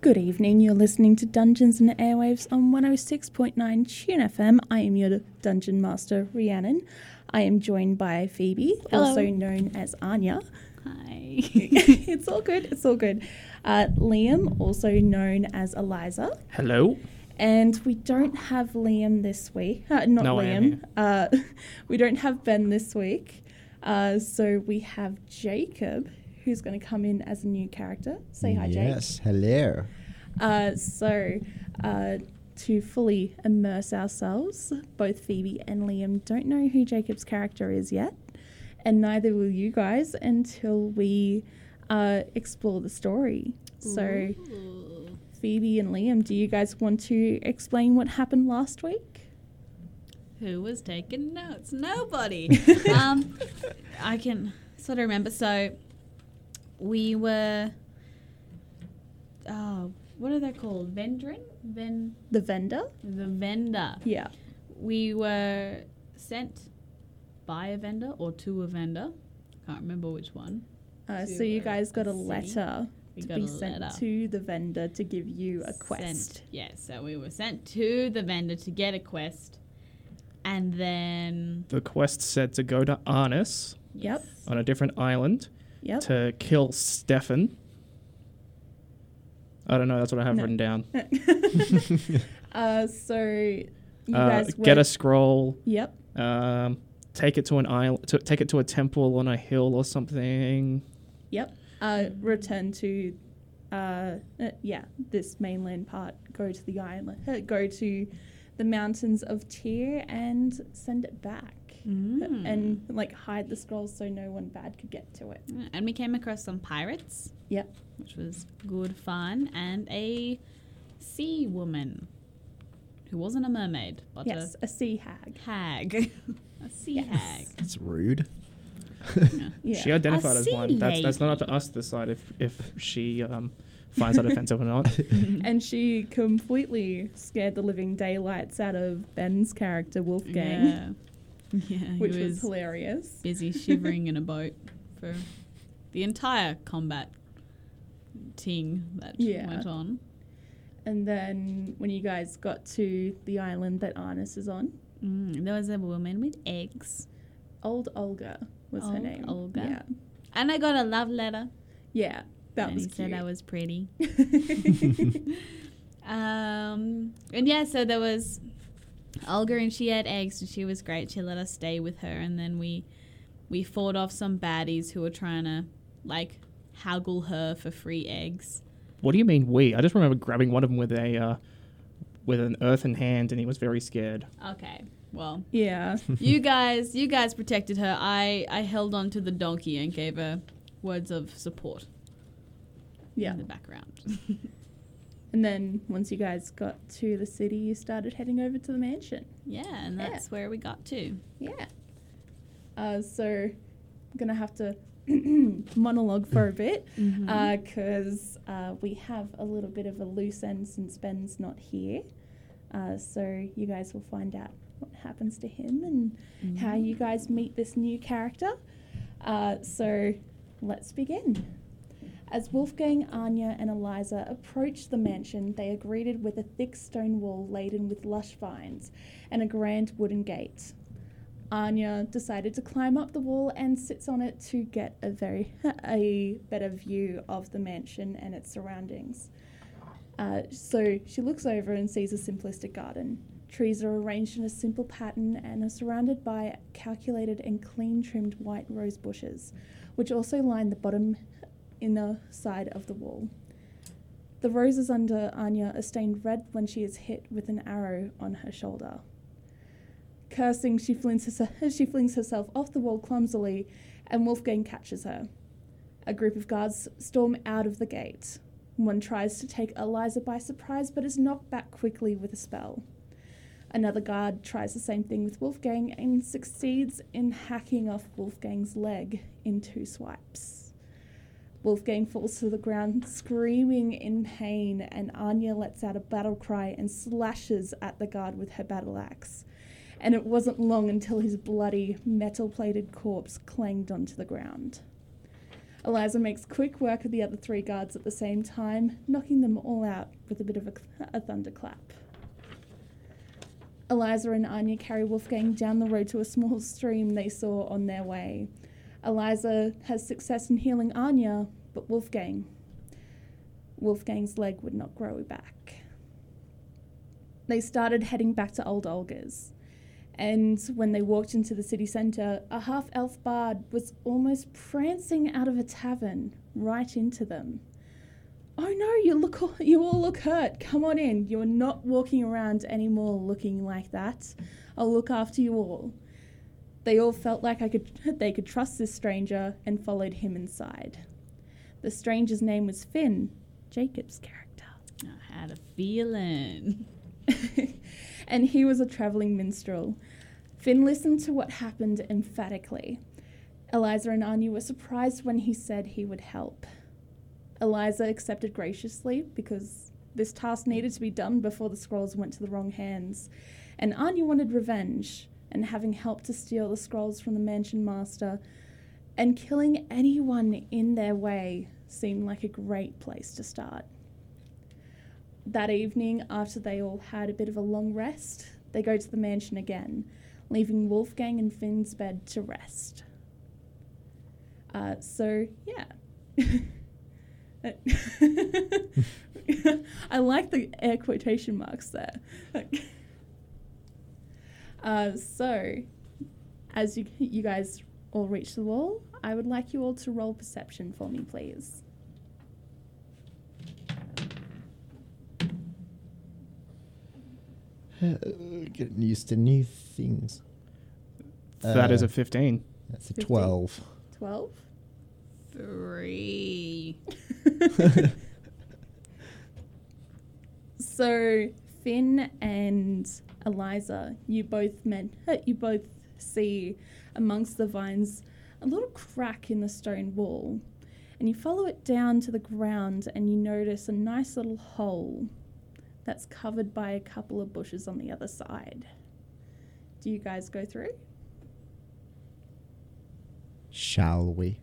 Good evening, you're listening to Dungeons and Airwaves on 106.9 Tune FM. I am your dungeon master, Rhiannon. I am joined by Phoebe, Hello. also known as Anya. Hi. it's all good, it's all good. Uh, Liam, also known as Eliza. Hello. And we don't have Liam this week. Uh, not No, I am Liam. Uh, we don't have Ben this week. Uh, so we have Jacob, who's going to come in as a new character. Say hi, Jake. Yes, hello. Uh, so, uh, to fully immerse ourselves, both Phoebe and Liam don't know who Jacob's character is yet, and neither will you guys until we uh, explore the story. So, Phoebe and Liam, do you guys want to explain what happened last week? Who was taking notes? Nobody. um, I can sort of remember. So we were. Oh, what are they called? Vendrin? Ven- The vendor? the vendor. Yeah. We were sent by a vendor or to a vendor. Can't remember which one. Uh, so, To you a guys got a city. letter We to got be a sent letter. to the vendor to give you a quest. Sent, yeah, so we were sent to the vendor to get a quest. And then. The quest said to go to Arnis Yep. on a different island Yep. to kill Stefan. I don't know. That's what I have No. written down. Uh, so you Uh, guys get were- a scroll. Yep. Um, take it to an island. To, take it to a temple on a hill or something. Yep. Uh, return to, uh, uh, yeah, this mainland part. Go to the island. uh, go to the mountains of Tyr and send it back. Mm. And like hide the scrolls so no one bad could get to it. Yeah, And we came across some pirates. Yep. Which was good fun. And a sea woman who wasn't a mermaid, but yes, a sea hag. a hag. a sea Yes. hag. It's rude. Yeah. She identified A as sea one. That's that's not up to us to decide if if she um, finds that offensive or not. and she completely scared the living daylights out of Ben's character Wolfgang, Yeah. yeah he which was was, hilarious. busy shivering in a boat for the entire combat ting that Yeah. went on. And then when you guys got to the island that Arnis is on, Mm, there was a woman with eggs. Old Olga was her Old name. Olga. And I got a love letter. Yeah, yeah, that and was he cute. said I was pretty. Um, and yeah, so there was Olga, and she had eggs, and she was great. She let us stay with her, and then we we fought off some baddies who were trying to like haggle her for free eggs. What do you mean we? I just remember grabbing one of them with a uh, with an earthen hand, and he was very scared. Okay, well, yeah, you guys, you guys protected her. I I held on to the donkey and gave her words of support yeah. in the background. And then once you guys got to the city, you started heading over to the mansion. Yeah, and Yeah. that's where we got to. Yeah. Uh, so I'm gonna have to monologue for a bit Mm-hmm. because uh, we have a little bit of a loose end since Ben's not here. Uh, so you guys will find out what happens to him and how you guys meet this new character. Uh, so let's begin. As Wolfgang, Anya, and Eliza approach the mansion, they are greeted with a thick stone wall laden with lush vines and a grand wooden gate. Anya decided to climb up the wall and sits on it to get a very a better view of the mansion and its surroundings. Uh, so she looks over and sees a simplistic garden. Trees are arranged in a simple pattern and are surrounded by calculated and clean trimmed white rose bushes, which also line the bottom inner side of the wall. The roses under Anya are stained red when she is hit with an arrow on her shoulder. Cursing, she flings, herself, she flings herself off the wall clumsily, and Wolfgang catches her. A group of guards storm out of the gate. One tries to take Eliza by surprise, but is knocked back quickly with a spell. Another guard tries the same thing with Wolfgang and succeeds in hacking off Wolfgang's leg in two swipes. Wolfgang falls to the ground screaming in pain, and Anya lets out a battle cry and slashes at the guard with her battle axe. And it wasn't long until his bloody, metal plated corpse clanged onto the ground. Eliza makes quick work of the other three guards at the same time, knocking them all out with a bit of a, cl- a thunderclap. Eliza and Anya carry Wolfgang down the road to a small stream they saw on their way. Eliza has success in healing Anya, but Wolfgang. Wolfgang's leg would not grow back. They started heading back to Old Olga's, and when they walked into the city centre, a half elf bard was almost prancing out of a tavern right into them. Oh no, you look all, you all look hurt. Come on in. You're not walking around anymore looking like that. I'll look after you all. They all felt like I could they could trust this stranger and followed him inside. The stranger's name was Finn, Jacob's character. I had a feeling. and he was a travelling minstrel. Finn listened to what happened emphatically. Eliza and Anya were surprised when he said he would help. Eliza accepted graciously because this task needed to be done before the scrolls went to the wrong hands. And Anya wanted revenge, and having helped to steal the scrolls from the mansion master and killing anyone in their way seemed like a great place to start. That evening, after they all had a bit of a long rest, they go to the mansion again, leaving Wolfgang and Finn's bed to rest. Uh, so, yeah. I like the air quotation marks there. uh, so, as you, you guys all reach the wall, I would like you all to roll perception for me, please. Uh, getting used to new things. that is Uh, a 15. That's a Fifteen. 12. 12? Three. So Finn and Eliza, you both men, you both see amongst the vines a little crack in the stone wall, and you follow it down to the ground, and you notice a nice little hole that's covered by a couple of bushes on the other side. Do you guys go through? Shall we?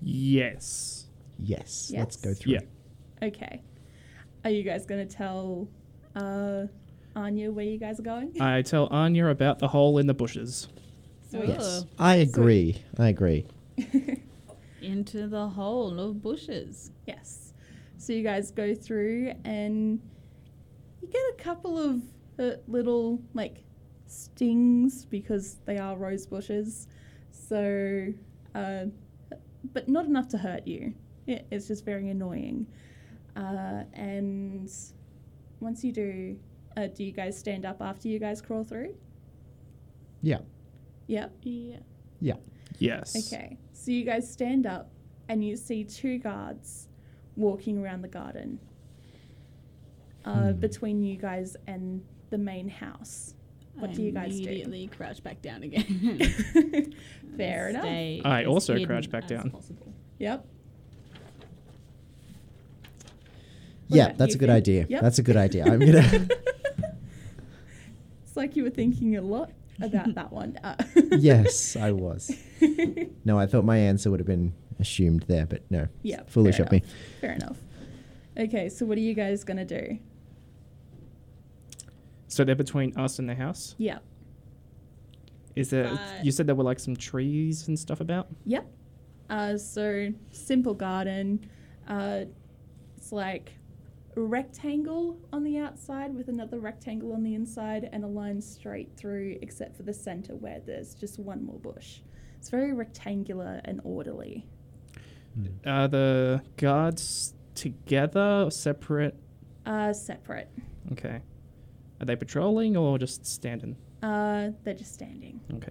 Yes. Yes. Let's go Yes. through. Yeah. Okay. Are you guys going to tell uh, Anya where you guys are going? I tell Anya about the hole in the bushes. Sweet. Yes. Oh, I agree. I agree. Into the hole of bushes. Yes. So you guys go through and you get a couple of uh, little like stings because they are rose bushes. So, uh, but not enough to hurt you. It, it's just very annoying. Uh, and once you do, uh, do you guys stand up after you guys crawl through? Yeah. Yep. Yeah. Yes. Okay, so you guys stand up and you see two guards walking around the garden uh, Hmm. between you guys and the main house. What do you guys do? Immediately crouch back down again. Fair enough. Stay I as also hidden crouch back as down. possible. Yep. What Yeah, about that's you, a good Finn? idea. Yep. That's a good idea. I'm gonna. it's like you were thinking a lot about that one. Uh, yes, I was. No, I thought my answer would have been assumed there, but no. Yeah, Foolish fair of me. Fair enough. Okay, so what are you guys gonna do? So they're between us and the house. Yep. Is there? But- you said there were like some trees and stuff about. Yep. Uh, so simple garden. Uh, it's like a rectangle on the outside with another rectangle on the inside and a line straight through, except for the center where there's just one more bush. It's very rectangular and orderly. Are the guards together or separate? Uh, separate. Okay. Are they patrolling or just standing? Uh, they're just standing. Okay.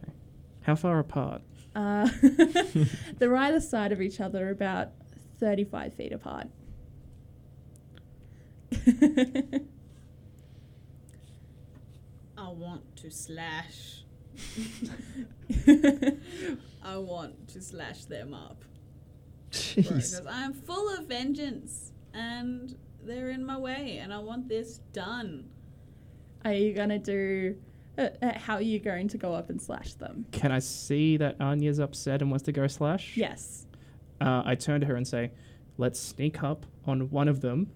How far apart? Uh, they're either side of each other, about 35 feet apart. I want to slash. I want to slash them up. Jeez. Because I'm full of vengeance and they're in my way and I want this done. Are you gonna do? Uh, uh, how are you going to go up and slash them? Can I see that Anya's upset and wants to go slash? Yes. Uh, I turn to her and say, "Let's sneak up on one of them,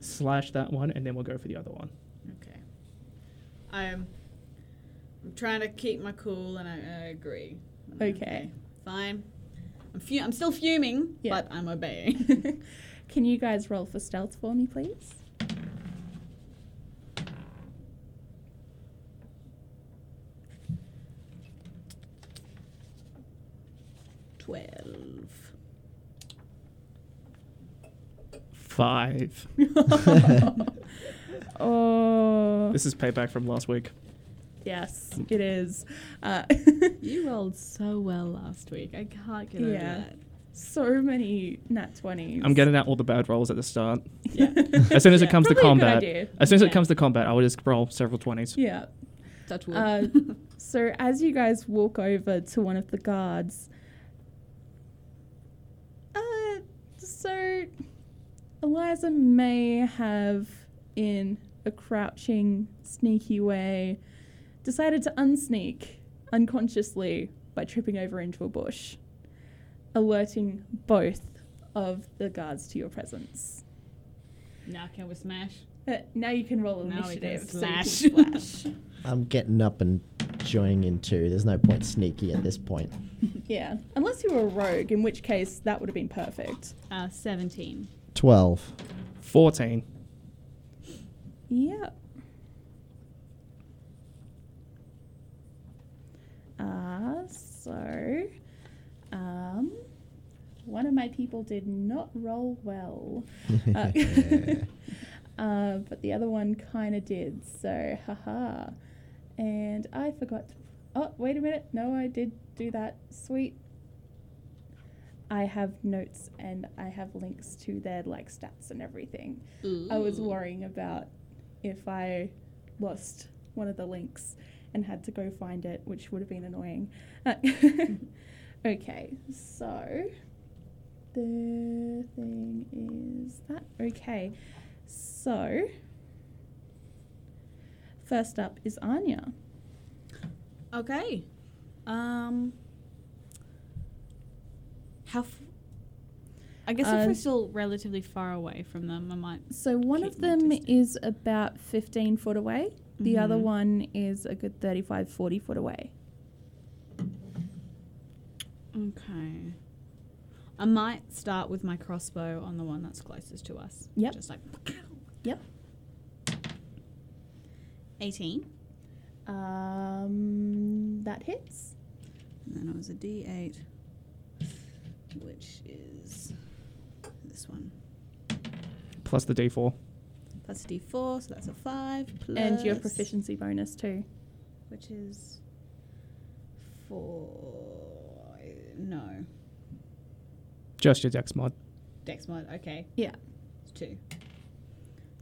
slash that one, and then we'll go for the other one." Okay. I'm I'm trying to keep my cool and I, I agree. I'm Okay. Fine. I'm fu- I'm still fuming, Yeah. but I'm obeying. Can you guys roll for stealth for me, please? Twelve. Five. Oh, This is payback from last week. yes, it is. Uh, You rolled so well last week. I can't get over Yeah. that. so many nat 20s. I'm getting out all the bad rolls at the start. Yeah. As soon as Yeah. it comes Probably a to good combat, idea. as soon as Yeah. it comes to combat, I will just roll several twenties. Yeah. Touch wood. Uh, so as you guys walk over to one of the guards, uh, so Eliza may have, in a crouching, sneaky way, decided to unsneak unconsciously by tripping over into a bush, alerting both of the guards to your presence. now can we smash? Uh, now you can roll Now we can initiative. so you can slash. slash. I'm getting up and joining in too. There's no point sneaky at this point. yeah, unless you were a rogue, in which case that would have been perfect. Uh, Seventeen. 12. Fourteen. Yep. Uh, so, um, one of my people did not roll well. Uh, uh, but the other one kind of did, so haha. And I forgot. To, oh, wait a minute. No, I did do that. Sweet. I have notes and I have links to their like stats and everything. I was Ooh. worrying about if I lost one of the links and had to go find it, which would have been annoying. Uh, okay, so the thing is that. Okay, so first up is Anya. Okay. Um. How? F- I guess Uh, if we're still relatively far away from them, I might. So one Keep of my them distance. is about 15 foot away, the other Mhm. one is a good 35, 40 foot away. Okay. I might start with my crossbow on the one that's closest to us. Yep. Just like. Yep. Eighteen. Um, that hits. And then it was a D8, which is this one. Plus the D four. That's a D4, so that's a five. Plus and your proficiency bonus too. which is four. No, Just your dex mod. Dex mod. Okay. Yeah. It's two.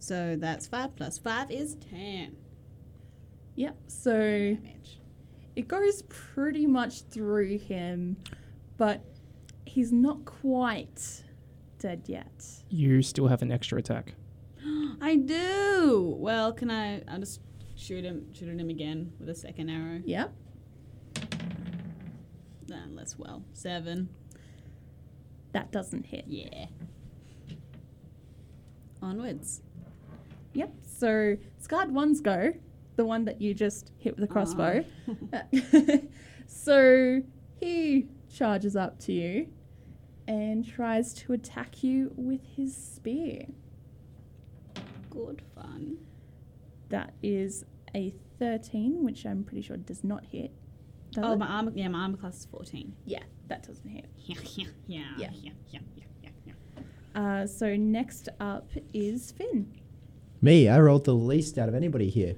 So that's five plus five is ten Yep. So damage. it goes pretty much through him, but he's not quite dead yet. You still have an extra attack. I do. Well, can I? I'll just shoot him. Shoot at him again with a second arrow. Yep. Nah, less well. Seven. That doesn't hit. Yeah. Onwards. Yep. So scarred ones go, the one that you just hit with a crossbow. so he charges up to you and tries to attack you with his spear. Good fun. That is a 13, which I'm pretty sure does not hit. Does oh, it? my armor. Yeah, my armor class is fourteen. Yeah, that doesn't hit. Yeah, yeah, yeah, Yeah. yeah, yeah, yeah, yeah, yeah. Uh, so next up is Finn. Oh, Me, I rolled the least out of anybody here.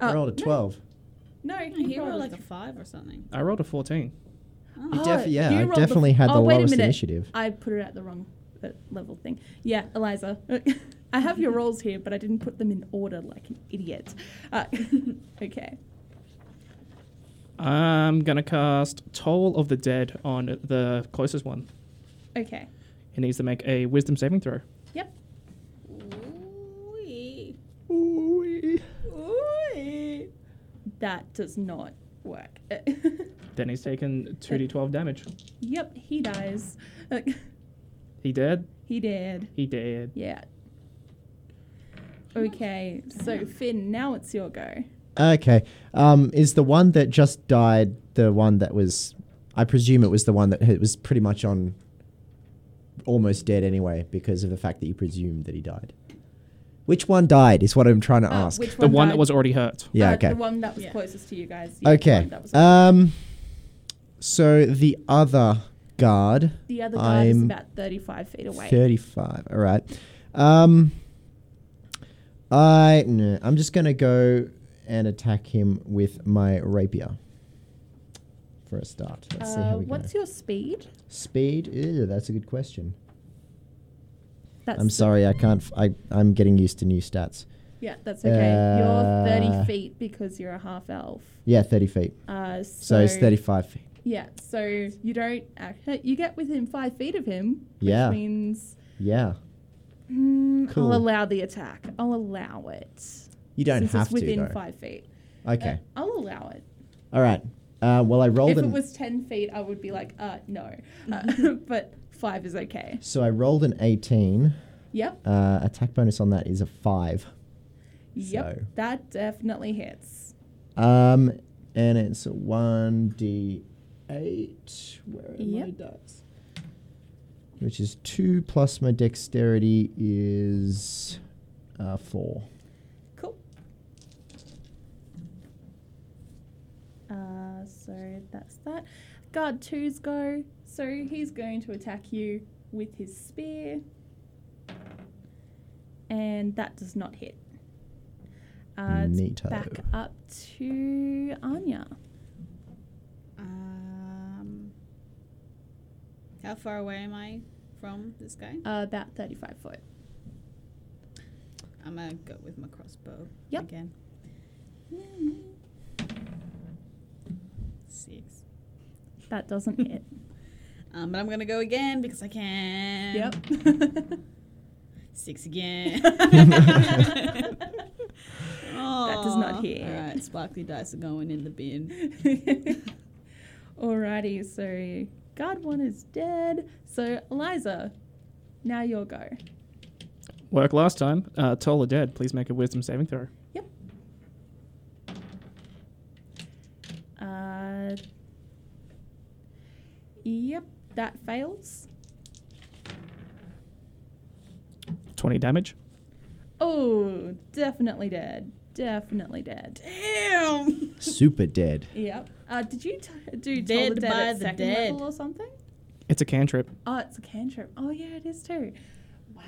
Uh, I rolled a 12. Oh, No, no I he hear rolled like like a five or something. I rolled a fourteen. Oh. You def- Oh, yeah, you I rolled the- definitely had the oh, wait a lowest minute. initiative. I put it at the wrong uh, level thing. Yeah, Eliza. I have your rolls here, but I didn't put them in order like an idiot. Uh, okay. I'm gonna cast Toll of the Dead on the closest one. Okay. He needs to make a Wisdom saving throw. Yep. Ooh-wee. Ooh. Ooh-wee. That does not work. Then he's taken 2d12 damage. yep, he dies. He dead? he did. He dead. Yeah. Okay, so Finn, now it's your go. Okay. Um, is the one that just died the one that was? I presume it was the one that it was pretty much on, almost dead anyway, because of the fact that you presumed that he died. Which one died is what I'm trying to Uh, ask. which The one that died? was already hurt. yeah. Uh, Okay. The one that was Yeah. closest to you guys. Yeah, the Okay. one that was- Um. So the other guard, the other guy is uh, I'm about 35 feet away. thirty-five. All right. Um. I no, I'm just gonna go and attack him with my rapier. For a start, let's see Uh, how we go. what's your speed? Speed? Ew, that's a good question. That's I'm sorry, I can't. F- I I'm getting used to new stats. Yeah, that's okay. you're 30 Uh, feet because you're a half elf. Yeah, 30 feet. Uh, So, so, it's 35 feet. Yeah, so you don't act, you get within five feet of him, which Yeah. means Yeah, mm, I'll Cool. allow the attack. I'll allow it. you don't since have it's within to though. five feet. Okay. Uh, I'll allow it. All right. Uh, well, I rolled if it an. was ten feet, I would be like, uh, no, uh, Mm-hmm. but five is okay. so I rolled an 18. Yep, Uh, attack bonus on that is a five. yep, So- that definitely hits. Um, and it's a 1d8. Where are my Yep. dice? Which is two plus my dexterity is uh, four. Cool. Uh, so that's that. Guard two's go. So he's going to attack you with his spear, and that does not hit. Uh, it's Neato. back up to Anya. Um, how far away am I from this guy? Uh, about thirty-five foot. I'm gonna go with my crossbow Yep. again. Six. That doesn't hit. Um, but I'm gonna go again because I can. yep. Six again. That does not Aw. hit. All right, sparkly dice are going in the bin. Alrighty, so guard one is dead. So Eliza, now your go. Work last time. Uh, Toll are dead. Please make a wisdom saving throw. Uh, yep, that fails. 20 damage. Oh, definitely dead. Definitely dead. Damn. Super dead. Yep. Uh, did you t- do Dead Toll the Dead by at the second dead. level or something? It's a cantrip. Oh, it's a cantrip. Oh yeah, it is too. Wow.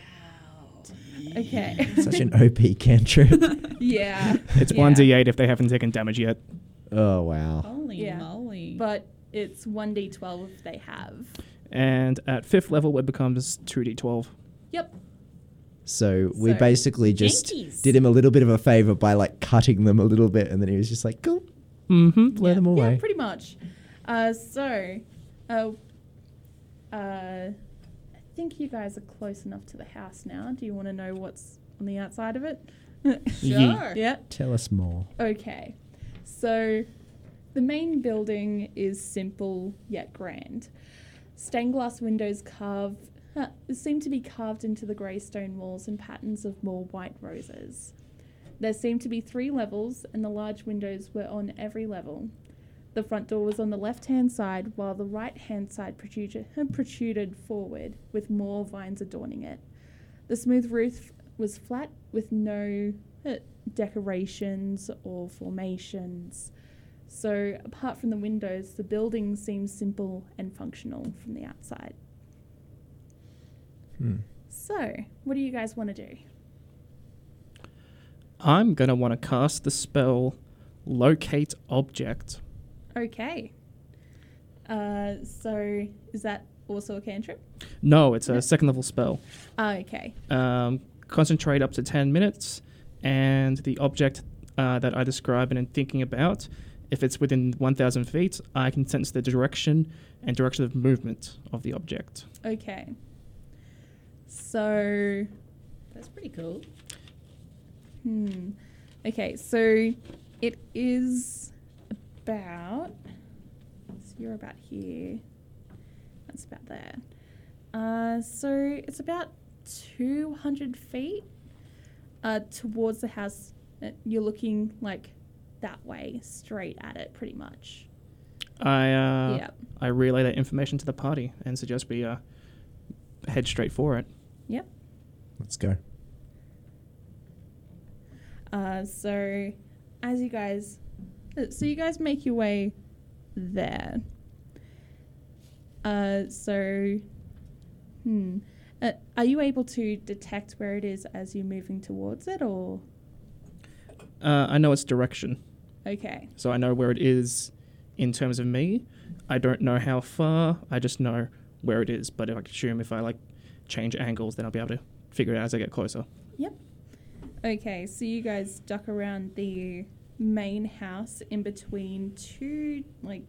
Okay. Such an OP cantrip. yeah. It's Yeah. 1d8 if they haven't taken damage yet. oh, wow. Holy Yeah. moly. But it's one d twelve they have. And at fifth level, it becomes 2d12. Yep. So we So, basically just Yankees. did him a little bit of a favor by like cutting them a little bit, and then he was just like, "Cool, Mm hmm. let them Yeah, away." pretty much. Uh, so, uh, uh, I think you guys are close enough to the house now. Do you want to know what's on the outside of it? sure. yeah. Tell us more. Okay. So, the main building is simple yet grand. Stained glass windows carve. huh, Seem to be carved into the grey stone walls in patterns of more white roses. There seemed to be three levels, and the large windows were on every level. The front door was on the left hand side, while the right hand side protrude- protruded forward, with more vines adorning it. The smooth roof was flat, with no uh, decorations or formations. So, apart from the windows, the building seems simple and functional from the outside. Hmm. So, what do you guys want to do? I'm going to want to cast the spell Locate Object. Okay. Uh, so, is that also a cantrip? No, it's Okay. a second level spell. Ah, okay. um, concentrate up to 10 minutes, and the object uh, that I describe and am thinking about, if it's within 1,000 feet, I can sense the direction and direction of movement of the object. Okay. So, That's pretty cool. Hmm. Okay, so it is about. So you're about here. That's about there. Uh, so it's about 200 feet uh, towards the house. Uh, You're looking like that way, straight at it, pretty much. I uh, yeah. I relay that information to the party and suggest we uh, head straight for it. Let's go. Uh, so, as you guys, uh, so you guys make your way there. Uh, so, hmm, uh, are you able to detect where it is as you're moving towards it, or Uh, I know its direction, okay? so I know where it is in terms of me. I don't know how far. I just know where it is. But if I assume if I like change angles, then I'll be able to figure it out as I get closer. Okay, so you guys duck around the main house in between two like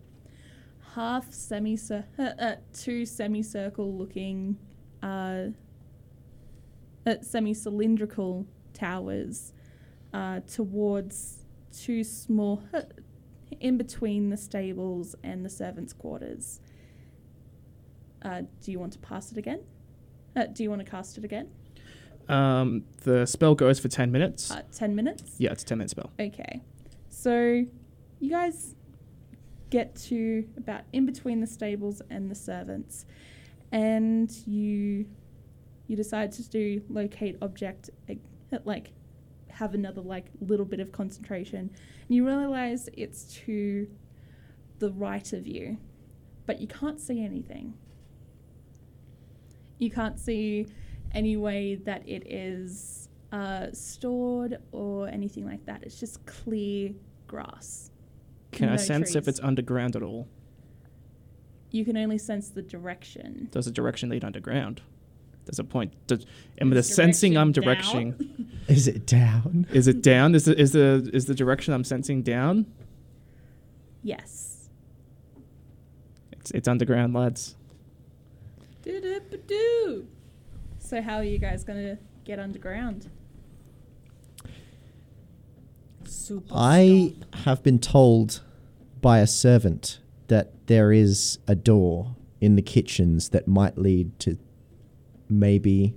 half semicir uh, uh, two semicircle looking uh, uh semi cylindrical towers uh, towards two small uh, in between the stables and the servants' quarters. Uh, do you want to pass it again? Uh, do you want to cast it again? Um, the spell goes for ten minutes. Uh, ten minutes. yeah, it's a ten minute spell. Okay. So you guys get to about in between the stables and the servants and you you decide to do locate object eh, like have another like little bit of concentration and you realize it's to the right of you but you can't see anything you can't see any way that it is uh, stored or anything like that it's just clear grass Can I No sense if trees. it's underground at all? you can only sense the direction Does the direction lead underground? There's a point. Does, am the Is sensing I'm direction directing? Is it down? Is it down? Is the, is the is the direction I'm sensing down? yes It's, it's underground, lads. Doo-doo-ba-doo. so how are you guys gonna get underground Super. I have been told by a servant that there is a door in the kitchens that might lead to maybe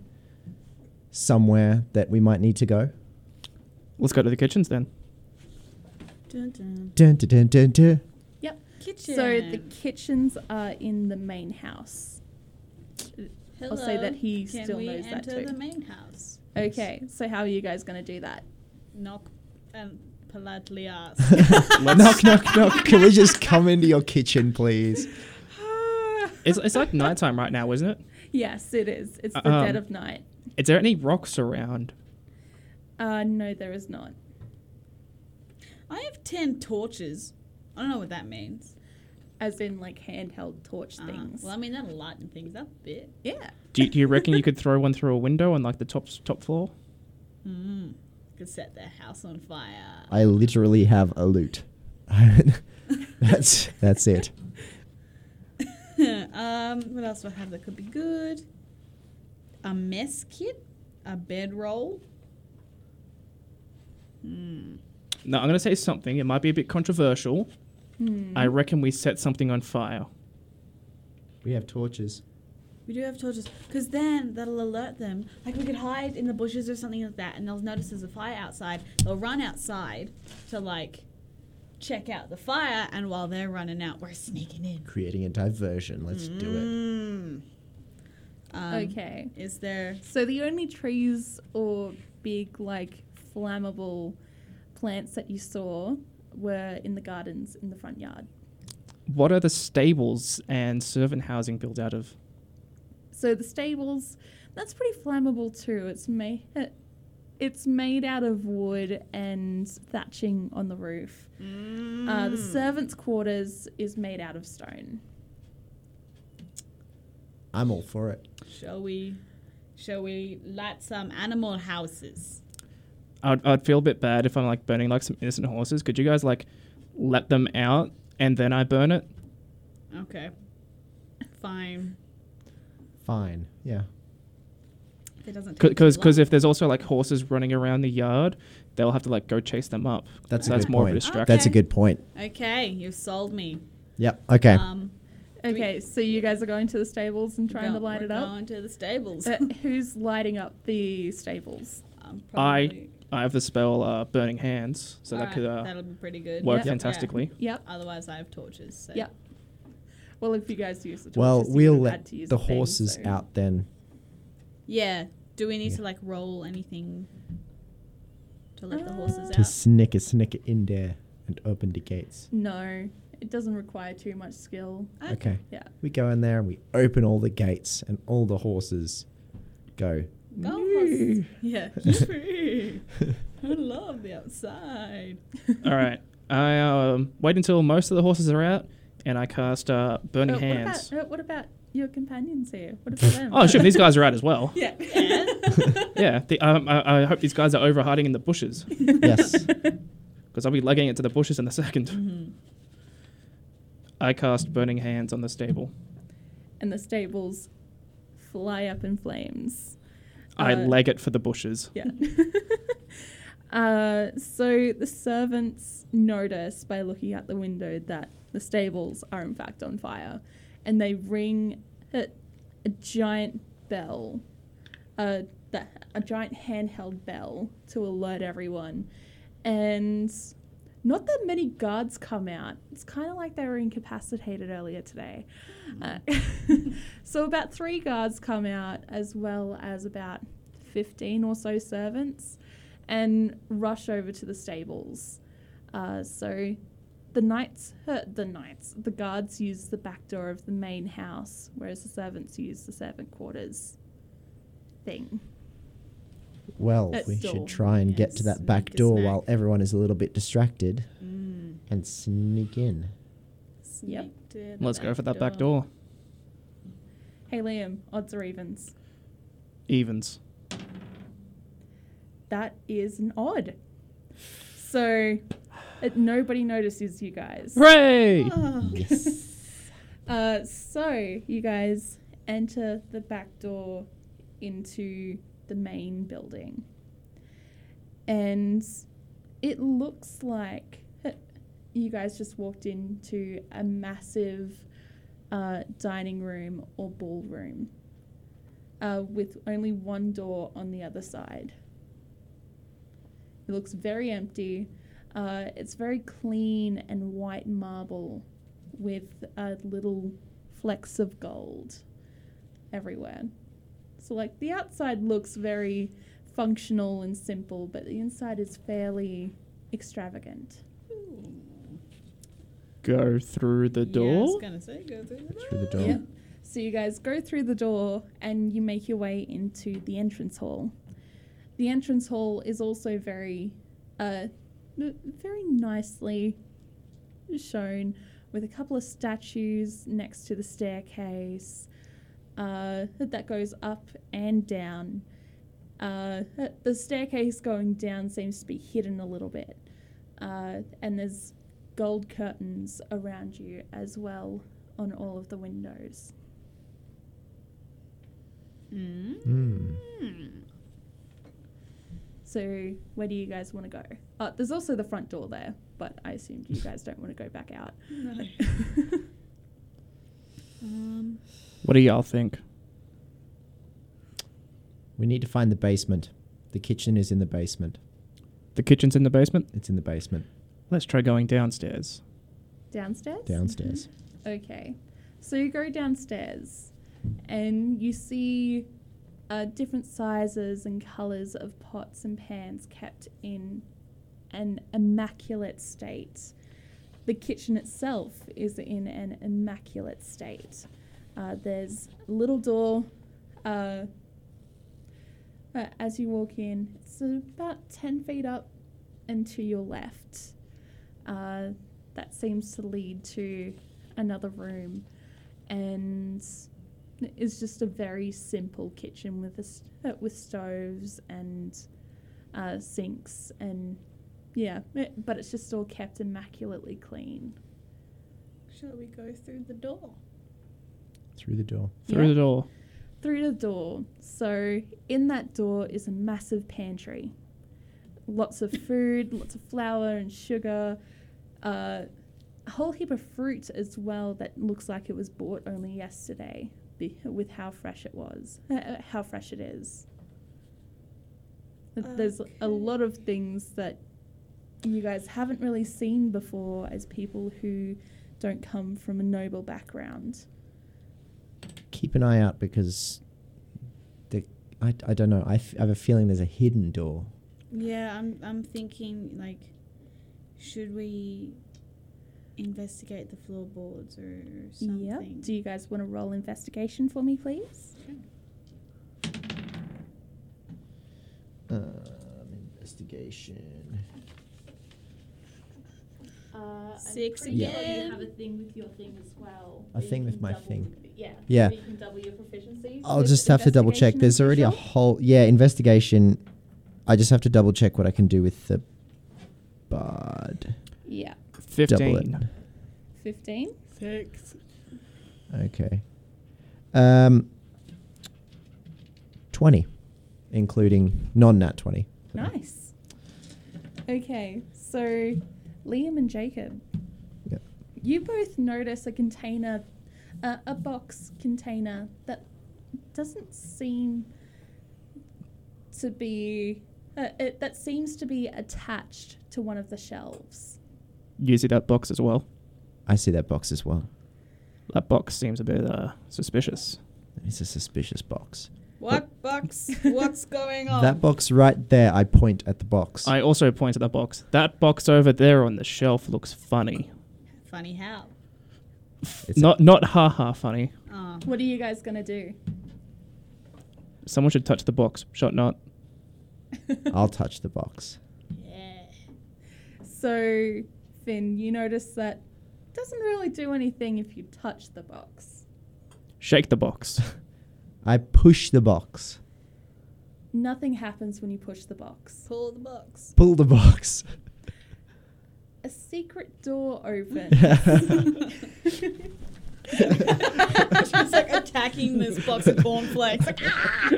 somewhere that we might need to go. Let's go to the kitchens then. Dun, dun. Dun, dun, dun, dun, dun. yep Kitchen. so the kitchens are in the main house I'll say that he Can still we knows that enter too. the main house? okay so how are you guys gonna do that Knock and politely ask. knock, knock, knock. Can we just come into your kitchen, please? It's, it's like nighttime right now, isn't it? yes it is it's the Um, dead of night Is there any rocks around? uh no there is not I have ten torches. I don't know what that means. as in like handheld torch Ah, things well, I mean that'll lighten things up a bit. yeah Do you, do you reckon you could throw one through a window on like the top s- top floor? Mm. Could set their house on fire. I literally have a loot. that's that's it. um, what else do I have that could be good? A mess kit, a bedroll. Hmm. No, I'm gonna say something. It might be a bit controversial. Hmm. I reckon we set something on fire. We have torches. We do have torches, because then that'll alert them. Like we could hide in the bushes or something like that, and they'll notice there's a fire outside. They'll run outside to like check out the fire, and while they're running out, we're sneaking in. Creating a diversion. Let's do it. Mm. Um, okay Is there? So the only trees or big like flammable plants that you saw were in the gardens in the front yard. What are the stables and servant housing built out of? So the stables, that's pretty flammable too. It's made it's made out of wood and thatching on the roof. Uh, the servants' quarters is made out of stone. I'm all for it. Shall we? Shall we light some animal houses? I'd, I'd feel a bit bad if I'm like burning like some innocent horses. Could you guys like let them out and then I burn it? Okay. Fine. Fine. Yeah. It doesn't take Because too because long. if there's also like horses running around the yard, they'll have to like go chase them up. That's a that's good more of point. a distraction. That's a Okay. good point. okay, you've sold me. Yep. Okay. Um, Okay, so you guys are going to the stables and trying go- to light we're it up. Going to the stables. Uh, who's lighting up the stables? I'm I probably- I have the spell uh, Burning Hands, so that Alright, could uh, that'll be pretty good. work Yeah. fantastically. Yep. Yeah. Otherwise, I have torches. So. Yep. Well, if you guys use the torches, well, you would we'll have had let to use the thing, horses so- out then. Yeah. Do we need Yeah. to like roll anything to let the Uh, horses To out? To snicker, snicker in there and open the gates. No, it doesn't require too much skill. Uh, Okay. Yeah. We go in there and we open all the gates and all the horses go. Go horses. Yeah. Yippee. I love the outside. All right, I um, wait until most of the horses are out, and I cast uh, Burning Uh, Hands. What about, uh, what about your companions here? What about them? Oh, sure, these guys are out as well. Yeah. Yeah, the, um, I, I hope these guys are over hiding in the bushes Yes. because I'll be lugging it to the bushes in a 2nd Mm-hmm. I cast Burning Hands on the stable. and the stables fly up in flames. I Uh, leg it for the bushes. Yeah. uh, so the servants notice by looking out the window that the stables are in fact on fire, and they ring a, a giant bell, uh, that, a giant handheld bell to alert everyone, and. Not that many guards come out. It's kind of like they were incapacitated earlier today. Uh, so, about three guards come out, as well as about 15 or so servants and rush over to the stables. Uh, so the knights, uh, the knights, the guards use the back door of the main house, whereas the servants use the servant quarters thing. Well, That's we still- should try and get yes, to that sneak back a door snack. while everyone is a little bit distracted Mm. and sneak in. Sneak to the Let's go for that back door. Hey Liam, odds or evens? Evens. That is an odd. So uh, nobody notices you guys. Hooray! Oh. Yes. Uh, so you guys enter the back door into the main building, and it looks like you guys just walked into a massive uh, dining room or ballroom uh, with only one door on the other side. It looks very empty. Uh, it's very clean and white marble with uh, little flecks of gold everywhere. So, like, the outside looks very functional and simple, but the inside is fairly extravagant. Go through the Yeah, I was door. gonna say go through the door. Through the door. Yep. So you guys go through the door and you make your way into the entrance hall. The entrance hall is also very, uh, n- very nicely shown with a couple of statues next to the staircase uh, that goes up and down. Uh, the staircase going down seems to be hidden a little bit, uh, and there's gold curtains around you as well on all of the windows. Mm. Mm. So, where do you guys want to go? Uh, there's also the front door there, but I assumed you guys don't want to go back out. No. Hmm. Um, What do y'all think? We need to find the basement. The kitchen is in the basement. The kitchen's in the basement. It's in the basement Let's try going downstairs. Downstairs? downstairs. Okay. So, you go downstairs and you see uh, different sizes and colours of pots and pans kept in an immaculate state. The kitchen itself is in an immaculate state. Uh, there's a little door. Uh, uh, as you walk in, it's about 10 feet up and to your left. Uh, that seems to lead to another room. And it's just a very simple kitchen with, a, st- uh, with stoves and uh, sinks and yeah, it- but it's just all kept immaculately clean. shall we go through the door? Through the door. Through Yeah. the door. through the door. So in that door is a massive pantry. Lots of food, lots of flour and sugar, uh, a whole heap of fruit as well that looks like it was bought only yesterday be- with how fresh it was, uh, how fresh it is. Th- There's a lot of things that you guys haven't really seen before as people who don't come from a noble background. Keep an eye out because the I, I don't know. I, f- I have a feeling there's a hidden door. Yeah, I'm I'm thinking like, should we investigate the floorboards or something? Yep. Do you guys want to roll investigation for me, please? Um, investigation. Uh, I'm Six pretty sure again. You have a thing with your thing as well. A where you thing with can my double- thing. Yeah. Yeah. where You can double your proficiency. I'll with just have to double check. investigation, There's I'm already a sure. whole yeah investigation. I just have to double check what I can do with the bard. Yeah. Double it. 15. 15? Six. Okay. Um. Twenty, including non-nat twenty. Nice. Okay, so Liam and Jacob, Yep. you both notice a container, uh, a box container that doesn't seem to be, uh, it, that seems to be attached to one of the shelves. You see that box as well. I see that box as well. That box seems a bit uh, suspicious. It's a suspicious box. What box? What's going on? That box right there. I point at the box. I also point at that box. That box over there on the shelf looks funny. Funny how. It's a- Not not ha ha funny. Oh. What are you guys going to do? Someone should touch the box. Shot not. I'll touch the box. Yeah. So, Finn, you notice that doesn't really do anything if you touch the box. Shake the box. I push the box. Nothing happens when you push the box. Pull the box. Pull the box. A secret door opens. She's like attacking this box of cornflakes. Like, ah!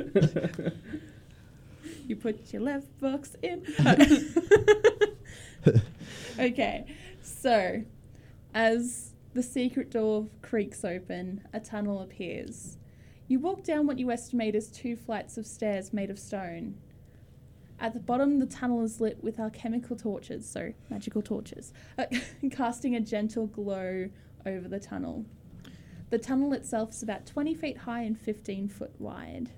you put your left box in. okay, so as the secret door creaks open, a tunnel appears. You walk down what you estimate is two flights of stairs made of stone. At the bottom, the tunnel is lit with alchemical torches, so magical torches, uh, casting a gentle glow over the tunnel. The tunnel itself is about 20 feet high and 15 foot wide.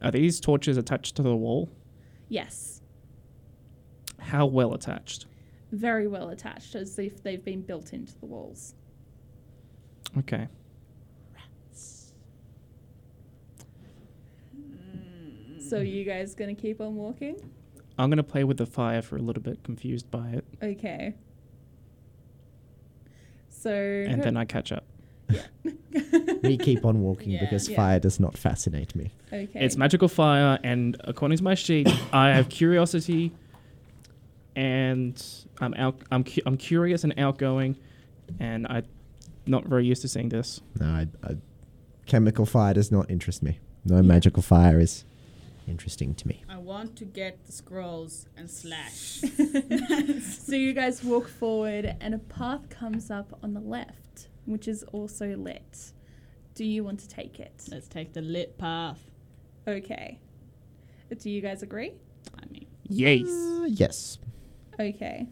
Are these torches attached to the wall? Yes, How well attached? very well attached, as if they've been built into the walls. Okay. So, you guys gonna keep on walking? I'm gonna play with the fire for a little bit, confused by it, Okay. So. and then I catch up. we keep on walking Yeah. because Yeah. fire does not fascinate me. Okay. It's magical fire, and according to my sheet, I have curiosity, and I'm out. I'm cu- I'm curious and outgoing, and I'm not very used to seeing this. No, I, I, chemical fire does not interest me. No magical fire is interesting to me. I want to get the scrolls and slash. so you guys walk forward, and a path comes up on the left, which is also lit. Do you want to take it? Let's take the lit path. Okay. Do you guys agree? I mean, Yes. Uh, yes. Okay.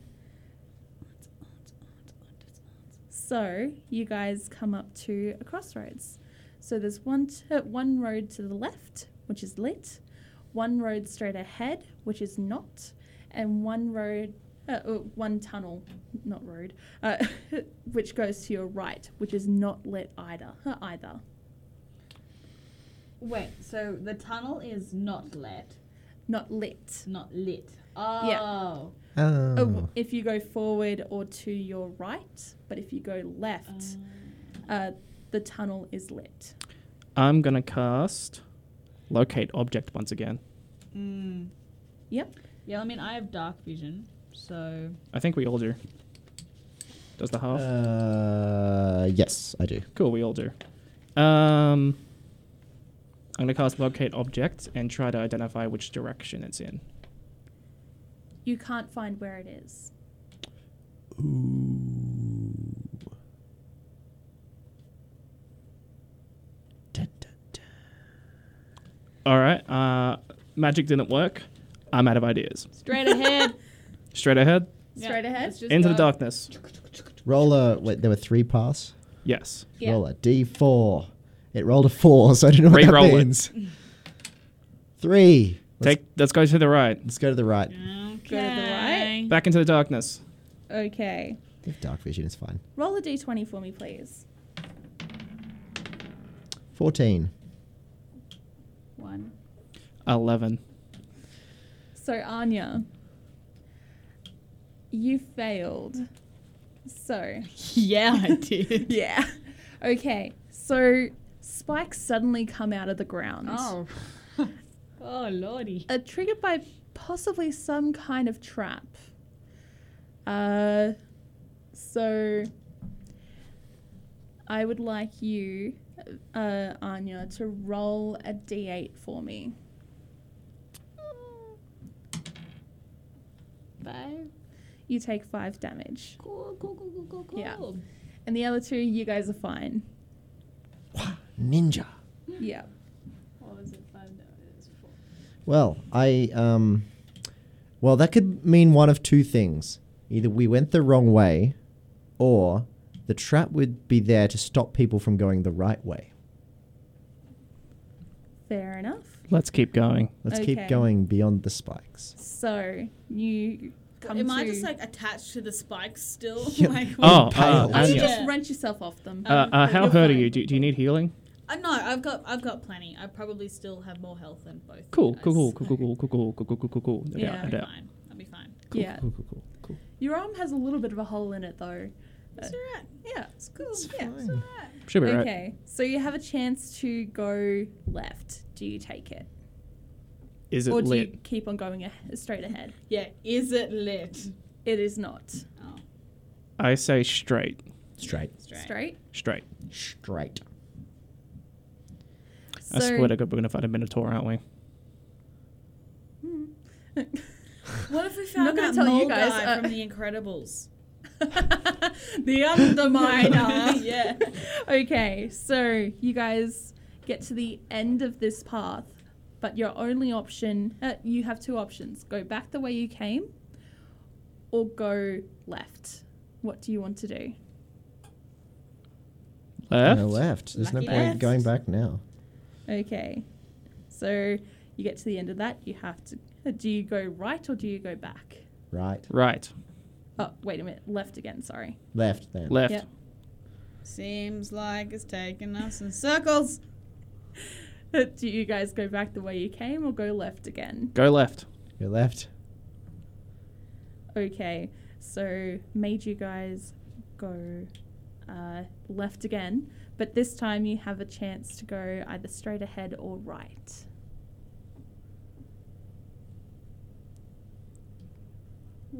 So you guys come up to a crossroads. So there's one t- one road to the left, which is lit, one road straight ahead, which is not, and one road, uh, uh, one tunnel, not road, uh, which goes to your right, which is not lit either. uh, either. wait. So the tunnel is not lit. Not lit. Not lit. Oh. Yeah. Oh. Oh. w if you go forward or to your right, but if you go left, uh, the tunnel is lit. I'm gonna cast locate object once again. Mm. Yep. Yeah. I mean, I have dark vision, so I think we all do. Does the half? Uh, yes, I do. cool, we all do. Um, I'm going to cast locate object and try to identify which direction it's in. You can't find where it is. Ooh. Dun, dun, dun. All right. Uh, magic didn't work. I'm out of ideas. Straight ahead. Straight ahead, Yeah, Straight ahead? let's just into the go. darkness. Roller. Wait, there were three pass. Yes. Yeah. Roll a d4. It rolled a four, so I don't know what Reroll that it. means. Three. Let's, Take. Let's go to the right. let's go to the right. Go to the right. Back into the darkness. Okay. They have dark vision. It's fine. Roll a d20 for me, please. Fourteen. One. Eleven. So, Anya, you failed. So, Yeah, I did. yeah. Okay. So, spikes suddenly come out of the ground. Oh. oh, lordy. Uh, triggered by possibly some kind of trap. Uh, so, I would like you, uh, Anya, to roll a d8 for me. Five. You take five damage. Cool, cool, cool, cool, cool, cool. Yeah. And the other two, you guys are fine. Ninja. Yeah. What was it? Five, no, it was four. Well, I um well that could mean one of two things. Either we went the wrong way or the trap would be there to stop people from going the right way. Fair enough. Let's keep going. Let's Okay. keep going beyond the spikes. So you come Am to. I just like attached to the spikes still? Yeah. like, Oh, uh, Pale. Oh, you Anya. just Yeah. wrench yourself off them. Uh, uh, how Um, You're hurt are fine. you? Do, do you need healing? I know I've got I've got plenty. I probably still have more health than both. of you Cool, guys. cool, cool, cool, cool, cool, cool, cool, cool, cool, cool, cool. No Yeah. doubt, I'll no be doubt. fine. I'll be fine. yeah. Cool, cool, cool, cool. Your arm has a little bit of a hole in it though. It's Uh, alright. Yeah, it's cool. It's yeah. fine. Should be right. Okay, so you have a chance to go left. Do you take it, Is it or do lit? you keep on going a- straight ahead? Yeah. Is it lit? It is not Oh, I say straight. Straight. straight. straight. Straight. Straight. So, I swear to God, we're going to find a Minotaur, aren't we? What if we I'm found not gonna that tell you mole guys, guy uh, from The Incredibles? the underminer. yeah. Okay, so you guys get to the end of this path, but your only option, uh, you have two options go back the way you came or go left. What do you want to do? Left? No, left. There's Lucky no point left. going back now. Okay, so you get to the end of that, you have to. uh, Do you go right or do you go back? Right. Right. Oh, wait a minute, left again, sorry. Left then. Left. Yeah. Seems like it's taking us in circles. Uh, Do you guys go back the way you came or go left again? Go left. Go left. Okay, so made you guys go uh, left again, but this time you have a chance to go either straight ahead or right.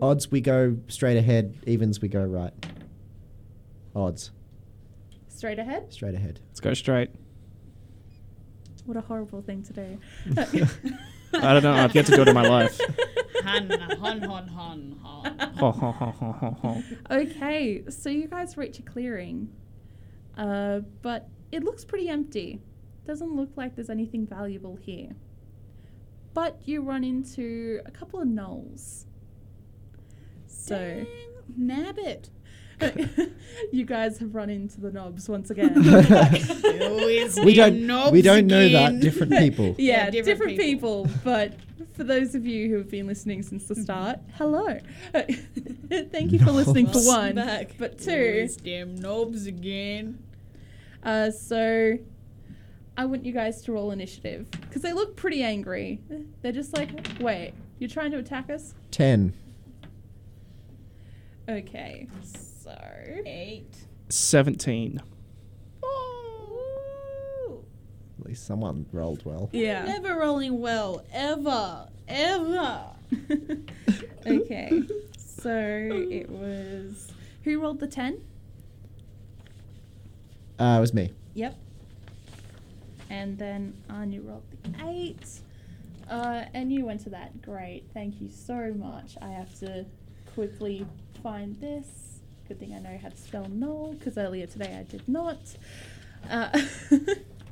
Odds we go straight ahead, evens we go right. Odds. Straight ahead? Straight ahead. Let's go straight. What a horrible thing to do. I don't know. I've yet to go to my life. Hun, hun, hun, hun, hun. Ho, ho, ho, ho, ho, ho. Okay, so you guys reach a clearing, uh, but it looks pretty empty. Doesn't look like there's anything valuable here. But you run into a couple of knolls. So. Dang, nab it. you guys have run into the knobs once again. we don't. We don't know that. Different people. yeah, Yeah, different, different people. but for those of you who have been listening since the start, hello. Thank you for listening for Knobs. one, Back. but two. damn knobs again. Uh, so I want you guys to roll initiative because they look pretty angry. They're just like, wait, you're trying to attack us? Ten. Okay, so Eight. 17. Oh. At least someone rolled well. yeah. Never rolling well, ever, ever. Uh, okay, so it was who rolled the ten? Uh, it was me. Yep. and then Anya rolled the eight. Uh, and you went to that. Great. Thank you so much. I have to quickly find this. Good thing I know how to spell null because earlier today I did not. Uh,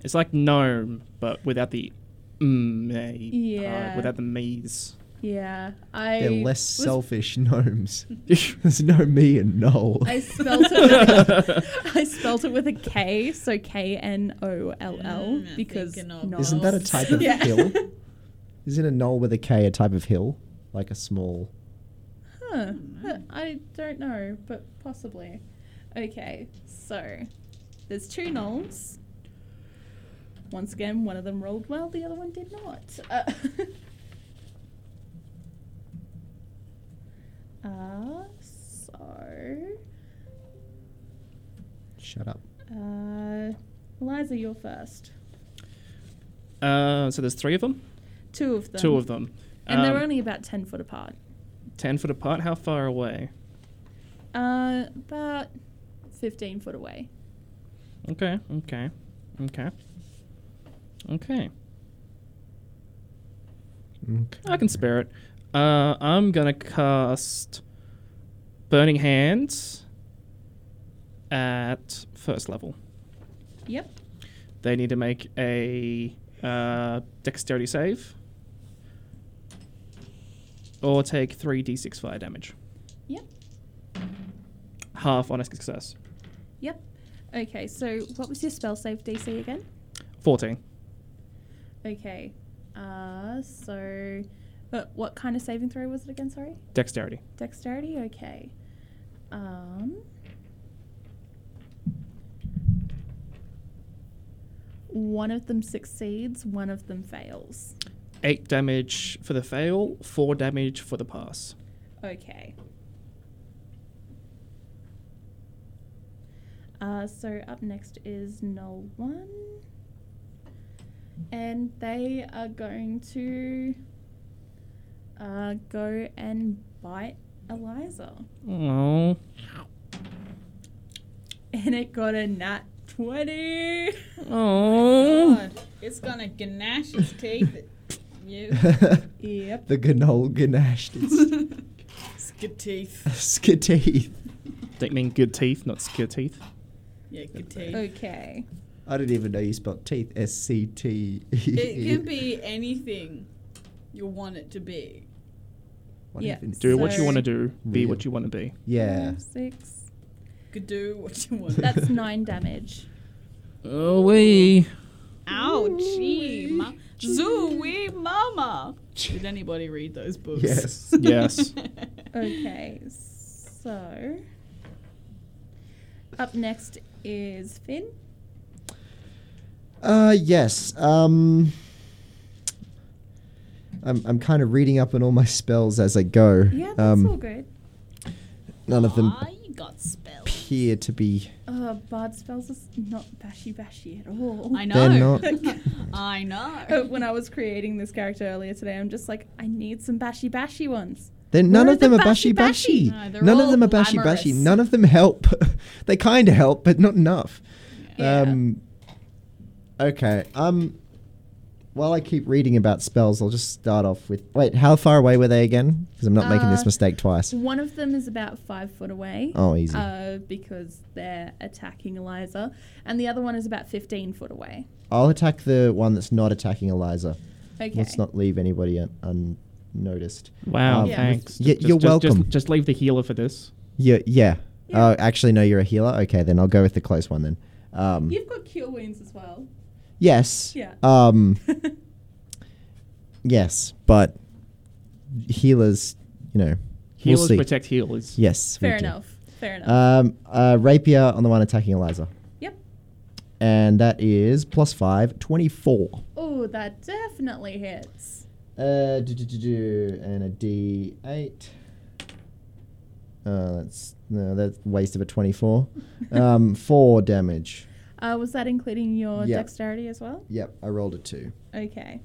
It's like gnome, but without the mm, eh, Yeah. part, without the me's. yeah, I They're less was- selfish gnomes. There's no me and Noel. I spelt it. With a, I spelt it with a K, so K N O L L Mm, I because think an Noel. Isn't that a type of Yeah. hill? Isn't a knoll with a K a type of hill? Like a small. Huh. Huh, I don't know, but possibly. Okay, so there's two knolls. Once again, one of them rolled well, the other one did not. Uh, uh, so, Shut up. uh, Eliza, you're first. Uh, so there's three of them. Two of them. Two of them. And they're Um, only about 10 foot apart. ten foot apart. How far away? Uh, about 15 foot away. Okay. Okay. Okay. Okay. Okay. I can spare it. Uh, I'm gonna cast Burning Hands at first level. Yep. They need to make a uh, Dexterity save, or take three d6 fire damage. Yep. Half on a success. Yep. Okay, so what was your spell save DC again? Fourteen. Okay. Uh, so uh, what kind of saving throw was it again? Sorry, Dexterity. dexterity. Okay. Um. One of them succeeds, one of them fails. Eight damage for the fail. Four damage for the pass. Okay. Uh, so up next is Null One, and they are going to uh, go and bite Eliza, Oh. and it got a nat twenty. Oh. Mm. God, it's gonna gnash its teeth. at You. yep. the gnoll ganashed its Skid teeth. skid teeth. Don't mean good teeth, not secure teeth. Yeah, good teeth. Oh, Okay. I didn't even know you spelt teeth. S C T E. It can be anything you want it to be. What Yeah. even- Do what you So- want to do. Be Real. what you want to be. Yeah. Five, Six. Could do what you want. That's nine damage. Oh wee. Ouchie, ma- Zooey mama. Did anybody read those books? Yes. Yes. Okay. So up next is Finn. Uh, yes. Um, I'm, I'm kind of reading up on all my spells as I go. Yeah, that's um, all good. None of them Ah, you got spelled. appear to be. Uh, bard spells is not bashy bashy at all. I They're know. not- I know. Uh, when I was creating this character earlier today, I'm just like, I need some bashy bashy ones. They're, none Where of are the them are bashy bashy? bashy bashy. No, they're none all of them are bashy bashy. glamorous. None of them help. they kind of help, but not enough. Yeah. Um, okay. Um, while I keep reading about spells, I'll just start off with. Wait, how far away were they again? Because I'm not making Uh, this mistake twice. One of them is about five foot away. Oh, easy. Uh, because they're attacking Eliza, and the other one is about 15 foot away. I'll attack the one that's not attacking Eliza. Okay. Let's not leave anybody un- unnoticed. Wow. Um, Yeah. Thanks. Y- you're just, Just, welcome. just leave the healer for this. Yeah, yeah. Yeah. Oh, actually, no, you're a healer. Okay, then I'll go with the close one then. Um, You've got cure wounds as well. Yes. Yeah. Um, yes, but healers, you know, Healers we'll see. protect healers. Yes. we Fair do. enough. Fair enough. Um, uh, rapier on the one attacking Eliza. Yep. And that is plus five, 24. oh, that definitely hits. Uh, do, do, do, do, and a D8. Uh, that's no, that's waste of a 24. Um, four damage. Uh, was that including your Yeah. dexterity as well? Yep, I rolled a two. Okay.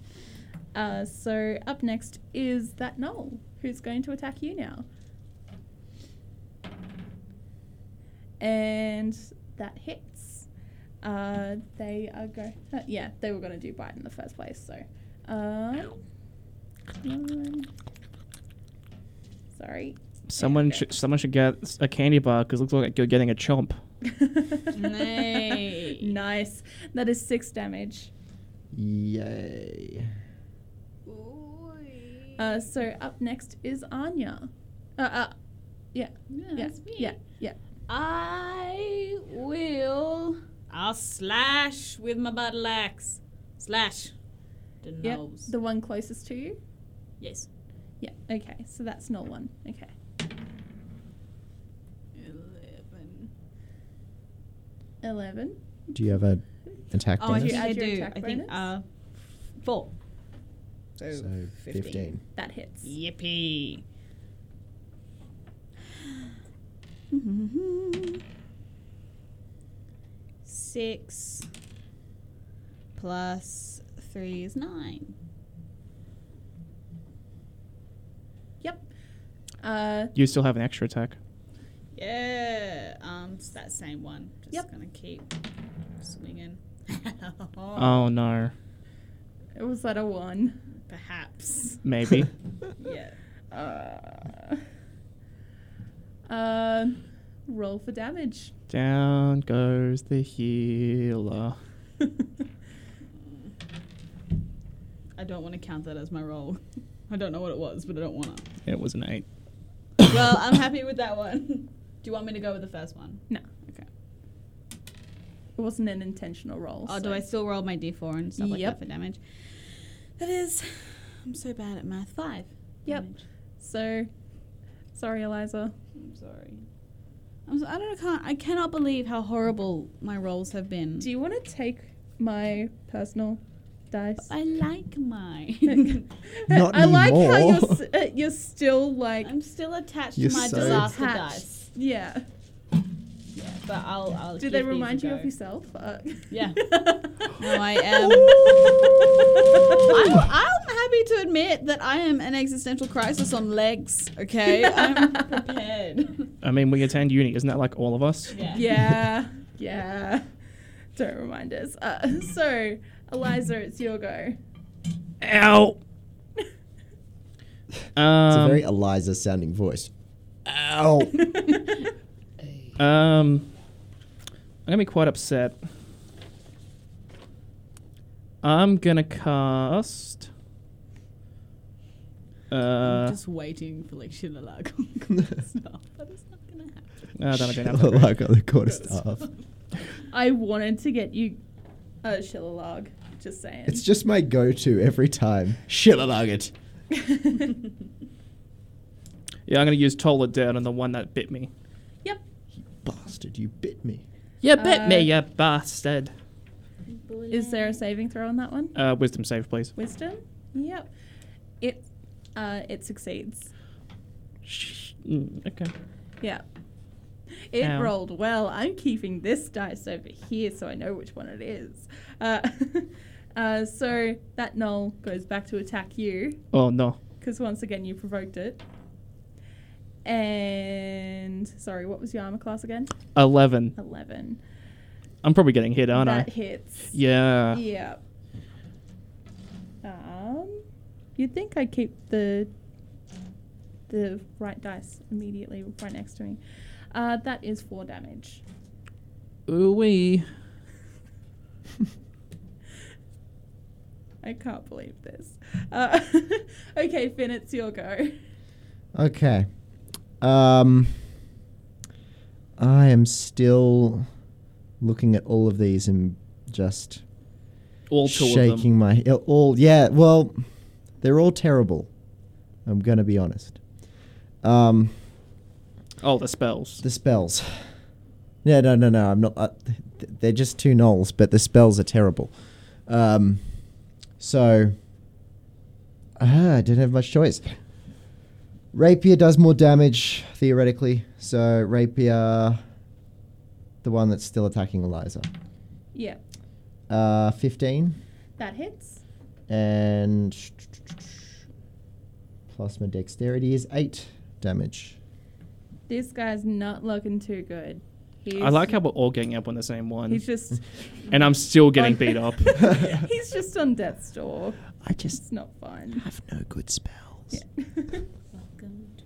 Uh, so up next is that Noel, who's going to attack you now. And that hits. Uh, they are go. uh, yeah, they were going to do bite in the first place. So, uh, um, sorry. Someone should someone should get s- a candy bar because it looks like you're getting a chomp. Nay. nice. That is six damage. Yay. Uh, so up next is Anya. Uh, uh, Yeah, yeah, that's me. yeah, yeah. I will. I'll slash with my battle axe. Slash. The Yeah, nose. the one closest to you. Yes. Yeah. Okay. So that's not one. Okay. 11. Eleven. Do you have a attack Oh, Did I think you bonus? I add your do. attack I think bonus? uh, four. So 15. That hits. Yippee. Six plus three is nine. Uh, You still have an extra attack. Yeah. Um, it's that same one. Just Yep. gonna keep swinging. Oh no, it was at a one. Perhaps. maybe. Yeah. Uh, uh, roll for damage. Down goes the healer. I don't want to count that as my roll. I don't know what it was, but I don't want to. It was an eight. well, I'm happy with that one. Do you want me to go with the first one? It wasn't an intentional roll. Oh, so- do I still roll my d4 and stuff like Yep. that for damage? That is. I'm so bad at math. Five. Yep. damage. So, sorry, Eliza. I'm sorry. I'm so, I don't. I can't. I cannot believe how horrible my rolls have been. Do you want to take my personal dice? I like mine. Not I like how you're, anymore. s- uh, you're still like, I'm still attached You're to my so- disaster Attached. dice. yeah. Yeah, but I'll. I'll Do give they these a remind you go. of yourself? Uh, Yeah. No, I am. I'm, am. I'm happy to admit that I am an existential crisis on legs. Okay, I'm prepared. I mean, we attend uni, isn't that like all of us? yeah, yeah. Don't remind us. Uh, so, Eliza, it's your go. Ow. It's a Um, very Eliza sounding voice. Ow. Um, I'm gonna be quite upset. I'm gonna cast. I'm Uh, just waiting for like Shinala to stop, but it's not gonna happen. no, that'll go down. Sure, like on the quarter staff. I wanted to get you a Shillalog, just saying. It's just my go to every time. Shit, I like it. Yeah, I'm gonna use Tola Dead on the one that bit me. Bastard, you bit me. You bit Uh, me, you bastard. Is there a saving throw on that one? Uh, wisdom save, please. Wisdom? Yep. It uh, it succeeds. Sh- mm, Okay. Yeah. It Ow. rolled well. I'm keeping this dice over here so I know which one it is. Uh, uh, so that knoll goes back to attack you Oh no. because once again you provoked it. And sorry, what was your armor class again? Eleven. 11. I'm probably getting hit, aren't that I? hits. Yeah. Yeah. Um, you'd think I'd keep the the right dice immediately right next to me. Uh, that is four damage. Ooh I can't believe this. Uh, okay, Finn, it's your go. Okay. Um, I am still looking at all of these and just All two shaking of them. my uh, all. Yeah, well, they're all terrible. I'm gonna be honest. Um, Oh, the spells. the spells. No, no, no, no. I'm not. Uh, th- th- they're just two knolls, but the spells are terrible. Um, so ah, I didn't have much choice. Rapier does more damage theoretically, so rapier, the one that's still attacking Eliza. Yeah, Uh, fifteen that hits. and plus my dexterity is eight damage. This guy's not looking too good. He's, I like how we're all getting up on the same one, he's just and I'm still getting on- beat up. he's just on death's door. I just It's not fun. have no good spells. Yeah. Welcome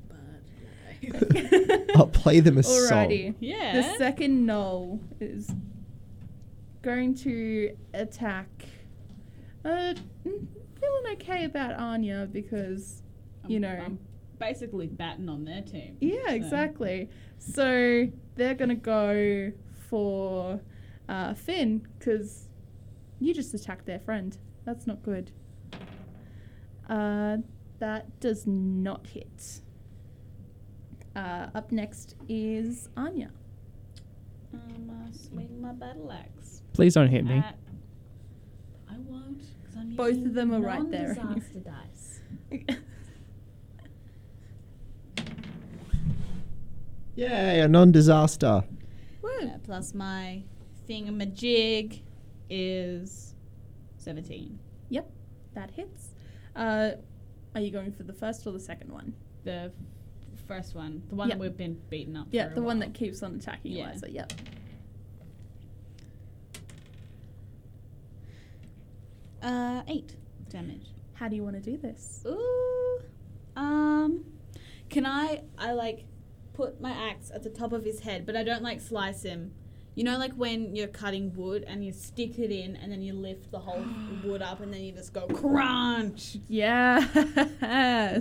to Bud. I'll play them as Alrighty. song. Yeah. The second knoll is going to attack. Uh, mm, feeling okay about Anya because, you know, basically batting on their team. yeah, exactly. So they're gonna go for uh, Finn because you just attacked their friend. That's not good. Uh, that does not hit. Uh, up next is Anya. Um, uh, swing my battle axe. Please don't hit Uh, me. at- I won't. 'cause I'm Both of using them are right there. non-disaster dice. Yay, a non-disaster. Uh, plus my thingamajig is 17. That hits. Uh, are you going for the first or the second one? The f- first one. The one Yeah. that we've been beaten up Yeah, for a the one while. that keeps on attacking Yeah. Eliza. Yep. Uh, 8 damage. How do you want to do this? Ooh. Um, can I? I like put my axe at the top of his head, but I don't like slice him. You know, like when you're cutting wood and you stick it in, and then you lift the whole wood up, and then you just go crunch Yes.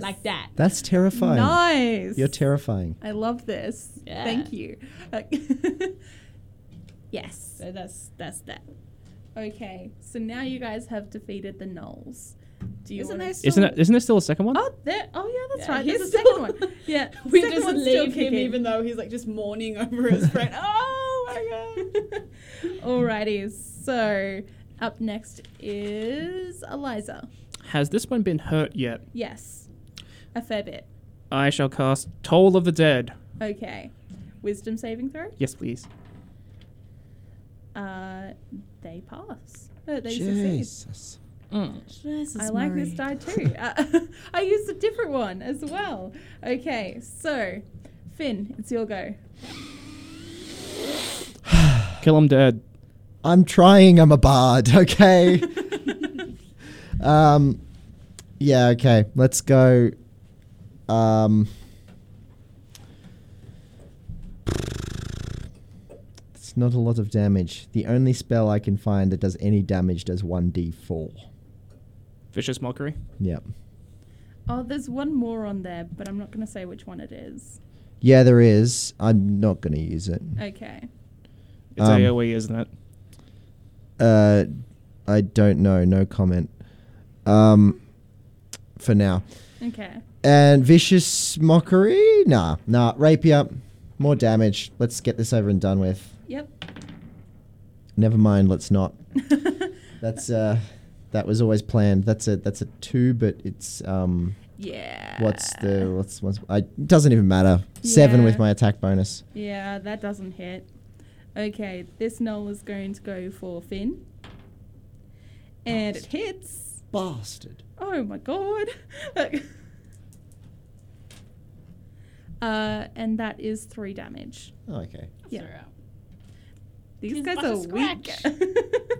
like that. That's terrifying. Nice. You're terrifying. I love this. Yeah. Thank you. Uh, yes. So that's that's that. Okay. So now you guys have defeated the gnolls. Do you Isn't wanna- there still- Isn't it? Isn't there still a second one? Oh, there. Oh, yeah. That's Yeah, right. he's There's a still- second one. Yeah. We second just one's still leave him, kicking. even though he's like just mourning over his friend. Oh my god. Alrighty. So up next is Eliza. Has this one been hurt yet? Yes. A fair bit. I shall cast Toll of the Dead. Okay. Wisdom saving throw. Yes, please. Uh, they pass. Uh, they succeed. Jesus. Mm. I like this die too. Uh, I used a different one as well. Okay, so Finn, it's your go. Kill him dead. I'm trying. I'm a bard. Okay. um, yeah. Okay. Let's go. Um, it's not a lot of damage. The only spell I can find that does any damage does one d4. Vicious mockery. Yep. Oh, there's one more on there, but I'm not going to say which one it is. Yeah, there is. I'm not going to use it. Okay. It's Um, AOE, isn't it? Uh, I don't know. No comment. Um, for now. Okay. And vicious mockery? Nah, nah. Rapier, more damage. Let's get this over and done with. Yep. Never mind. Let's not. That's uh, that was always planned. That's a that's a two, but it's um, yeah. what's the Uh. what's what's I it doesn't even matter. Seven Yeah. with my attack bonus. Yeah, that doesn't hit. Okay, this knoll is going to go for Finn. And it hits. Bastard. Oh my god. uh, and that is three damage. okay. Yeah. Throw out. These Tis guys but a are weak.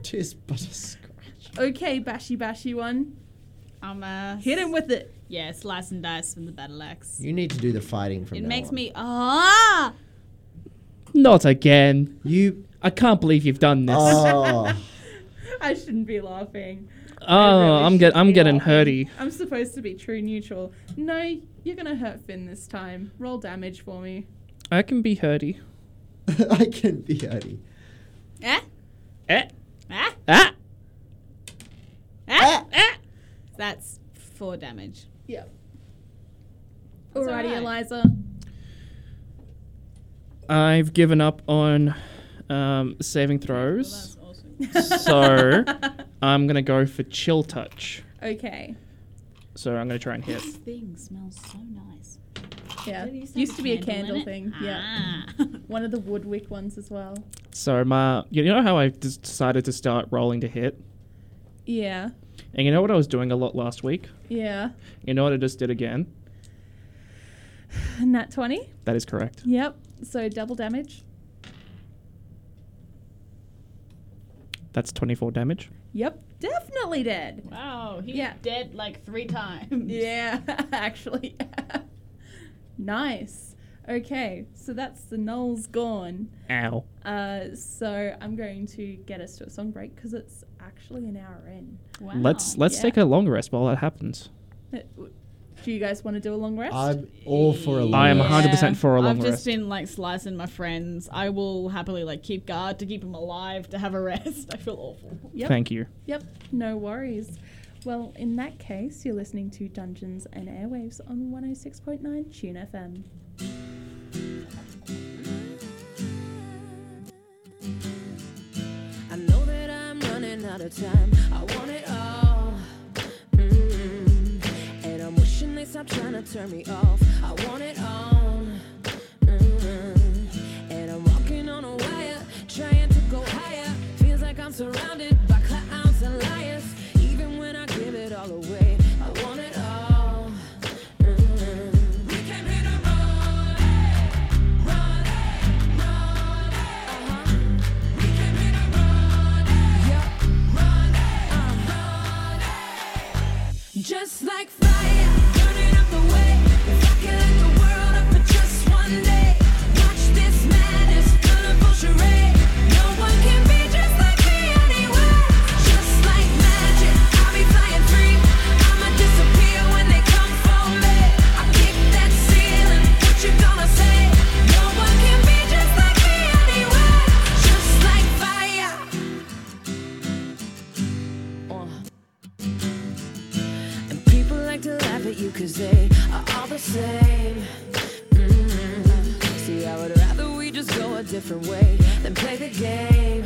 Tis but a scratch. okay, bashy bashy one. I'm uh, Hit him with it. yeah, slice and dice from the battle axe. You need to do the fighting from It now makes on. me ah. Not again. you. I can't believe you've done this. Oh, I shouldn't be laughing. oh, I really I'm get shouldn't I'm be getting laughing. hurty. I'm supposed to be true neutral. No, you're gonna hurt Finn this time. Roll damage for me. I can be hurty. I can be hurty. Eh? Eh? Ah? Ah! Ah? Ah? That's four damage. Yep. That's Alrighty, alright. Eliza. I've given up on um, saving throws, awesome. so I'm gonna go for chill touch. Okay. So I'm gonna try and hit. This thing smells so nice. Yeah. Did you say Used to be a candle Candle in it? thing. Yeah. Ah. One of the woodwick ones as well. So my, you know how I just decided to start rolling to hit, Yeah. and you know what I was doing a lot last week. Yeah. You know what I just did again. Nat 20. That is correct. Yep. So double damage. That's 24 damage. Yep, definitely dead. Wow, he's Yeah. dead like three times. Yeah, actually. nice. Okay, so that's the knoll's gone. Ow. Uh, so I'm going to get us to a song break because it's actually an hour in. Wow. Let's let's Yeah. take a long rest while that happens. Uh, Do you guys want to do a long rest? I'm all for a long I am rest. 100% for a long I've rest. just been like slicing my friends. I will happily like keep guard to keep them alive to have a rest. I feel awful. Yep. Thank you. Yep, no worries. Well, in that case, you're listening to Dungeons and Airwaves on 106.9 Tune FM. I know that I'm running out of time. I want it all. mm And I'm wishing they stop trying to turn me off. I want it all. mm And I'm walking on a wire, trying to go higher. Feels like I'm surrounded by clowns and liars. Even when I give it all away, I want it all. mm We came here to run it, run it, run it. Uh-huh. We came here to run it, run it, Uh-huh. run it. Just like fire, burning up the way. If I could light the world up for just one day, watch this madness, colorful charade. No one can be just like me anyway. Just like magic, I'll be flying free. I'ma disappear when they come for me. I kick that ceiling. What you gonna say? No one can be just like me anyway. Just like fire. And people like to laugh at you cause they are all the same. Mm. See, I would rather we just go a different way than play the game.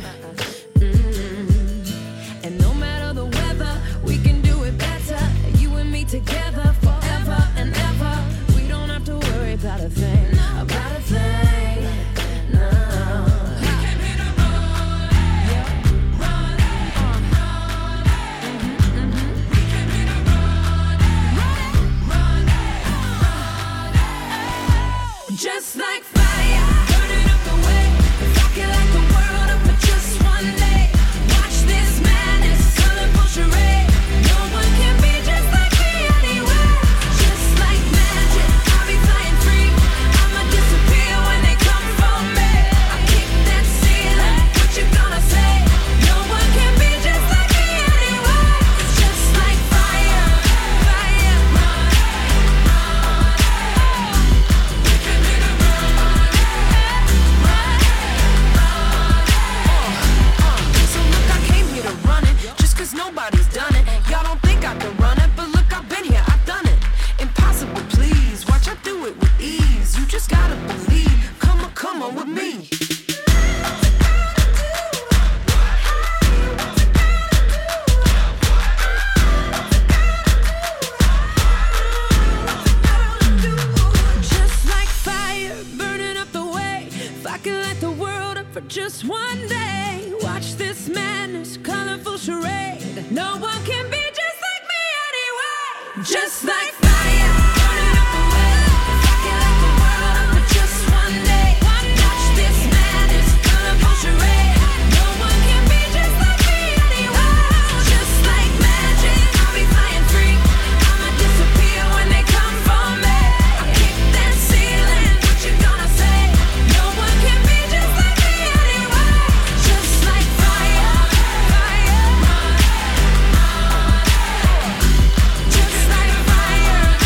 Mm. And no matter the weather, we can do it better. You and me together forever and ever. We don't have to worry about a thing, about a thing. No. Yeah. Uh. Just like fire, burning up the way. If I could light the world up for just one day, watch this madness, colorful charade. No one can be just like me anyway. Just like magic, I'll be flying free. I'ma disappear when they come for me. I kick that ceiling. What you gonna say? No one can be just like me anyway. Just like fire, fire, So look, I came here to run it, just cause nobody's done it. Y'all don't think I can run it, but look, I've been here, I've done it. Impossible, please, watch I do it with ease. You just gotta believe, come on, come on with me. Just like fire burning up the way. If I could light the world up for just one day, watch this madness, colorful charade. No one can be just like me anyway. Just like fire. burning up the way. If I could light the world up for just one day, watch this madness, colorful charade. No one can be just like me anyway. Just like magic, I'll be flying free. I'ma disappear when they come for me. I kick that ceiling. What you gonna say? No one can be just like me anyway. Just like fire, fire, just like fire.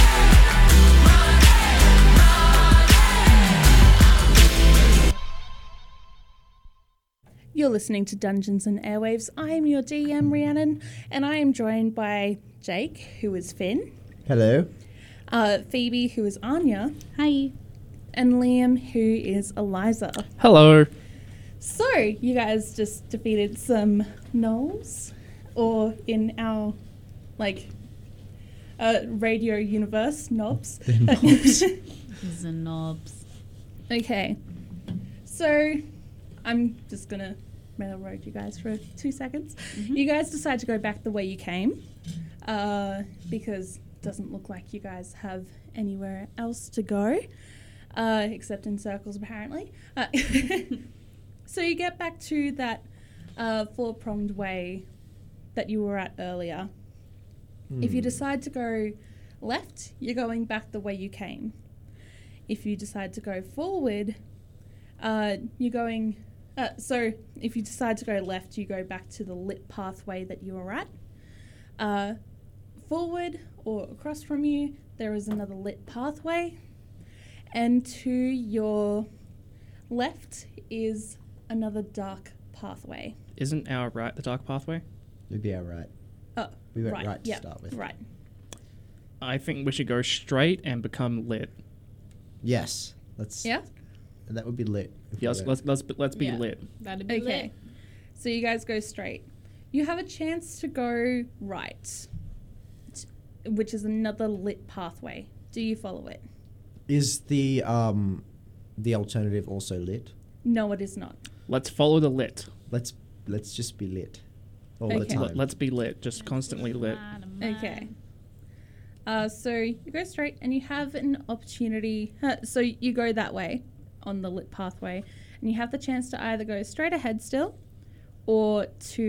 You're listening to Dungeons and Airwaves. I am your DM, Rhiannon, and I am joined by Jake, who is Finn, Hello. uh, Phoebe, who is Anya, Hi. and Liam, who is Eliza. Hello. So, you guys just defeated some gnolls, or in our, like, uh, radio universe, knobs. Zanobs. Okay. So I'm just going to railroad you guys for two seconds. You guys decide to go back the way you came uh, because it doesn't look like you guys have anywhere else to go uh, except in circles, apparently. Uh, so you get back to that uh, four pronged way that you were at earlier. If you decide to go left, you're going back the way you came. If you decide to go forward, uh, you're going. Uh, so if you decide to go left, you go back to the lit pathway that you were at. Uh, forward or across from you, there is another lit pathway. And to your left is another dark pathway. Isn't our right the dark pathway? It'd be all right. Oh, We went right. right to yep, start with. Right. I think we should go straight and become lit. Yes. Let's. Yeah. And that would be lit. if we Yeah, let's went. let's let's, be- let's be Yeah. lit. That'd be Okay. So you guys go straight. You have a chance to go right, t- which is another lit pathway. Do you follow it? Is the um, the alternative also lit? No, it is not. Let's follow the lit. Let's let's just be lit all the Okay. time. Let, let's be lit. Just constantly lit. Okay. Uh, so you go straight and you have an opportunity. So you go that way on the lit pathway, and you have the chance to either go straight ahead still or to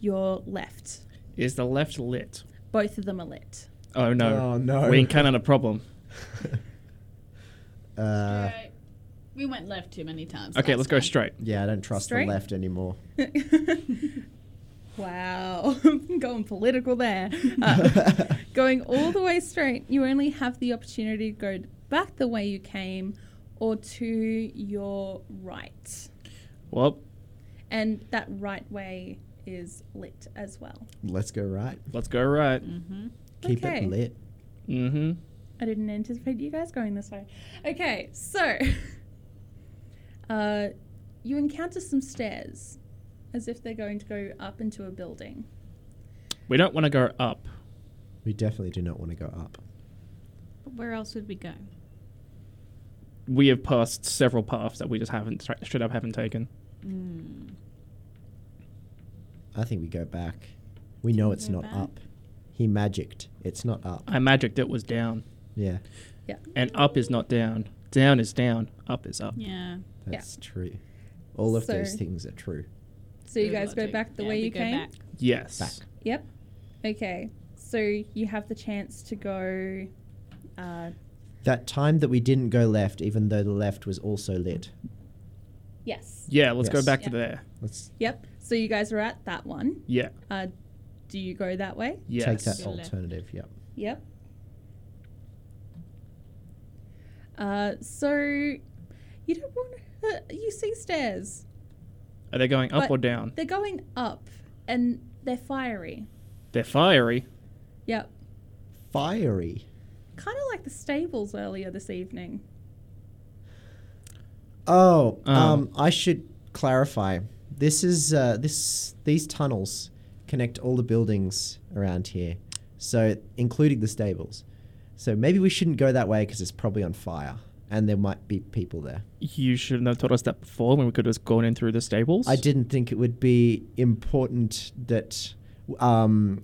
your left. Is the left lit? Both of them are lit. Oh no. Oh, no. We encountered a problem. uh, We went left too many times. Okay, last let's go time. straight. yeah, I don't trust Straight? the left anymore. wow, going political there. Uh, going all the way straight, you only have the opportunity to go back the way you came or to your right. Well, And that right way is lit as well. Let's go right. let's go right. Mm. Keep Okay. it lit. Mm-hmm. I didn't anticipate you guys going this way. Okay, so uh, you encounter some stairs as if they're going to go up into a building. We don't want to go up. We definitely do not want to go up. But where else would we go? We have passed several paths that we just haven't stra- straight up haven't taken. Hmm. I think we go back. We know it's go not back? up. He magicked. It's not up. I magicked it was down, Yeah, and up is not down. Down is down. Up is up. Yeah. Yeah. that's true. All of those So- things are true. So you Good guys go logic. back the Yeah, way we you go came? back. Yes. Back. Yep. Okay. So you have the chance to go. Uh, That time that we didn't go left, even though the left was also lit. yes. Yeah. Let's go Yes. back to Yeah. there. Let's Yep. So you guys are at that one. Yeah. Uh, do you go that way? Yes. take that Go left. alternative. Yep. Yep. Uh, so you don't want. Uh, you see stairs. Are they going up But- or down? They're going up, and they're fiery. They're fiery. Yep. Fiery. Kind of like the stables earlier this evening. Oh, Oh. um, I should clarify. This is uh, this these tunnels connect all the buildings around here, so including the stables. So maybe we shouldn't go that way because it's probably on fire, and there might be people there. You shouldn't have told us that before when we could have just gone in through the stables. I didn't think it would be important that. Um,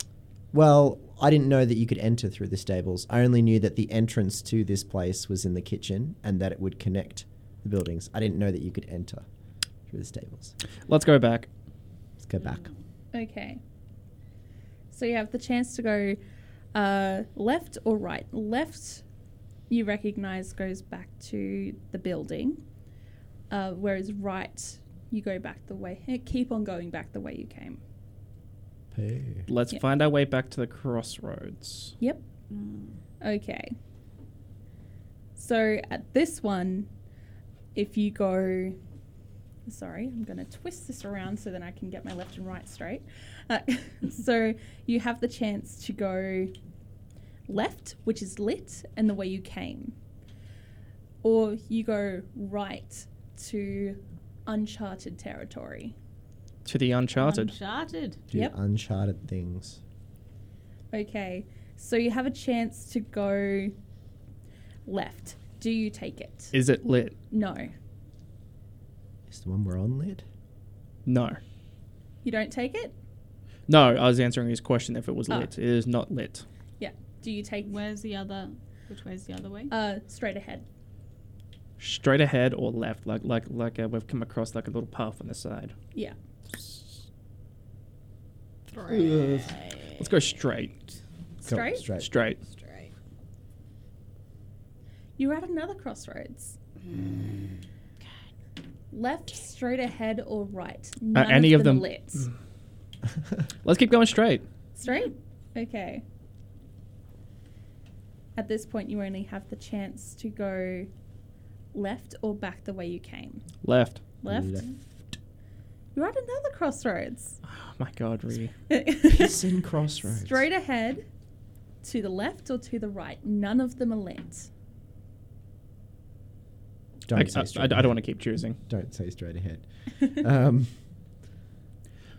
well, I didn't know that you could enter through the stables. I only knew that the entrance to this place was in the kitchen and that it would connect the buildings. I didn't know that you could enter through the stables. Let's go back. Let's go back. Okay. So you have the chance to go uh, left or right. Left, you recognize, goes back to the building, uh, whereas right, you go back the way, eh, keep on going back the way you came. Let's Yeah. find our way back to the crossroads. Yep. Okay. So at this one, if you go. Sorry, I'm going to twist this around so then I can get my left and right straight. Uh, so you have the chance to go left, which is lit, and the way you came. Or you go right to uncharted territory. To the uncharted. Uncharted. Do Yep. uncharted things. Okay, so you have a chance to go left. Do you take it? Is it lit? No. Is the one we're on lit? No. You don't take it? No, I was answering his question if it was Oh. lit. It is not lit. Do you take Where's the other? Which way's the other way? uh, straight ahead? Straight ahead or left, like like like uh, we've come across like a little path on the side. Yeah. Straight. Let's go straight. Go Straight? Straight. Straight. Straight. You're at another crossroads. Left, straight ahead, or right? None any of them. them- are lit. Let's keep going straight. Straight? Okay. At this point, you only have the chance to go left or back the way you came. Left. Left? You're at another crossroads. Oh my god, really. Pissing crossroads. Straight ahead, to the left or to the right? None of them are lit. Don't I, say I- straight. I- I don't want to keep choosing. to. Don't say straight ahead. um,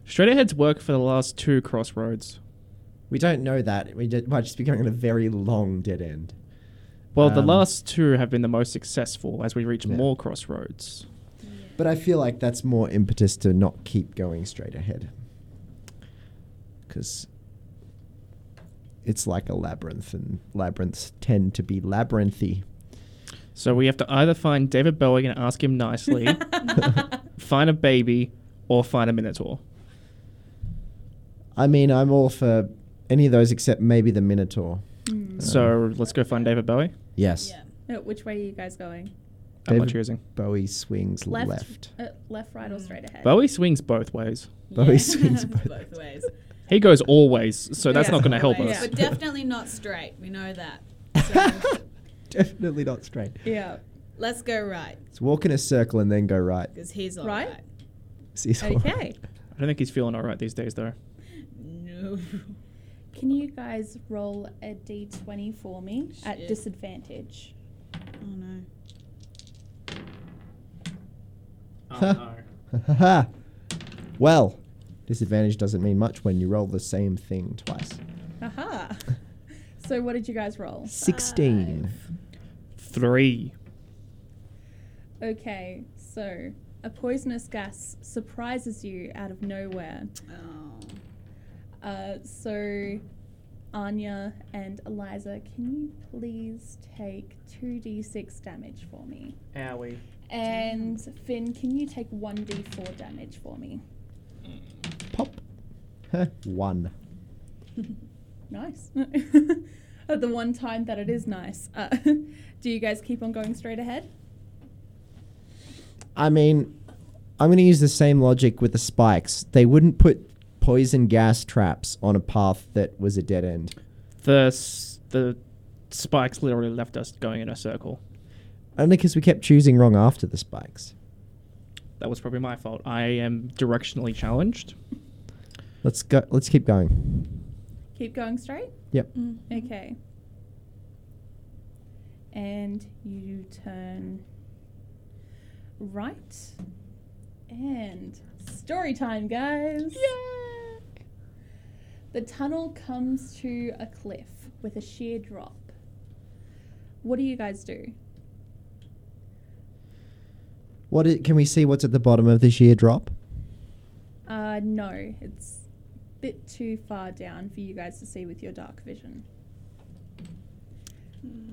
Straight ahead's worked for the last two crossroads. we don't know that. We did, might just be going on a very long dead end. Well, the Um, last two have been the most successful as we reach Yeah. more crossroads. But I feel like that's more impetus to not keep going straight ahead. Because it's like a labyrinth, and labyrinths tend to be labyrinthy. So we have to either find David Bowie and ask him nicely, find a baby, or find a minotaur. I mean, I'm all for any of those except maybe the Minotaur. Mm. Um, Hmm. So let's go find David Bowie. Yes. Yeah. Uh, Which way are you guys going? I'm not David- choosing. Bowie swings left. Left, Uh, left, right, or straight ahead? Bowie swings both ways. Bowie swings both, both ways. He goes always, so that's Yeah. not going to help Both ways. us. But definitely not straight. We know that. Definitely not straight. Yeah. Let's go right It's walk in a circle and then go right. because he's all Right? right. See, it's all Okay. right. I don't think he's feeling all right these days, though. No. Can you guys roll a d20 for me at Shit. disadvantage? Oh no. Huh. Haha. well, disadvantage doesn't mean much when you roll the same thing twice. Aha. so what did you guys roll? 16. Three. Okay, so a poisonous gas surprises you out of nowhere. Oh. Uh, so Anya and Eliza, can you please take 2d6 damage for me? Owie. And Finn, can you take 1d4 damage for me? Pop. One. Nice. At the one time that it is nice. Uh, do you guys keep on going straight ahead? I mean, I'm going to use the same logic with the spikes. They wouldn't put poison gas traps on a path that was a dead end. The s- the spikes literally left us going in a circle. Only because we kept choosing wrong after the spikes. That was probably my fault. I am directionally challenged. Let's go. Let's keep going. Keep going straight? Yep. Mm. Okay. And you turn right. And story time, guys. Yeah. The tunnel comes to a cliff with a sheer drop. What do you guys do? What i- can we see? What's at the bottom of the sheer drop? Uh, no, it's a bit too far down for you guys to see with your dark vision.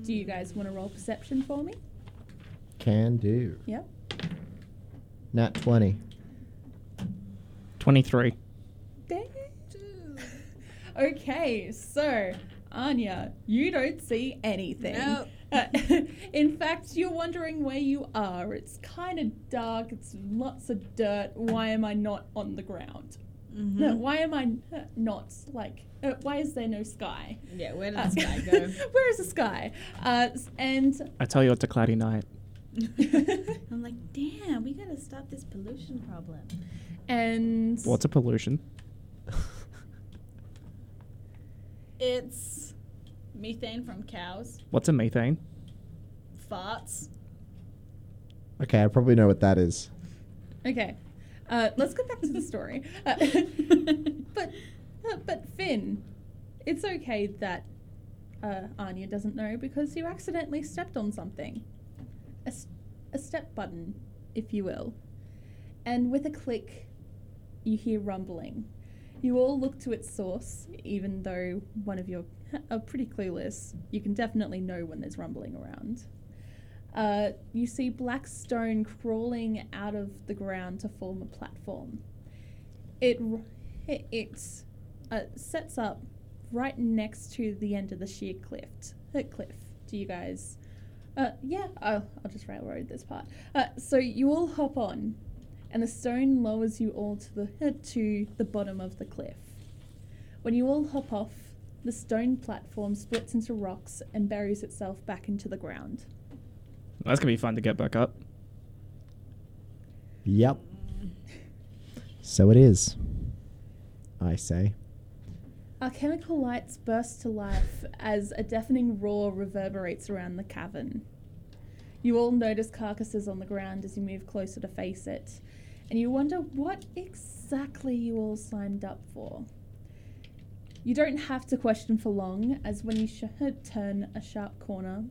Do you guys want to roll perception for me? Can do. Yep. Nat twenty. 23. Dang it. okay, so Anya, you don't see anything. No. Uh, in fact, you're wondering where you are. It's kind of dark. It's lots of dirt. Why am I not on the ground? Mm-hmm. No, why am I uh, not like? Uh, why is there no sky? Yeah. Where did Uh, this guy go? where is the sky? Uh, s- and I tell you, it's a cloudy night. I'm like, damn. We gotta stop this pollution problem. and What's a pollution? It's methane from cows, What's a methane? farts. Okay, I probably know what that is. Okay, uh, let's get back to the story. Uh, but uh, but Finn, it's okay that uh, Anya doesn't know because you accidentally stepped on something, a, s- a step button, if you will, and with a click, you hear rumbling. You all look to its source, even though one of you are pretty clueless. You can definitely know when there's rumbling around. Uh, you see black stone crawling out of the ground to form a platform. It, r- it uh, sets up right next to the end of the sheer cliff. Uh, cliff. Do you guys? Uh, yeah, I'll, I'll just railroad this part. Uh, so you all hop on, and the stone lowers you all to the uh, to the bottom of the cliff. When you all hop off, the stone platform splits into rocks and buries itself back into the ground. That's gonna be fun to get back up. Yep. So it is. I say. Our chemical lights burst to life as a deafening roar reverberates around the cavern. You all notice carcasses on the ground as you move closer to face it, and you wonder what exactly you all signed up for. You don't have to question for long, as when you sh- turn a sharp corner,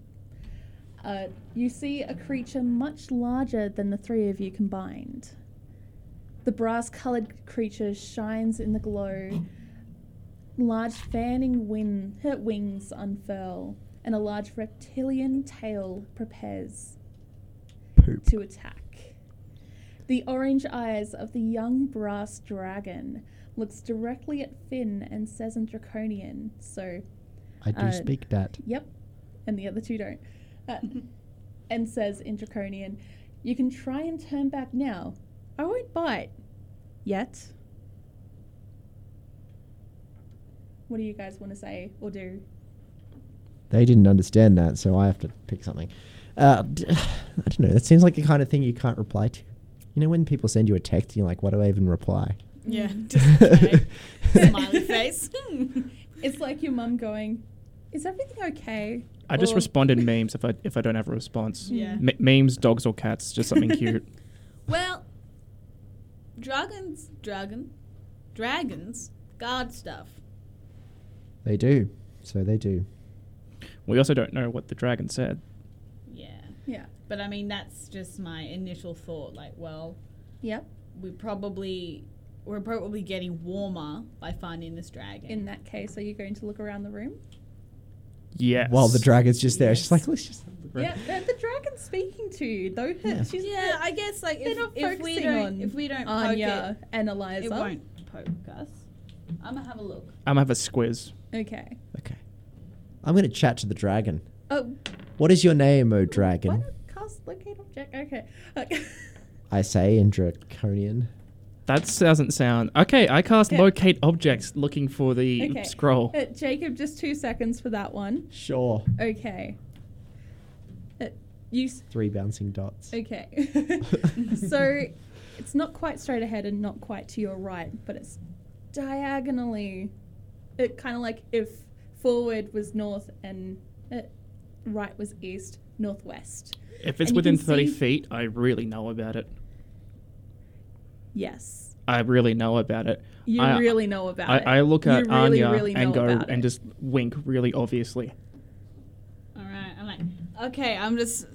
uh, you see a creature much larger than the three of you combined. The brass coloured creature shines in the glow large fanning win- wings unfurl, and a large reptilian tail prepares Poop. to attack. The orange eyes of the young brass dragon looks directly at Finn and says in Draconian, so, I do Uh, speak that. yep, and the other two don't, uh, and says in Draconian, you can try and turn back now. I won't bite. Yet. What do you guys want to say or do? They didn't understand that, so I have to pick something. Uh, d- I don't know. That seems like the kind of thing you can't reply to. You know, when people send you a text, and you're like, "What do I even reply?" Yeah. Mm. Just okay. Smiley face. It's like your mum going, "Is everything okay?" I just Or- respond in memes if I if I don't have a response. yeah. M- memes, dogs, or cats, just something cute. Well, dragons, dragon, dragons guard stuff. They do, so they do. We also don't know what the dragon said. Yeah. Yeah. But I mean, that's just my initial thought. Like, well, Yep. we probably we're probably getting warmer by finding this dragon. In that case, are you going to look around the room? Yes. While the dragon's just there, she's Yes. like, "Let's just." Yeah. The, the dragon's speaking to you, though. her- Yeah. She's yeah, I guess like They're if, not if we focusing don't on if we don't poke Anya and it, Eliza. it won't poke us. I'm gonna have a look. I'm gonna have a squiz. Okay. Okay. I'm gonna chat to the dragon. Oh, What is your name, O why dragon? not cast locate object? Okay. okay. I say in draconian. That doesn't sound okay. I cast Okay. locate objects, looking for the Okay. scroll. Uh, Jacob, just two seconds for that one. Sure. Okay. Uh, you s- Three bouncing dots. Okay. so it's not quite straight ahead and not quite to your right, but it's diagonally. It kind of like if forward was north and uh, right was east, northwest. If And it's you within can 30 see- feet, I really know about it. Yes. I really know about it. You I- really know about I, it. I look at you really, Anya really and know go about and it. just wink really obviously. All right, I'm like, okay, I'm just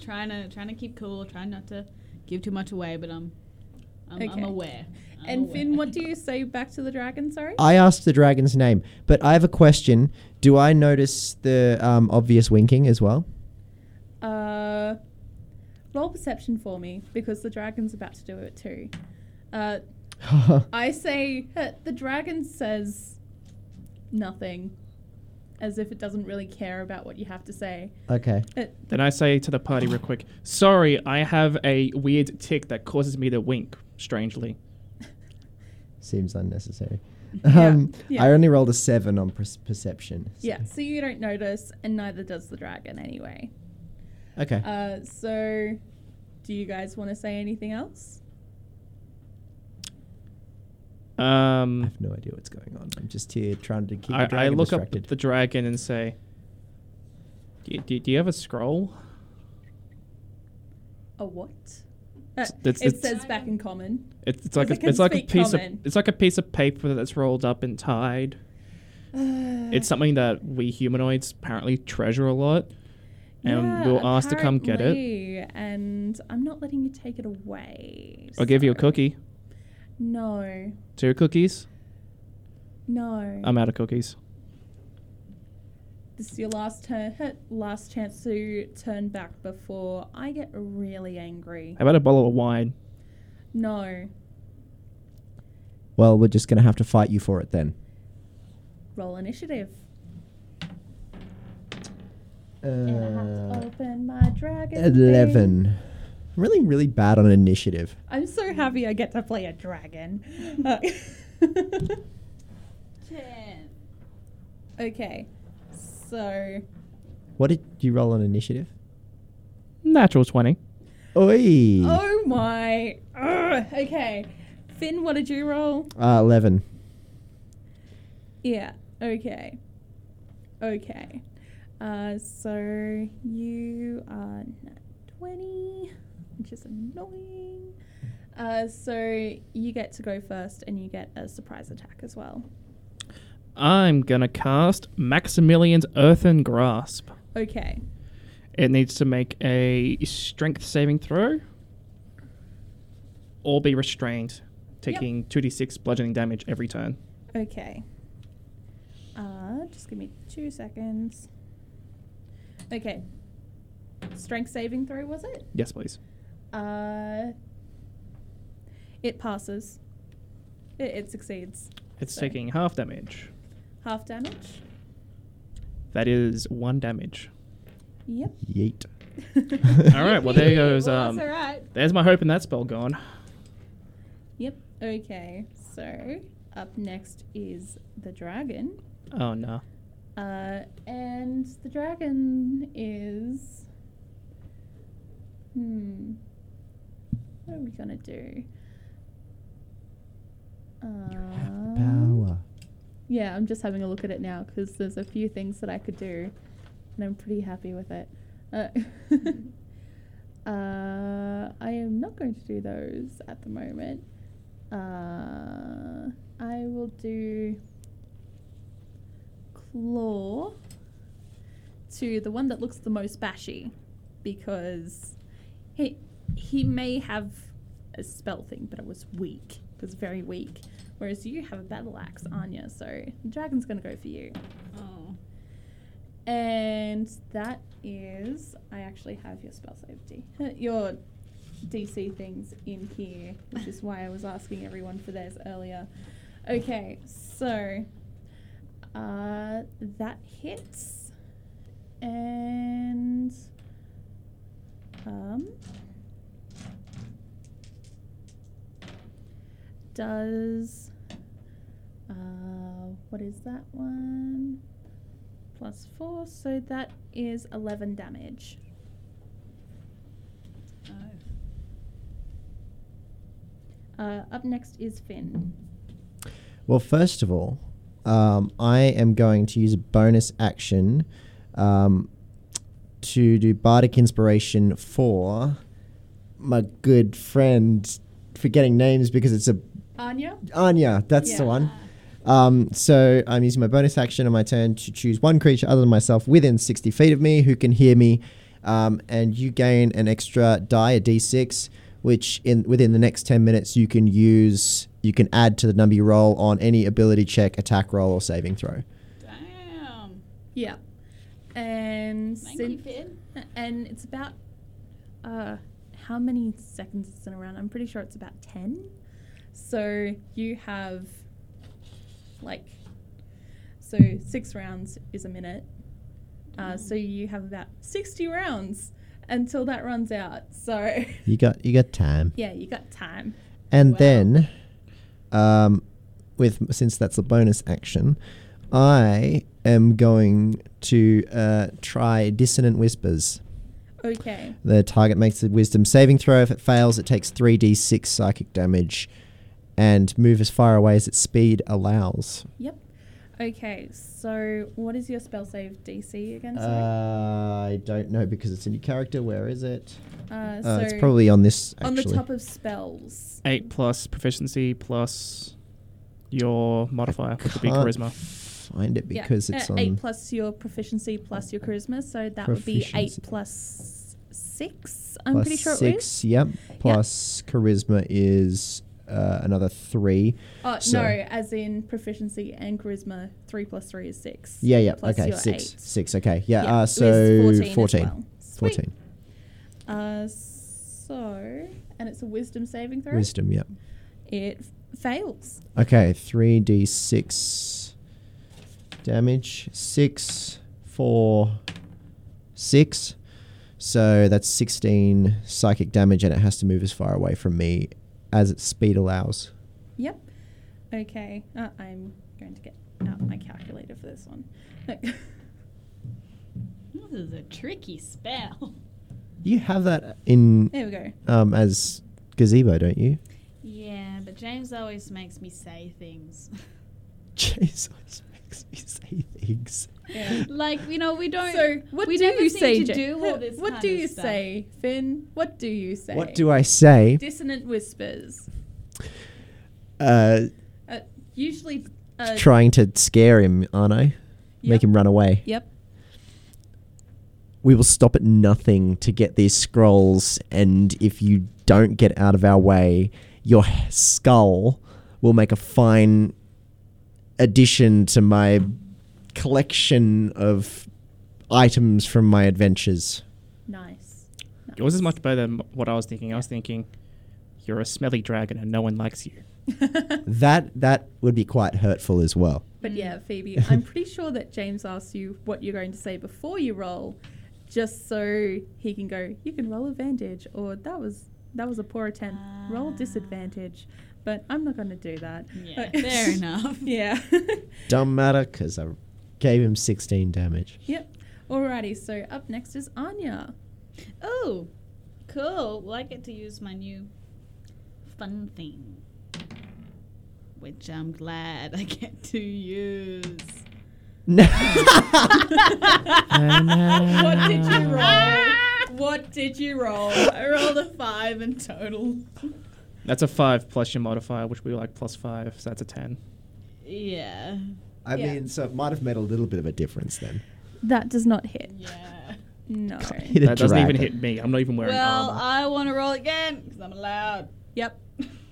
trying to trying to keep cool, trying not to give too much away, but I'm I'm, Okay. I'm aware. I'm And aware. Finn, what do you say back to the dragon? Sorry. I asked the dragon's name, but I have a question. Do I notice the um, obvious winking as well? Uh, roll perception for me because the dragon's about to do it too. Uh, I say uh, the dragon says nothing, as if it doesn't really care about what you have to say. okay. Then I say to the party real quick, "Sorry, I have a weird tick that causes me to wink strangely." Seems unnecessary. Yeah, Um, yeah. I only rolled a seven on per- perception. so- Yeah, so you don't notice, and neither does the dragon anyway. Okay. Uh, so, do you guys want to say anything else? I Um, have no idea what's going on. I'm just here trying to keep I, the I dragon look distracted. up the dragon and say, do you, do, do you have a scroll?" A what? Uh, It's- it's- it it's- says back in common. It's, it's like Because a, I it's can like a speak piece common. of it's like a piece of paper that's rolled up and tied. it's Mm. something that we humanoids apparently treasure a lot, and Yeah, we were asked to come get it. apparently, And I'm not letting you take it away. I'll give you a so- cookie. No, Two cookies. no. I'm out of cookies. This is your last turn, last chance to turn back before I get really angry. How about a bottle of wine? No, well, we're just going to have to fight you for it then. roll initiative. and I have to Uh, open my dragon. thing. Eleven. I'm really, really bad on initiative. I'm so happy I get to play a dragon. Uh, Ten. okay, so What did you roll on initiative? Natural 20. Oi! oh my, Ugh, okay, Finn, what did you roll? Uh, Eleven. Yeah. Okay. Okay. Uh, so you are nat twenty, which is annoying. Uh, so you get to go first, and you get a surprise attack as well. I'm going to cast Maximilian's Earthen Grasp. Okay. It needs to make a strength saving throw or be restrained, taking 2d6 bludgeoning damage every turn. Okay. Uh, just give me two seconds. Okay. Strength saving throw was it? Yes, please. Uh, it passes. It, it succeeds. It's Sorry. taking half damage. Half damage. That is one damage. Yep. Yeet. All right, well, there goes. Um, That's all right. There's my hope in that spell gone. Yep. Okay. So up next is the dragon. Oh, no. Uh, and the dragon is. Hmm. What are we gonna do? Um, Power. Yeah, I'm just having a look at it now because there's a few things that I could do, and I'm pretty happy with it. Uh, uh, I am not going to do those at the moment. Uh, I will do claw to the one that looks the most bashy because he he may have a spell thing, but it was weak. It was very weak. Whereas you have a battle axe, Anya, so the dragon's gonna go for you. Oh. And that is I actually have your spell save D your DC things in here, which is why I was asking everyone for theirs earlier. Okay, so uh, that hits and um does uh, what is that one plus four so that is 11 damage uh, up next is finn Well, first of all, um, I am going to use a bonus action um, to do bardic inspiration for my good friend, forgetting names because it's a anya Anya. That's the Yeah. one. Um, so I'm using my bonus action on my turn to choose one creature other than myself within 60 feet of me who can hear me, um, and you gain an extra die, a d6, which in within the next 10 minutes you can use. You can add to the number you roll on any ability check, attack roll, or saving throw. Damn. yeah and Thank Cyn- you, Finn. and it's about uh, how many seconds it's been around? I'm pretty sure it's about ten. So you have like so six rounds is a minute. Uh, Mm. so you have about sixty rounds until that runs out. So You got you got time. yeah, you got time. And Wow. then, um, with since that's a bonus action, I am going to uh, try dissonant whispers. Okay. The target makes a wisdom saving throw. If it fails, it takes 3d6 psychic damage and move as far away as its speed allows. Yep. Okay. So what is your spell save DC again? Uh, Sorry. I don't know because it's a new character. Where is it? Uh, Uh, it's so probably on this, on the actually. top of spells. 8 plus proficiency plus your modifier, which would be Can't charisma. Find it Yeah, because uh, it's on. eight plus your proficiency plus your charisma, so that would be eight Proficiency. plus six. I'm plus pretty sure it six, is. yep. Plus charisma is uh, another three. Oh so- no, as in proficiency and charisma, three plus three is six. Yeah, yeah. Plus okay, your six. eight. Six, okay. Yeah, Yeah, uh, it was so 14 as 14. 14. well. Sweet. Uh, so and it's a wisdom saving throw. Wisdom, yep. It f- fails. Okay, 3d6 damage. Six, four, six. So that's 16 psychic damage, and it has to move as far away from me as its speed allows. Yep. Okay. Uh, I'm going to get out my calculator for this one. This is a tricky spell. You have that in there we go. um, as gazebo, don't you? Yeah, but James always makes me say things. Jesus makes me say things. Yeah. like you know, we don't. So, what we do never you seem say, to Ja- do all this What kind do of you stuff. say, Finn? What do you say? What do I say? Dissonant whispers. Uh, Uh, usually. Uh, trying to scare him, aren't I? Make Yep. him run away. Yep. We will stop at nothing to get these scrolls, and if you don't get out of our way, your h- skull will make a fine addition to my collection of items from my adventures. Nice. Yours is much better than what I was thinking. I was thinking, you're a smelly dragon and no one likes you. That that would be quite hurtful as well. But yeah, Phoebe, I'm pretty sure that James asks you what you're going to say before you roll, just so he can go, you can roll advantage, or that was that was a poor attempt, roll disadvantage. But I'm not going to do that. Yeah, fair enough. Yeah. Don't matter because I gave him sixteen damage. yep. Alrighty, so up next is Anya. Oh, cool. Well, I get to use my new fun thing, which I'm glad I get to use. No. What did you roll? What did you roll? I rolled a five in total. That's a five plus your modifier, which would be like plus five, so that's a ten. Yeah. I Yeah. mean, so it might have made a little bit of a difference then. That does not hit. Yeah. No. Hit a that doesn't even dragon. hit me. I'm not even wearing Well, uh, armor. I want to roll again because I'm allowed. Yep.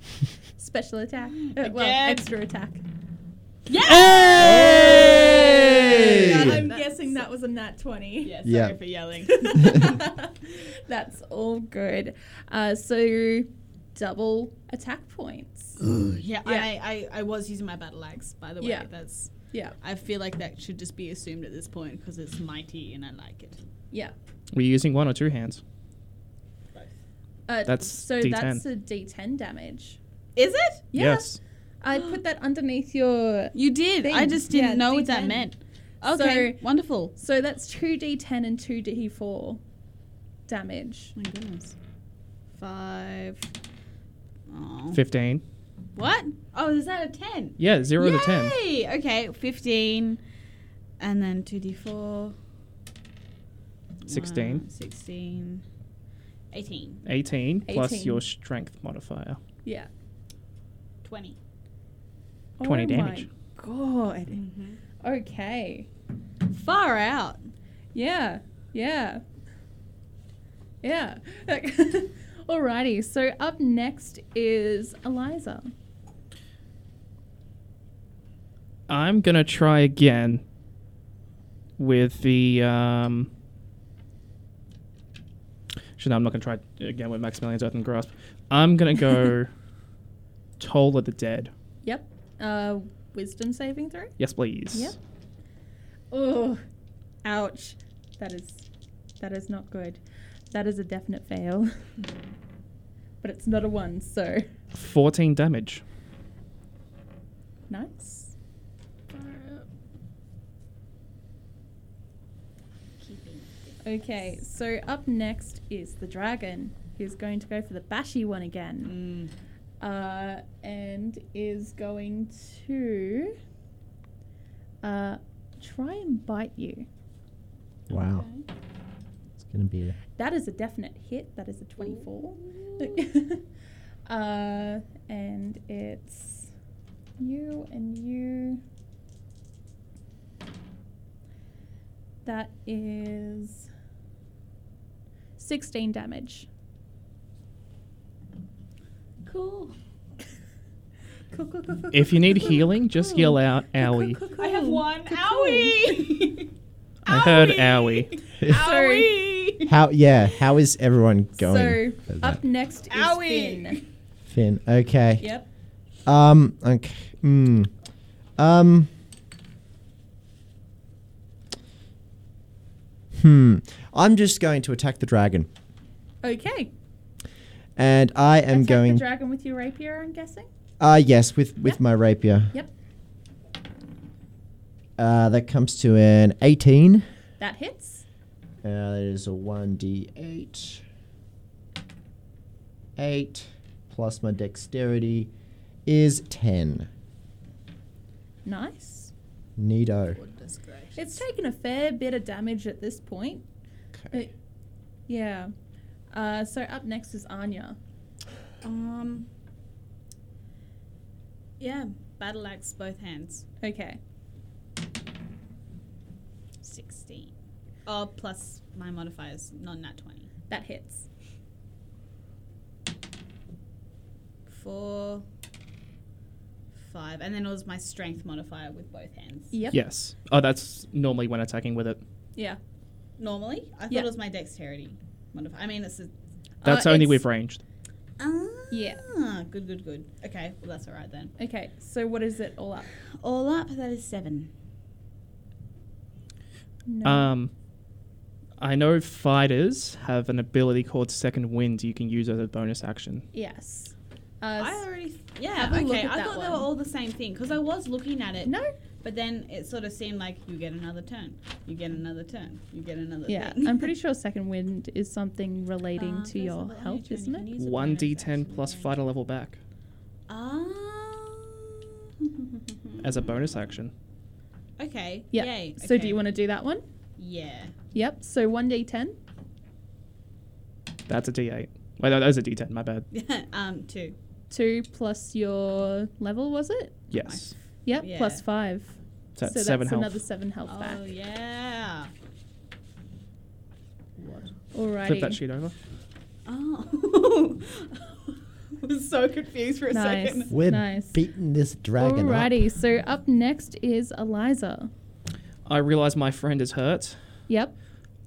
Special attack. Uh, well, Again. extra attack. Hey! Yeah, I'm that's- guessing that was a nat 20. Yeah, sorry Yeah. for yelling. That's all good. Uh, so double attack points. yeah, I, I, I was using my battle axe, by the way. Yeah. That's Yeah, I feel like that should just be assumed at this point because it's mighty and I like it. yeah. Were you using one or two hands? Uh, That's so D10. that's a D10 damage. Is it? Yeah. Yes. I put that underneath your. You did. I Thing. just didn't Yeah, know what that D10. meant. Okay, Oh So- wonderful. So that's two D10 and two D4 damage. My goodness. Five. Oh. Fifteen. What? Oh, is that a ten? Yeah, zero to ten. Yay! Okay, fifteen, and then two d four. 16. 16. 18. 18, plus 18. your strength modifier. Yeah. 20. 20 oh damage. My God. Okay. Far out. Yeah, yeah, yeah. Alrighty, so up next is Eliza. I'm gonna try again with the. Um, actually, no, I'm not gonna try again with Maximilian's Earthen Grasp. I'm gonna go Toll of the Dead. Yep. Uh, wisdom saving throw. Yes, please. Yep. Oh, ouch. That is that is not good. That is a definite fail. but it's not a one, so 14 damage. nice. Okay, so up next is the dragon, who's going to go for the bashy one again. uh, and is going to uh, try and bite you. Wow. It's going to be. That is a definite hit. That is a 24. uh, and it's you and you. That is 16 damage. Cool. Cool, cool, cool, cool, If you need cool, healing, just yell out cool, cool, owie. cool, cool, I have cool. one. Cool, cool. Owie! I heard owie. Owie! How, yeah, how is everyone going? So for that? up next is Owie. Finn. Finn. Okay. hmm. Yep. Um, okay. Mm. Um, Hmm. I'm just going to attack the dragon. Okay. And I am Attack going. the dragon with your rapier, I'm guessing. uh, yes, with, with Yep. my rapier. Yep. Uh, that comes to an 18. That hits. Uh, that is a 1d8. 8 plus my dexterity is 10. Nice. Neato. It's taken a fair bit of damage at this point. Okay. Yeah. Uh, so up next is Anya. Um. Yeah, battle axe both hands. Okay. 16. Oh, plus my modifiers, not nat 20. That hits. 4, 5. And then it was my strength modifier with both hands. Yep. Yes. Oh, that's normally when attacking with it. Yeah. Normally? I thought Yeah. it was my dexterity modifier. I mean, it's a. That's Uh, only it's- with ranged. Ah, Yeah. Good, good, good. Okay, well, that's all right then. Okay. So what is it all up? All up, that is 7. No. Uh, Um, I know fighters have an ability called Second Wind you can use as a bonus action. yes. Uh, I s- already. Yeah, have a look okay. at I that thought they were one. all the same thing because I was looking at it. no. But then it sort of seemed like you get another turn, you get another turn, you get another. Yeah. turn. I'm pretty sure second wind is something relating Uh, to first your level only health, turn, you isn't can it? use a One bonus action d10 to plus gain- fighter level back Ah. as a bonus action. Okay. Yeah. Yay. So do you want to do that one? Yeah. Yep. So one d ten. That's a d8. Wait, no, that was a d10. My bad. um. Two. Two plus your level was it? Yes. Yep. Yeah. Plus five. So that's so seven that's health. another seven health Oh back. yeah. Flip that Alrighty. sheet over. Oh. I was so confused for a Nice. second. We're Nice. beating this dragon Alrighty. So up next is Eliza. I realize my friend is hurt. Yep.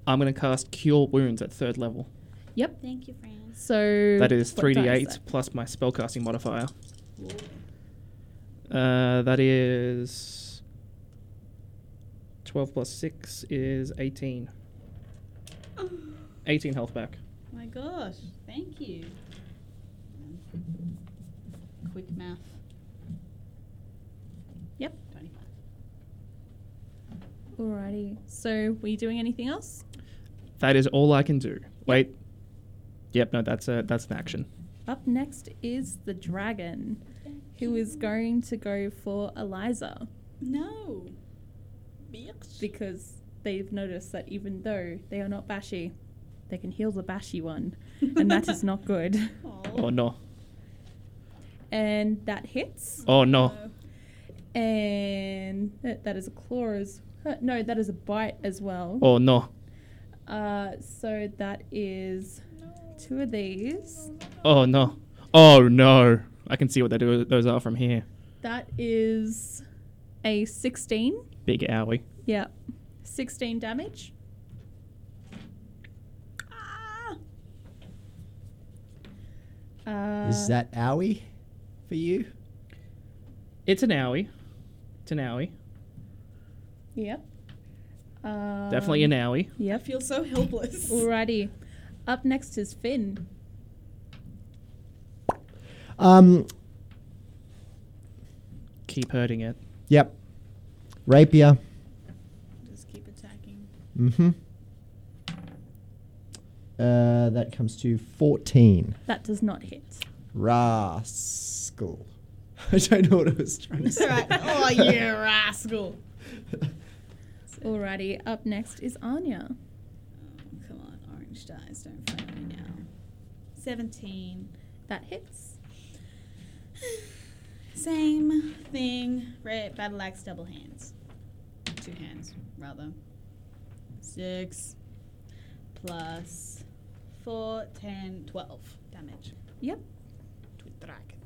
I'm going to cast Cure Wounds at third level. Thank you, friends. So That is what die 3d8 that? plus my spellcasting modifier. Uh, that is 12 plus 6 is 18. 18 health back. My gosh. Thank you. Quick math. Yep. Twenty-five. Alrighty. So were you doing anything else? That is all I can do. Wait. Yep, no, that's a that's an action. Up next is the dragon, who is going to go for Eliza No. Bitch. because they've noticed that even though they are not bashy, they can heal the bashy one, and that is not good. Oh no. And that hits, Oh no. and that, that is a claw as uh, no, that is a bite as well. Oh no. Uh, so that is two of these. Oh no. Oh no. I can see what they do, those are from here. That is a sixteen. Big owie. Yeah. 16 damage. Ah. up. Uh, Is that owie for you? It's an owie. It's an owie. Yep. Um, Definitely an owie. I Yep. feel so helpless. Alrighty. Up next is Finn. Um, Keep hurting it. yep. Rapier. Just keep attacking. Mm-hmm. Uh, that comes to 14. That does not hit. Rascal. I don't know what I was trying to It's all right. Oh, you rascal. Alrighty. Up next is Anya. Oh, come on, orange dice. Don't fail me now. 17. That hits. Same thing. Red battle axe, double hands. Two hands, rather. Six plus four, ten, twelve damage. Yep. To the dragon.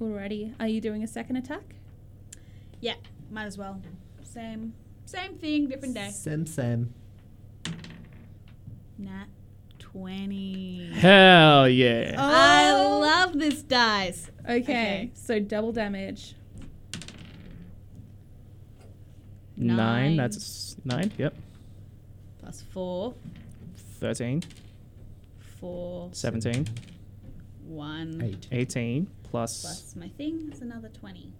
Alrighty. Are you doing a second attack? Yeah, might as well. Same. Same thing, different day. Sam Sam. Nat 20. Hell Oh! yeah. I love this dice. Okay. Okay. So double damage. Nine. Nine. That's nine. Yep. plus four, 13, four, 17, one. Eight. 18, plus, Plus my thing is another 20.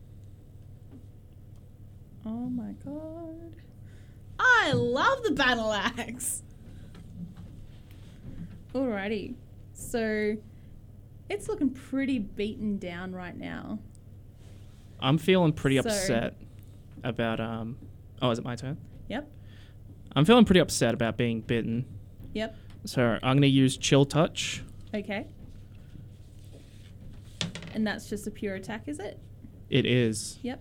Oh my god. I love the battle axe. Alrighty. So it's looking pretty beaten down right now. I'm feeling pretty Sorry. upset about um oh is it my turn? Yep. I'm feeling pretty upset about being bitten. Yep. So I'm gonna use chill touch. Okay. And that's just a pure attack, is it? It is. Yep.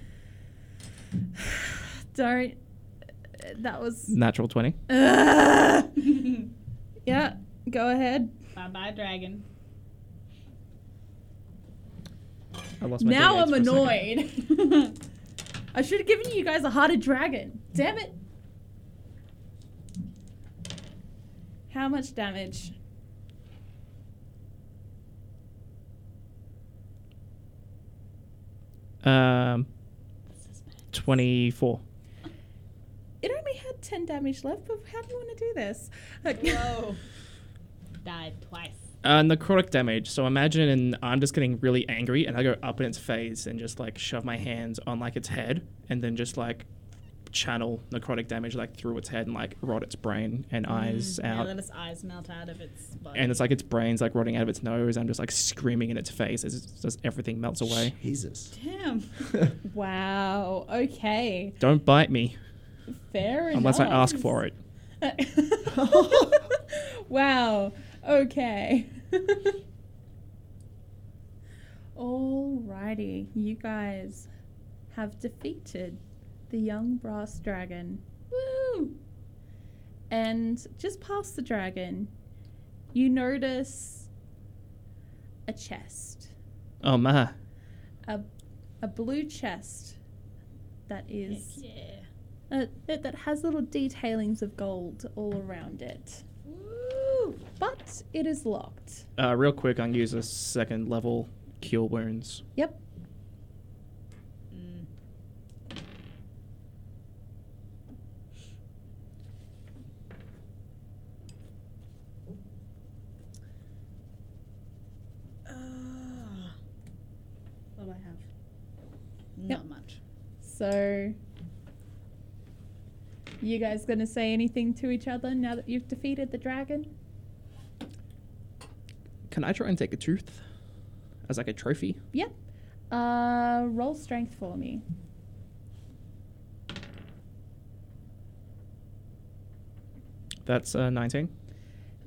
Don't. That was. Natural twenty. Ugh. yeah, go ahead. Bye bye, dragon. I lost Now D8 I'm for a second. annoyed. I should have given you guys a hearted dragon. Damn it. How much damage? Um twenty four. It only had 10 damage left, but how do you want to do this? Like- Died twice. Uh, necrotic damage. So imagine and I'm just getting really angry and I go up in its face and just like shove my hands on like its head and then just like channel necrotic damage like through its head and like rot its brain Mm, and eyes Yeah, out. let its eyes melt out of its body. and it's like its brain's like rotting out of its nose. I'm just like screaming in its face as it's just everything melts away. Jesus. Damn. wow. Okay. Don't bite me Fair unless I enough. ask for it. wow. Okay. Alrighty, you guys have defeated the young brass dragon. Woo! And just past the dragon, you notice a chest, Oh my! a blue chest that is Yeah. uh, that that has little detailings of gold all around it. Woo. But it is locked. Uh, real quick, I'm gonna use a second level cure wounds. Yep. Mm. Ah. what do I have? Not much. So, you guys gonna say anything to each other now that you've defeated the dragon? Can I try and take a tooth as like a trophy? Yep. Uh, roll strength for me. That's uh, 19.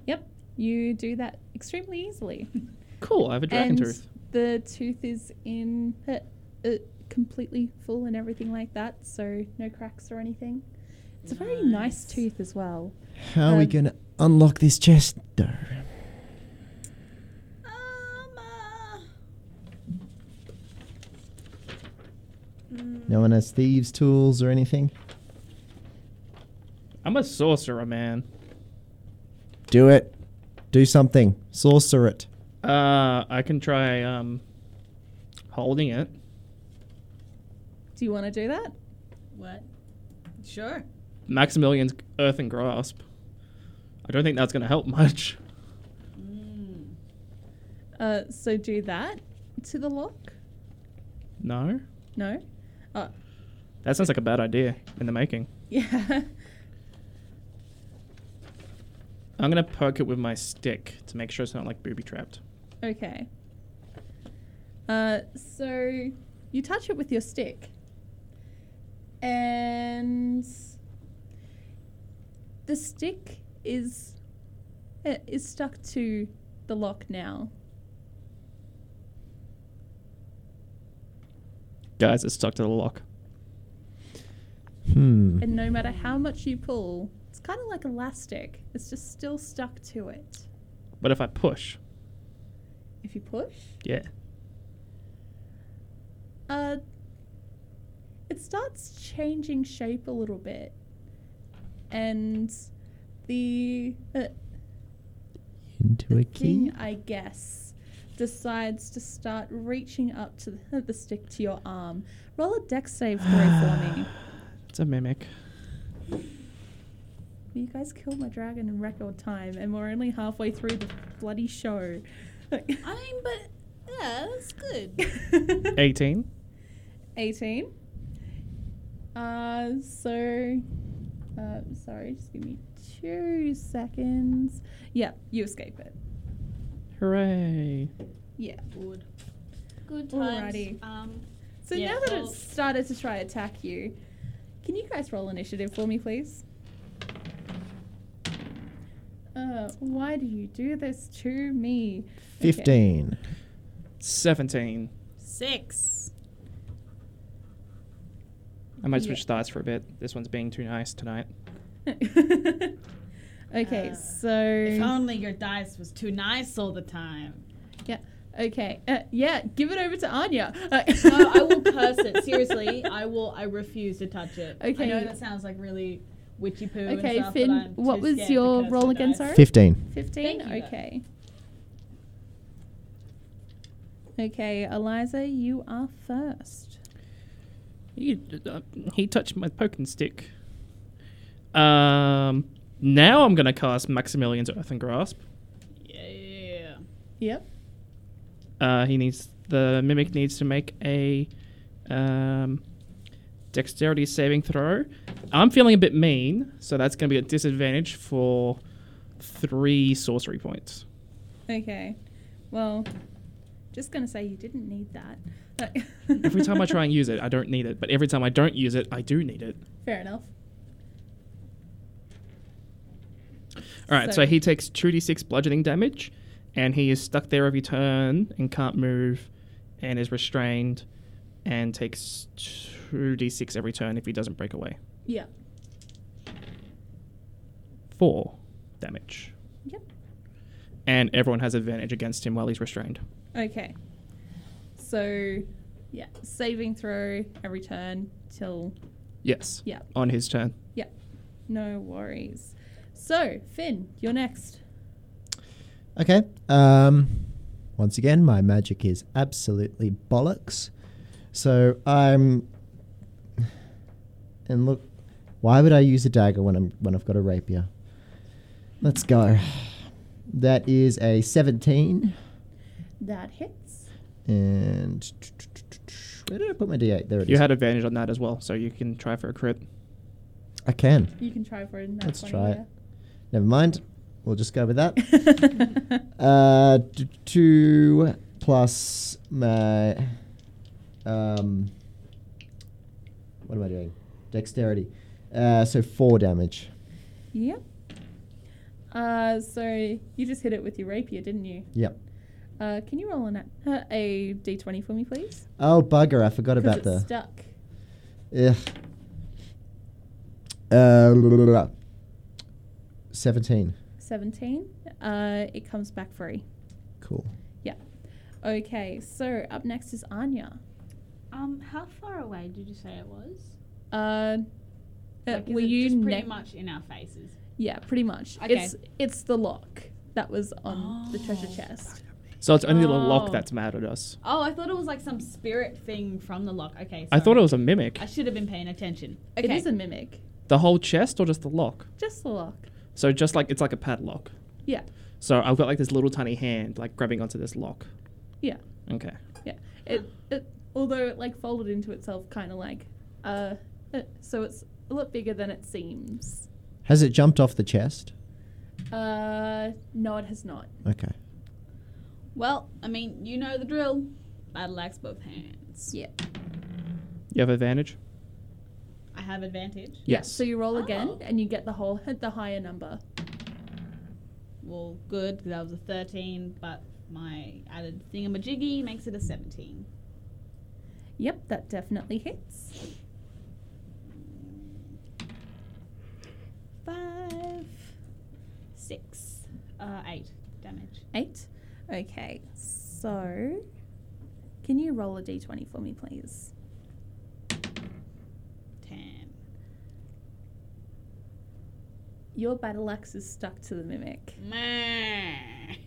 Yep. You do that extremely easily. Cool. I have a dragon and tooth. the tooth is in uh, uh, completely full and everything like that, so no cracks or anything. It's a very nice Nice. tooth as well. How are we Um, gonna unlock this chest, though? Um, uh, No one has thieves' tools or anything. I'm a sorcerer, man. Do it. Do something. Sorcerer it. Uh, I can try um, holding it. Do you want to do that? what? Sure. Maximilian's earthen grasp. I don't think that's gonna help much. Mm. Uh, so do that to the lock. No, No. that sounds like a bad idea in the making. Yeah. I'm gonna poke it with my stick to make sure it's not like booby trapped. Okay. Uh, so you touch it with your stick, and the stick is uh, is stuck to the lock now. Guys, it's stuck to the lock. Hmm. And no matter how much you pull, it's kind of like elastic. It's just still stuck to it. But if I push, If you push, yeah. uh, it starts changing shape a little bit, and the uh, Into the a key. thing, I guess, decides to start reaching up to the, the stick to your arm. Roll a dex save throw for me. It's a mimic. Will you guys kill my dragon in record time? And we're only halfway through the bloody show. I mean, but yeah, that's good. 18. 18. Uh, so, uh, sorry, just give me two seconds. Yeah, you escape it. Hooray. Yeah. Good. Good times. Alrighty. Um, So Yeah, now that well- it's started to try attack you, can you guys roll initiative for me, please? Uh, why do you do this to me? Okay. 15. 17. six. I might Yeah. switch dice for a bit. This one's being too nice tonight. okay, Uh, If so only your dice was too nice all the time. okay, uh, yeah, give it over to Anya. Uh, No, I will curse it. Seriously, I will. I refuse to touch it. I know Okay. that sounds like really witchy poo. and Okay, stuff, but Finn, I'm what too was scared to your curse roll the again, dice. sorry? 15. Fifteen. Thank you. Okay. Okay, Eliza, you are first. He, uh, he touched my poking stick. Um, now I'm going to cast Maximilian's Earthen Grasp. Yeah. Yep. Uh, he needs the mimic needs to make a um, dexterity saving throw. I'm feeling a bit mean, so that's going to be a disadvantage for three sorcery points. Okay. Well, just gonna say you didn't need that. Every time I try and use it, I don't need it, but every time I don't use it, I do need it. Fair enough. All right, so, So- he takes 2d6 bludgeoning damage, and he is stuck there every turn and can't move, and is restrained, and takes 2d6 every turn if he doesn't break away. Yeah. Four damage. Yep. And everyone has advantage against him while he's restrained. Okay. So, yeah, saving throw every turn till Yes. Yeah. On his turn. no worries. So, Finn, you're next. Okay. Um, once again, my magic is absolutely bollocks. So I'm. And look, why would I use a dagger when I'm when I've got a rapier? Let's go. That is a 17 That hits. and where did I put my d8? There it is. You had advantage on that as well, so you can try for a crit. I can. You can try for it. in that Let's 20, try it. Never mind. We'll just go with that. yeah. Uh, t- two plus my um. What am I doing? Dexterity. Uh, so four damage. yep. Uh, so you just hit it with your rapier, didn't you? Yep. Uh, can you roll an, a, a d20 for me, please? Oh bugger! I forgot 'Cause about it's the. stuck. Ugh. Uh, blah, blah, blah. Seventeen. 17. Uh, it comes back free. Cool. Okay, so up next is Anya. Um, how far away did you say it was? Uh, uh, Like, is were it you just pretty ne- much in our faces? Yeah, pretty much. Okay. It's it's the lock that was on the treasure Oh. chest. So it's only the Oh. lock that's mad at us. Oh, I thought it was like some spirit thing from the lock. Okay, I thought it sorry. was a mimic. I should have been paying attention. It Okay. is a mimic, The whole chest or just the lock? just the lock. So just like it's like a padlock. Yeah. So I've got like this little tiny hand like grabbing onto this lock. Yeah. Okay. It, it although it like folded into itself, kind of like uh, uh, so it's a lot bigger than it seems. Has it jumped off the chest? Uh, no, it has not. Okay. Well, I mean, you know the drill. Battle axe both hands. Yeah. You have advantage? I have advantage. Yes. So you roll again, Oh. and you get the whole the higher number. Well, good, 'cause that was a 13, but my added thingamajiggy makes it a 17. Yep, that definitely hits. Five, six, uh, eight damage. Eight. Okay, so can you roll a d20 for me, please? Ten. Your battle axe is stuck to the mimic. Meh.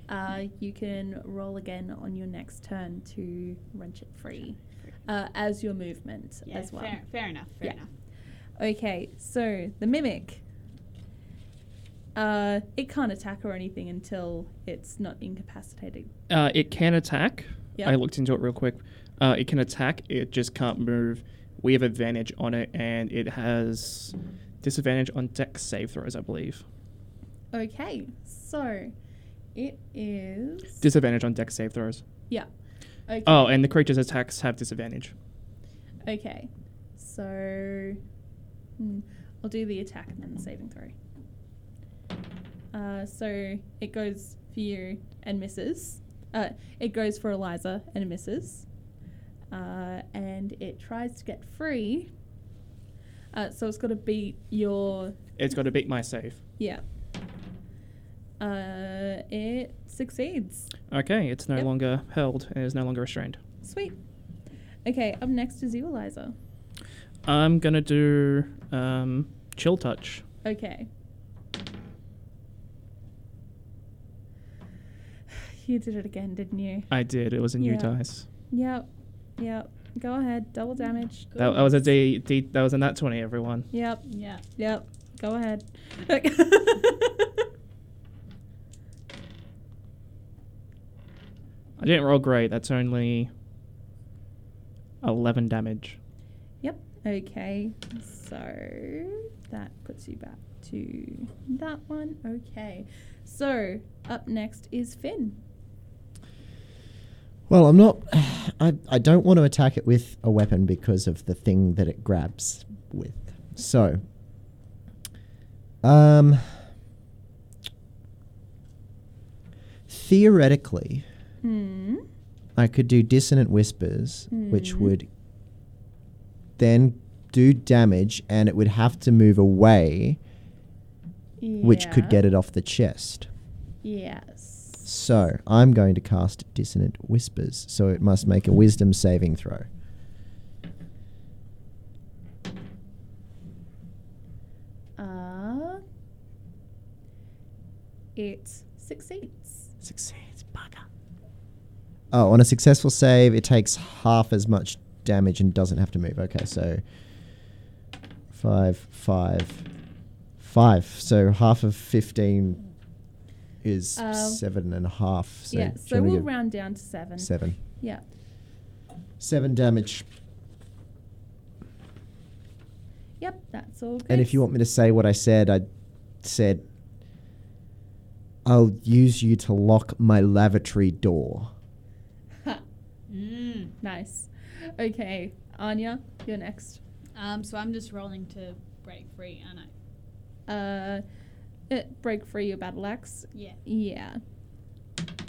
Uh, you can roll again on your next turn to wrench it free uh, as your movement Yeah, as well. fair, fair enough, fair Yeah. enough. Okay, so the mimic. Uh, it can't attack or anything until it's not incapacitated. Uh, it can attack. Yeah. I looked into it real quick. Uh, it can attack. It just can't move. We have advantage on it, and it has disadvantage on dex save throws, I believe. Okay, so it is. Disadvantage on dex save throws. yeah. Okay. Oh, and the creature's attacks have disadvantage. Okay, so hmm, I'll do the attack and then the saving throw. Uh, so it goes for you and misses. Uh, it goes for Eliza and misses. Uh, and it tries to get free. Uh, so it's got to beat your. It's got to beat my save. Yeah. Uh, it succeeds. Okay, it's no Yep. longer held and is no longer restrained. Sweet. Okay, up next is you, Eliza. I'm gonna do um, chill touch. Okay. You did it again, didn't you? I did. It was in new Yeah. dice. Yep. Yep. Go ahead. Double damage. That, that was a D, D. That was a nat twenty. Everyone. Yep. Yeah. Yep. Go ahead. I didn't roll great. That's only eleven damage. yep. Okay. So that puts you back to that one. Okay. So up next is Finn. Well, I'm not. I, I don't want to attack it with a weapon because of the thing that it grabs with. So. Um. Theoretically, Hmm. I could do dissonant whispers, which Mhm. would then do damage, and it would have to move away, which could Yeah. get it off the chest. Yes. So I'm going to cast Dissonant Whispers. So it must make a Wisdom saving throw. Uh, it succeeds. Succeeds, bugger. Oh, on a successful save, it takes half as much damage and doesn't have to move. Okay, so five, five, five. So half of fifteen is Uh, seven and a half. So yeah, do you so wanna we'll give round down to seven. seven. Yeah. Seven damage. Yep, that's all good. And if you want me to say what I said, I said, I'll use you to lock my lavatory door. Ha, Mm. nice. Okay, Anya, you're next. Um, so I'm just rolling to break free, aren't I? Uh, eh, break free your battle axe. Yeah. Yeah.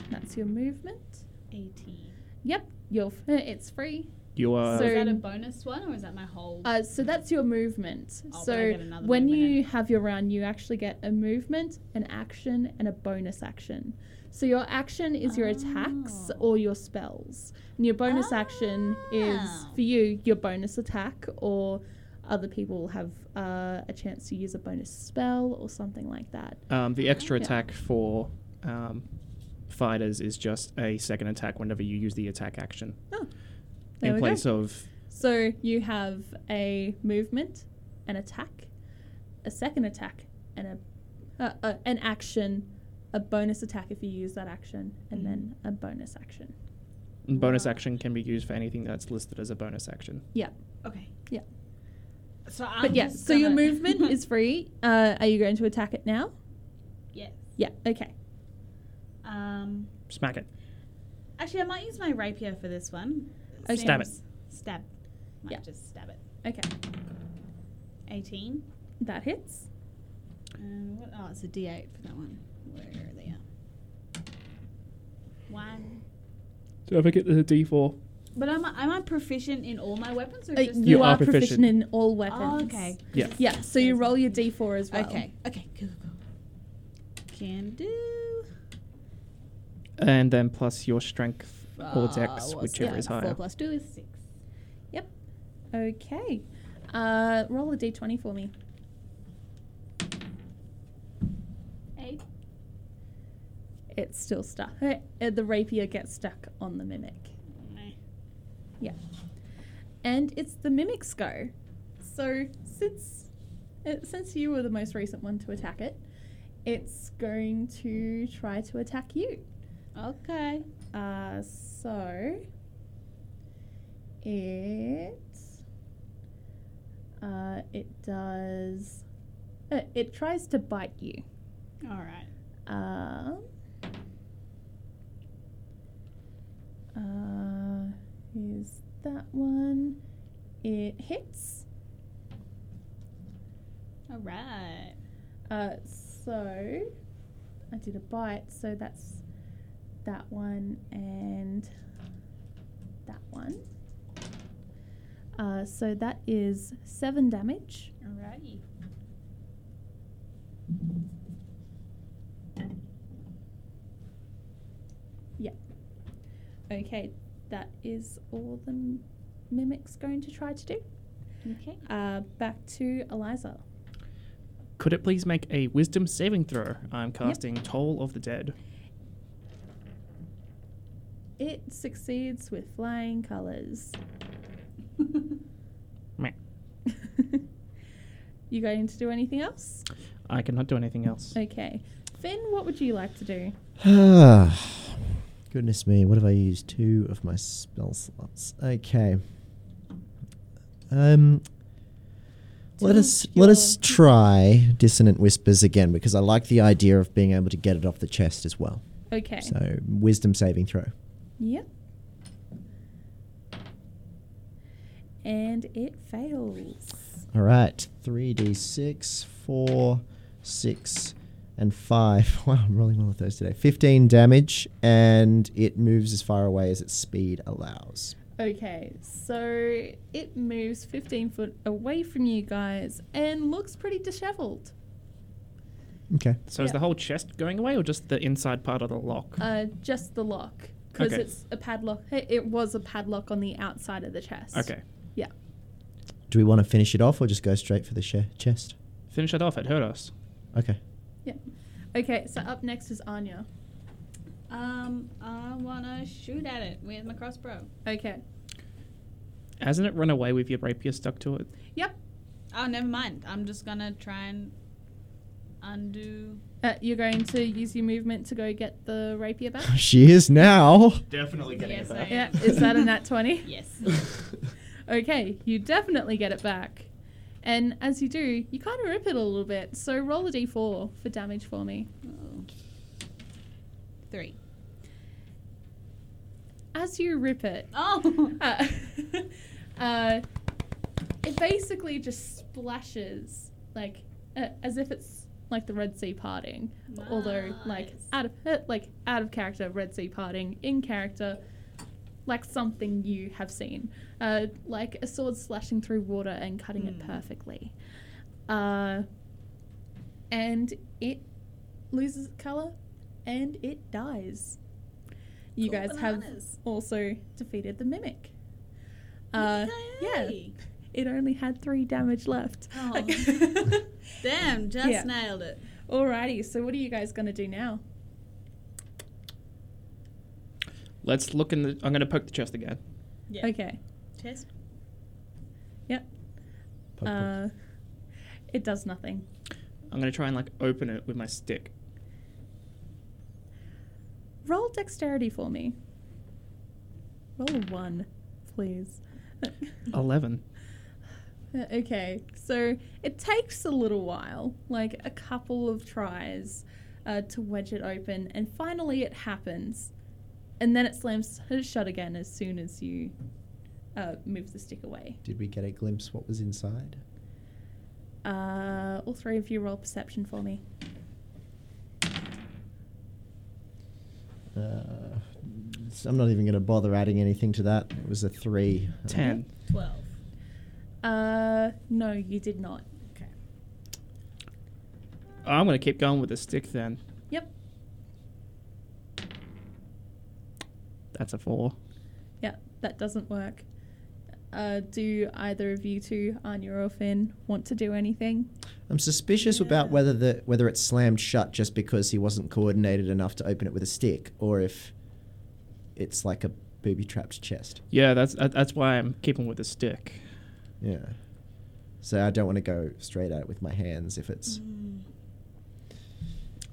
That's your movement. 18. Yep, you're f- eh, it's free. You are. So- is that a bonus one or is that my whole? Uh, so that's your movement. Oh, but I so get another when movement you have your round, you actually get a movement, an action, and a bonus action. So your action is your attacks Oh. or your spells, and your bonus action is Oh. for you your bonus attack, or other people have uh, a chance to use a bonus spell or something like that. Um, the extra Yeah. attack for um, fighters is just a second attack whenever you use the attack action There in we place go. of. So you have a movement, an attack, a second attack, and a uh, uh, an action, a bonus attack if you use that action, and then Mm-hmm. a bonus action. and Bonus action can be used for anything that's listed as a bonus action. Okay. Yeah. So I'm but yeah, just so your gonna- movement is free. Uh, are you going to attack it now? Yes. Yeah. Okay. Um. Smack it. Actually, I might use my rapier for this one. Okay. Oh, Stab it. Seems- Stab. Might Yeah. just stab it. Okay. 18. That hits. Um, what, oh, it's a D8 for that one. Where are they at? One. Do I forget the D4? But am I, am I proficient in all my weapons or Uh, just? you You are are proficient. proficient. in all Oh, weapons. okay. Yeah. Yeah. So you roll your d4 as well. Okay. Okay. Cool. Cool. cool. Can do. And then plus your strength or Uh, dex, what's whichever that? is higher. Four plus two is six. Okay. Uh, roll a d20 for me. Eight. It's still stuck. Uh, the rapier gets stuck on the mimic. and it's the mimic's go. So since uh, since you were the most recent one to attack it, It's going to try to attack you. Okay. Uh, so it uh, it does uh, it tries to bite you. All right. Um, uh, here's that one. It hits. All right. Uh, so I did a bite, so that's that one and that one. Uh, so that is seven damage. Alrighty. Okay, that is all the m- mimic's going to try to do. Okay. Uh, back to Eliza. Could it please make a wisdom saving throw? I'm casting Toll of the Dead. It succeeds with flying colours. Meh. you going to do anything else? I cannot do anything Oh, else. Okay. Finn, what would you like to do? Goodness me, what have I used? Two of my spell slots. Okay. Um let us let us try dissonant whispers again because I like the idea of being able to get it off the chest as well. Okay. So wisdom saving throw. Yep. And it fails. All right, three d six, four, six, and five. Wow, I'm rolling well with those today. Fifteen damage, and it moves as far away as its speed allows. Okay, so it moves 15 foot away from you guys and looks pretty disheveled. Okay. So is Yeah. the whole chest going away or just the inside part of the lock? Uh, just the lock, because Okay. it's a padlock. It it was a padlock on the outside of the chest. okay. Do we want to finish it off or just go straight for the she- chest? Finish it off. It hurt us. Okay. Okay, so up next is Anya. Um, I wanna shoot at it with my crossbow. Okay. Hasn't it run away with your rapier stuck to it? Yep. Oh, never mind. I'm just gonna try and undo. Uh, you're going to use your movement to go get the rapier back? she is now. Definitely Yes, I yeah, am. is that a nat 20? Yes. Okay, you definitely get it back. And as you do, you kind of rip it a little bit. So roll a d4 for damage for me. Oh. Three. As you rip it, Oh. uh, uh, it basically just splashes, like uh, as if it's like the Red Sea parting. Although, like Nice. out of uh, like out of character, Red Sea parting in character, like something you have seen, uh, like a sword slashing through water and cutting it Hmm. perfectly. Uh, and it loses color, and it dies. You Cool guys have bananas. also defeated the mimic. Uh, yeah, Yay. it only had three damage left. Oh. Damn, just Yeah. nailed it. Alrighty, so what are you guys gonna do now? Let's look in the. I'm going to poke the chest again. Yeah. Okay, Chest. Poke, poke. uh, it does nothing. I'm going to try and like open it with my stick. Roll dexterity for me. Roll a one, please. Mm-hmm. 11. Uh, Okay, so it takes a little while, like a couple of tries, uh, to wedge it open, and finally it happens. And then it slams shut again as soon as you uh, move the stick away. Did we get a glimpse what was inside? Uh, all three of you roll perception for me. Uh, s- I'm not even going to bother adding anything to that. It was a three. 10. Twelve. Uh, no, you did not. Okay. I'm going to keep going with the stick then. Yep. That's a 4. Yeah, that doesn't work. Uh, do either of you two, Anya or Finn, want to do anything? I'm suspicious about whether the whether it slammed shut just because he wasn't coordinated enough to open it with a stick, or if it's like a booby trapped chest. Yeah, that's that- that's why I'm keeping with the stick. Yeah. So I don't want to go straight at it with my hands if it's.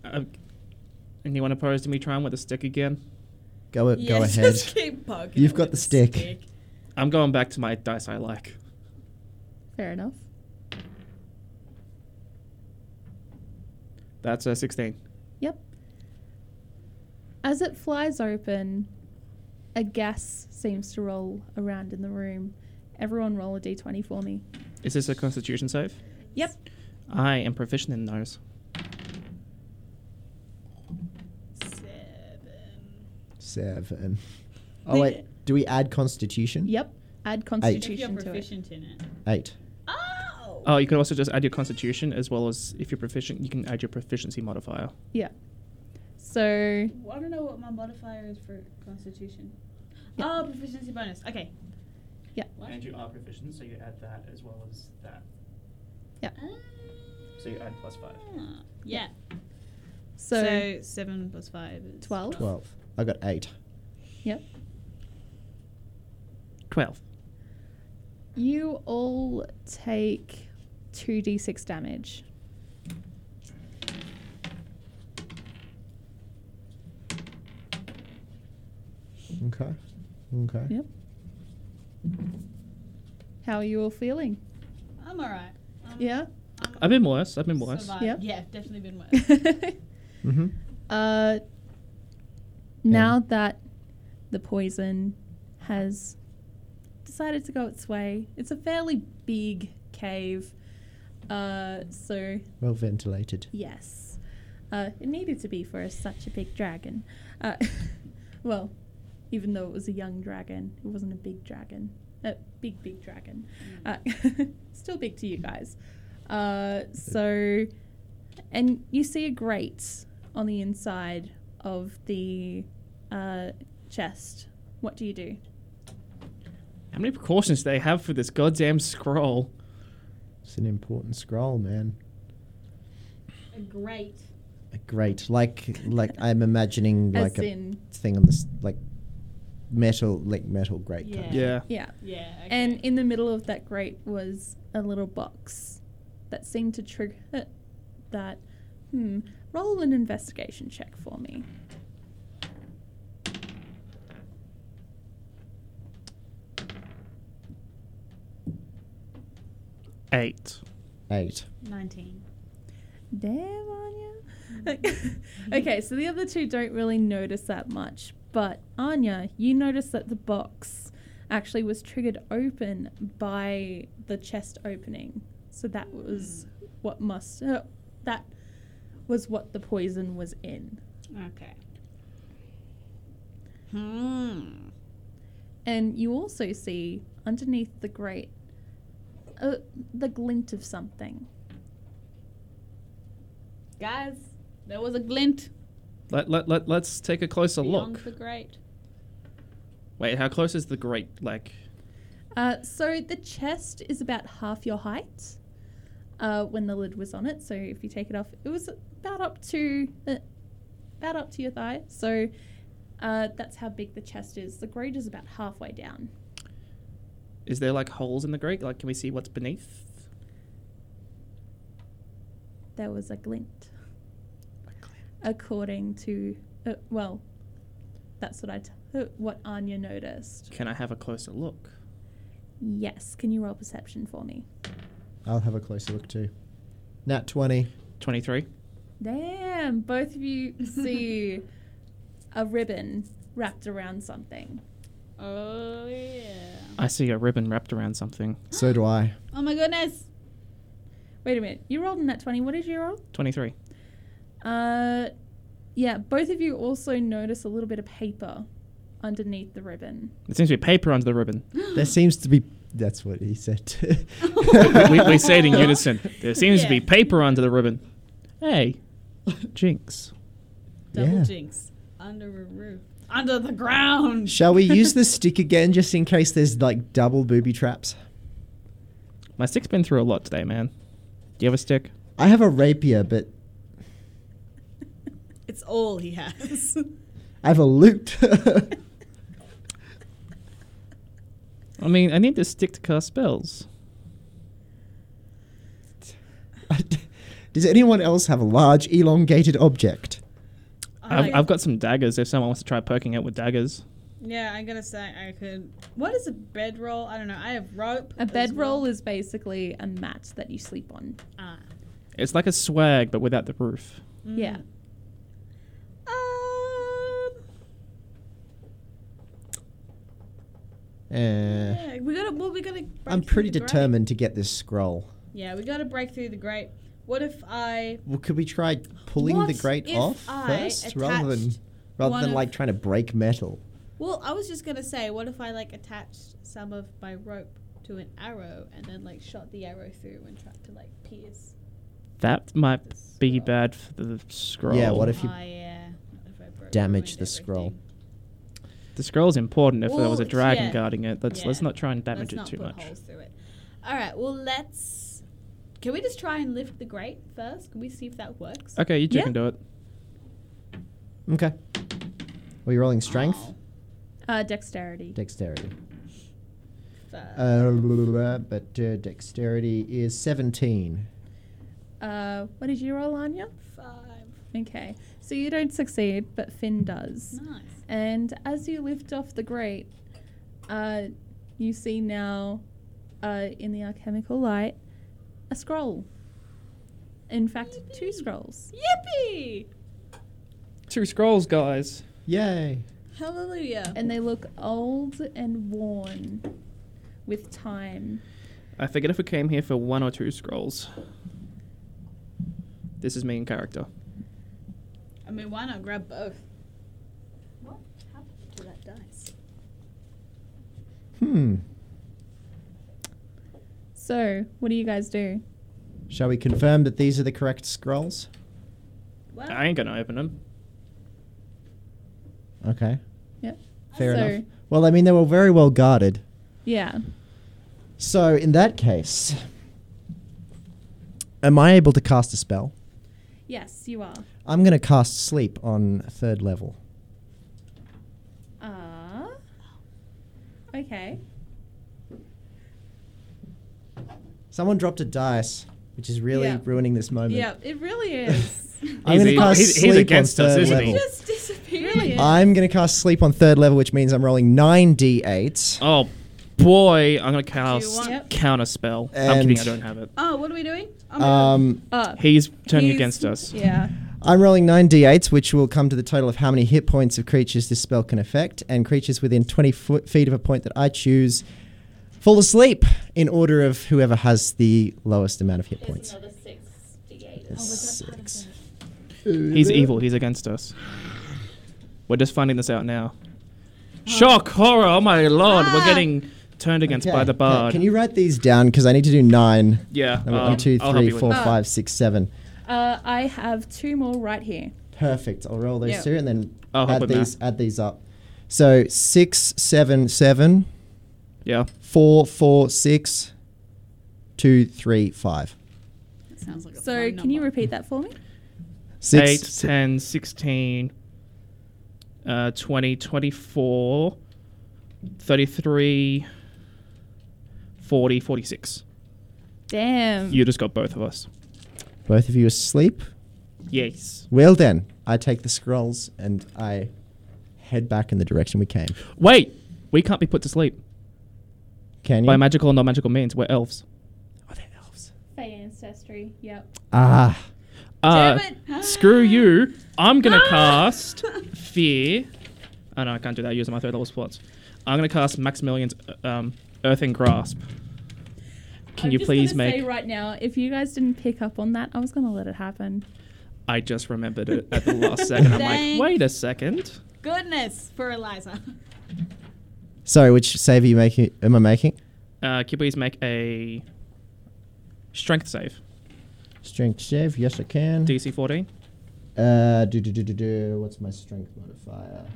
Uh, anyone opposed to me trying with a stick again? Go, yeah, go ahead. Just keep poking You've it with got the stick. I'm going back to my dice I like. Fair enough. That's a 16. Yep. As it flies open, a gas seems to roll around in the room. Everyone roll a d20 for me. Is this a constitution save? Yep. I am proficient in those. Seven. Oh, wait. Do we add constitution? Yep. Add If you're constitution to it. proficient in it. Eight. Oh! Oh, you can also just add your constitution as well as if you're proficient, you can add your proficiency modifier. Yeah. So I don't know what my modifier is for Constitution. Oh, proficiency bonus. Okay. What? And you are proficient, so you add that as well as that. So you add plus five. Ah, Yeah. So, so, seven plus five is 12? Twelve. I got eight. yep. 12. You all take 2d6 damage. Okay. Okay. Yep. How are you all feeling? I'm alright. I'm- Yeah. I'm- I've been worse. I've been worse. survived. Yep. Yeah, definitely been worse. Mm-hmm. Uh, now that the poison has decided to go its way, it's a fairly big cave. Uh, so Well ventilated. yes, uh, it needed to be for such a big dragon. Uh, well, even though it was a young dragon, it wasn't a big dragon. A big, big dragon. Uh, still big to you guys. Uh, so, and you see a grate on the inside of the uh, chest. What do you do? How many precautions do they have for this goddamn scroll? It's an important scroll, man. A great. Great. Like, like I'm imagining like As a in, thing on this, like metal, like metal grate. kind of- Yeah. yeah. Yeah. Okay. And in the middle of that grate was a little box that seemed to trigger that. Hmm. Roll an investigation check for me. Eight. Eight. 19. Damn Anya. okay, so the other two don't really notice that much, but Anya, you notice that the box actually was triggered open by the chest opening. So that was what must uh, that was what the poison was in. Okay. Hmm. And you also see underneath the grate uh, the glint of something. Guys, there was a glint Let, let, let, let's take a closer beyond look. the grate. Wait, how close is the grate? Like, Uh, so the chest is about half your height uh, when the lid was on it. So if you take it off, it was about up to uh, about up to your thigh. So uh, that's how big the chest is. The grate is about halfway down. is there like holes in the grate? Like, can we see what's beneath? There was a glint, according to uh, well, that's what I t- uh, what Anya noticed. Can I have a closer look? Yes, can you roll perception for me? I'll have a closer look too. Nat twenty. 23. Damn, both of you see a ribbon wrapped around something. Oh, yeah. I see a ribbon wrapped around something. So do I. Oh, my goodness. Wait a minute. You rolled in that 20. What did you roll? 23. Uh, yeah, both of you also notice a little bit of paper underneath the ribbon. It seems to be paper under the ribbon. There seems to be. That's what he said. we, we say it in unison. There seems to be Yeah. paper under the ribbon. Hey, Jinx. Double Yeah. jinx. Under a roof. Under the ground. Shall we use the stick again just in case there's like double booby traps? My stick's been through a lot today, man. Do you have a stick? I have a rapier, but It's all he has. Oh, I have a loot. I mean, I need this stick to cast spells. Does anyone else have a large elongated object? I've, I've got some daggers if someone wants to try poking out with daggers. Yeah, I gotta say, I could. What is a bedroll? I don't know. I have rope. A as bedroll well. is basically a mat that you sleep on. Ah. It's like a swag, but without the roof. Mm. Yeah. Mm. Um, Eh. yeah, we gotta. Well, we gotta. Break I'm through pretty the grate. determined to get this scroll. Yeah, we gotta break through the grate. What if I? Well, could we try pulling the What grate if off I first, rather than attached rather one than of- like trying to break metal? Well, I was just gonna say, what if I like attached some of my rope to an arrow and then like shot the arrow through and tried to like pierce. That might The scroll. be bad for the scroll. Yeah, what if you Ah, yeah. What if I broke- damage ruined the scroll? everything? the scroll's important if there was a Ooh, dragon yeah. guarding it. Let's Yeah. let's not try and Let's damage not it too put much. holes through it. All right. Well, let's. Can we just try and lift the grate first? Can we see if that works? Okay, you two Yeah. can do it. Okay. Were you rolling strength? Oh, Uh, dexterity. Dexterity. first. Uh, but uh, dexterity is 17. Uh, what did you roll, Anya? Five. Okay. So you don't succeed, but Finn does. uh, Nice. And as you lift off the grate, uh, you see now uh, in the alchemical light a scroll. In fact, two scrolls. Yippee! Two scrolls, guys. Yay! Hallelujah. And they look old and worn with time. I forget if we came here for one or two scrolls. This is me in character. I mean, why not grab both? What happened to that dice? Hmm. So, what do you guys do? Shall we confirm that these are the correct scrolls? Well, I ain't gonna open them. Okay. Yep. Fair so, enough. Well, I mean, they were very well guarded. Yeah. So, in that case, am I able to cast a spell? Yes, you are. I'm going to cast Sleep on third level. Ah. uh, Okay. Someone dropped a dice, which is really Yeah. ruining this moment. Yeah, it really is. I'm going to He's- cast he's- he's Sleep against on us, third isn't he? level. just disappeared. Oh, really is. I'm going to cast Sleep on third level, which means I'm rolling 9d8. Oh boy, I'm gonna cast want- Yep. counter spell. I'm And- kidding, I don't have it. Oh, what are we doing? Oh my Um, Up. He's turning He's- against us. Yeah. I'm rolling 9d8s, which will come to the total of how many hit points of creatures this spell can affect, and creatures within 20 foot feet of a point that I choose fall asleep in order of whoever has the lowest amount of hit points. Six. He's evil, he's against us. We're just finding this out now. Shock, horror, oh my lord, Ah. we're getting turned against by Okay, the okay, bard. Can you write these down? Because I need to do nine. Yeah, Number um, one, two, I'll help three, you with four, that. five, six, seven. Uh, I have two more right here. Perfect. I'll roll those Yeah. two and then I'll help add with math. these. Add these up. So six, seven, seven, Yeah. four, four, six, two, three, five. That sounds like a So, phone can you number. repeat that for me? Six, Eight, si- ten, sixteen, uh, 20, 24, 33, 40, 46. Damn. You just got both of us. Both of you asleep. Yes. Well then, I take the scrolls and I head back in the direction we came. Wait, we can't be put to sleep Can you? by magical or non magical means. We're elves. oh, they're elves. Fey ancestry. Yep. Ah, Uh, Damn it. screw you. I'm going to Ah. cast Fear. Oh, no, I can't do that using my third level spots. I'm going to cast Maximilian's uh, um, Earth and Grasp. Can I'm you just please gonna make. say right now, if you guys didn't pick up on that, I was gonna let it happen. I just remembered it at the last second. I'm like, Dang. wait a second. goodness for Eliza. sorry. Which save are you making? Am I making? Uh, can you please make a strength save? Strength save. Yes, I can. DC 14. Uh, do do do do do. What's my strength modifier?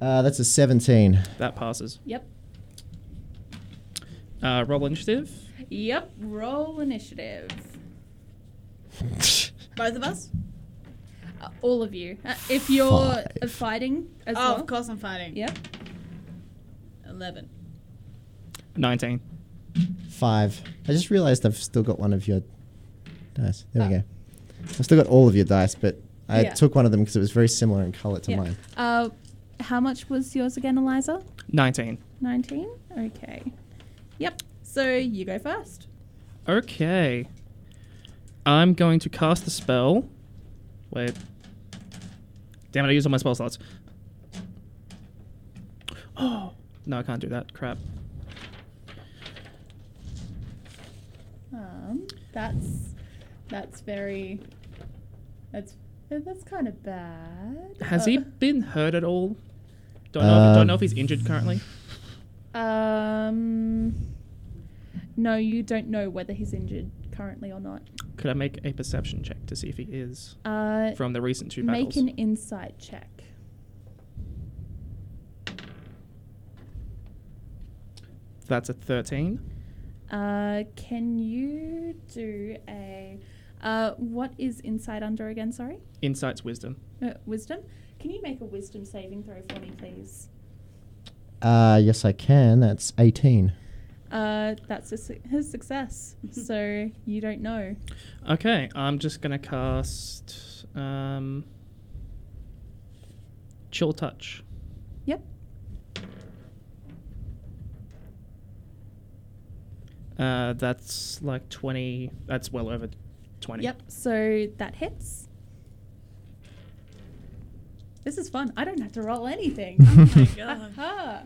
Uh, that's a seventeen. That passes. Yep. Uh, roll initiative. Yep. Roll initiative. Both of us? Uh, all of you. Uh, if you're uh, Five. fighting as oh, well. of course I'm fighting. Yep. 11. 19. Five. I just realized I've still got one of your dice. There we go. I've still got all of your dice, but I Oh. Yeah. took one of them because it was very similar in color to Yeah. mine. Uh, how much was yours again, Eliza? 19. 19? Okay. Yep. So you go first. Okay. I'm going to cast the spell. Wait. Damn it, I used all my spell slots. Oh! No, I can't do that. Crap. Um, that's that's very that's uh, that's kind of bad. Has Uh, he been hurt at all? Don't know, if, don't know Um, if he's injured currently. Um. No, you don't know whether he's injured currently or not. Could I make a perception check to see if he is Uh, from the recent two make battles? an insight check. That's a 13. Uh, can you do a uh, what is insight under again? Sorry, Insight's wisdom. uh, wisdom. Can you make a wisdom saving throw for me, please? Uh, yes, I can. That's 18. Uh, that's a su- his success. so you don't know. Okay, I'm just gonna cast um, Chill Touch. Yep. Uh, that's like twenty. That's well over twenty. Yep. So that hits. This is fun. I don't have to roll anything. Aha.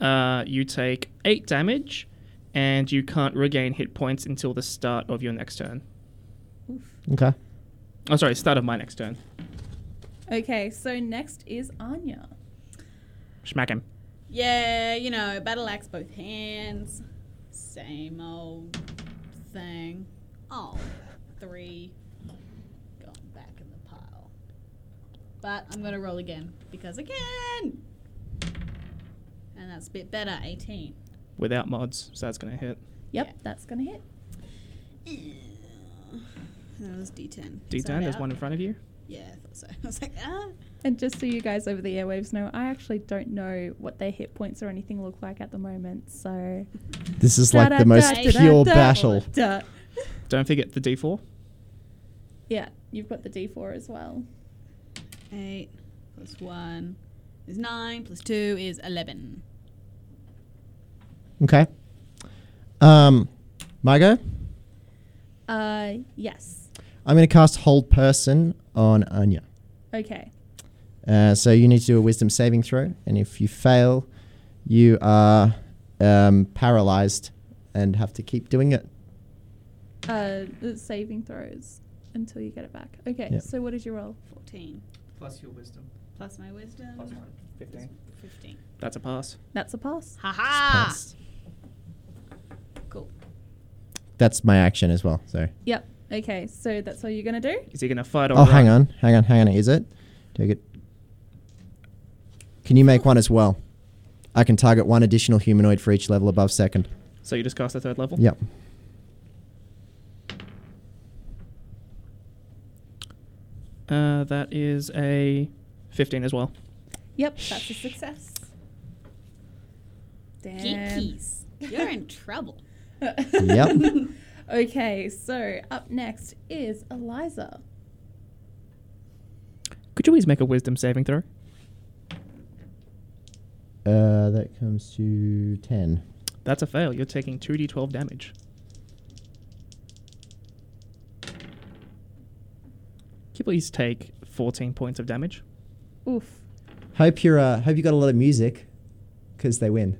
Uh, you take eight damage, and you can't regain hit points until the start of your next turn. okay. Oh, sorry, start of my next turn. Okay, so next is Anya. Smack him. Yeah, you know, battle axe both hands. Same old thing. Oh, three. Gone back in the pile. But I'm going to roll again because I can. And that's a bit better, 18. Without mods, so that's gonna hit. Yep, that's gonna hit. That was D10. D10. Sorry There's about- one in front of you. Yeah, I thought so. I was like, ah. And just so you guys over the airwaves know, I actually don't know what their hit points or anything look like at the moment. So This is like the most Da-da-da-da-da. pure battle. Duh. Don't forget the D4. yeah, you've got the D4 as well. Eight plus one is nine, plus two is 11. Okay. Um, Margot, Uh, yes. I'm going to cast Hold Person on Anya. Okay. Uh, so you need to do a wisdom saving throw, and if you fail, you are um, paralyzed and have to keep doing it. Uh, the saving throws until you get it back. Okay. Yep. So what did you roll? 14. Plus your wisdom. Plus my wisdom. one. Fifteen. 15. That's a pass. That's a pass. Ah. Haha! Pass. Cool. That's my action as well. So Yep. Okay. So that's all you're gonna do. Is he gonna fight or oh, run? hang on, hang on, hang on. Is it? Take it. Can you make one as well? I can target one additional humanoid for each level above second. So you just cast the third level? Yep. Uh, that is a 15 as well. Yep. That's a success. Damn. Geekies. You're in trouble. Yep. Okay. So up next is Eliza. Could you please make a wisdom saving throw? Uh, that comes to ten. That's a fail. You're taking 2d12 damage. Could you please take 14 points of damage? Oof. Hope you're. Uh, hope you got a lot of music, because they win.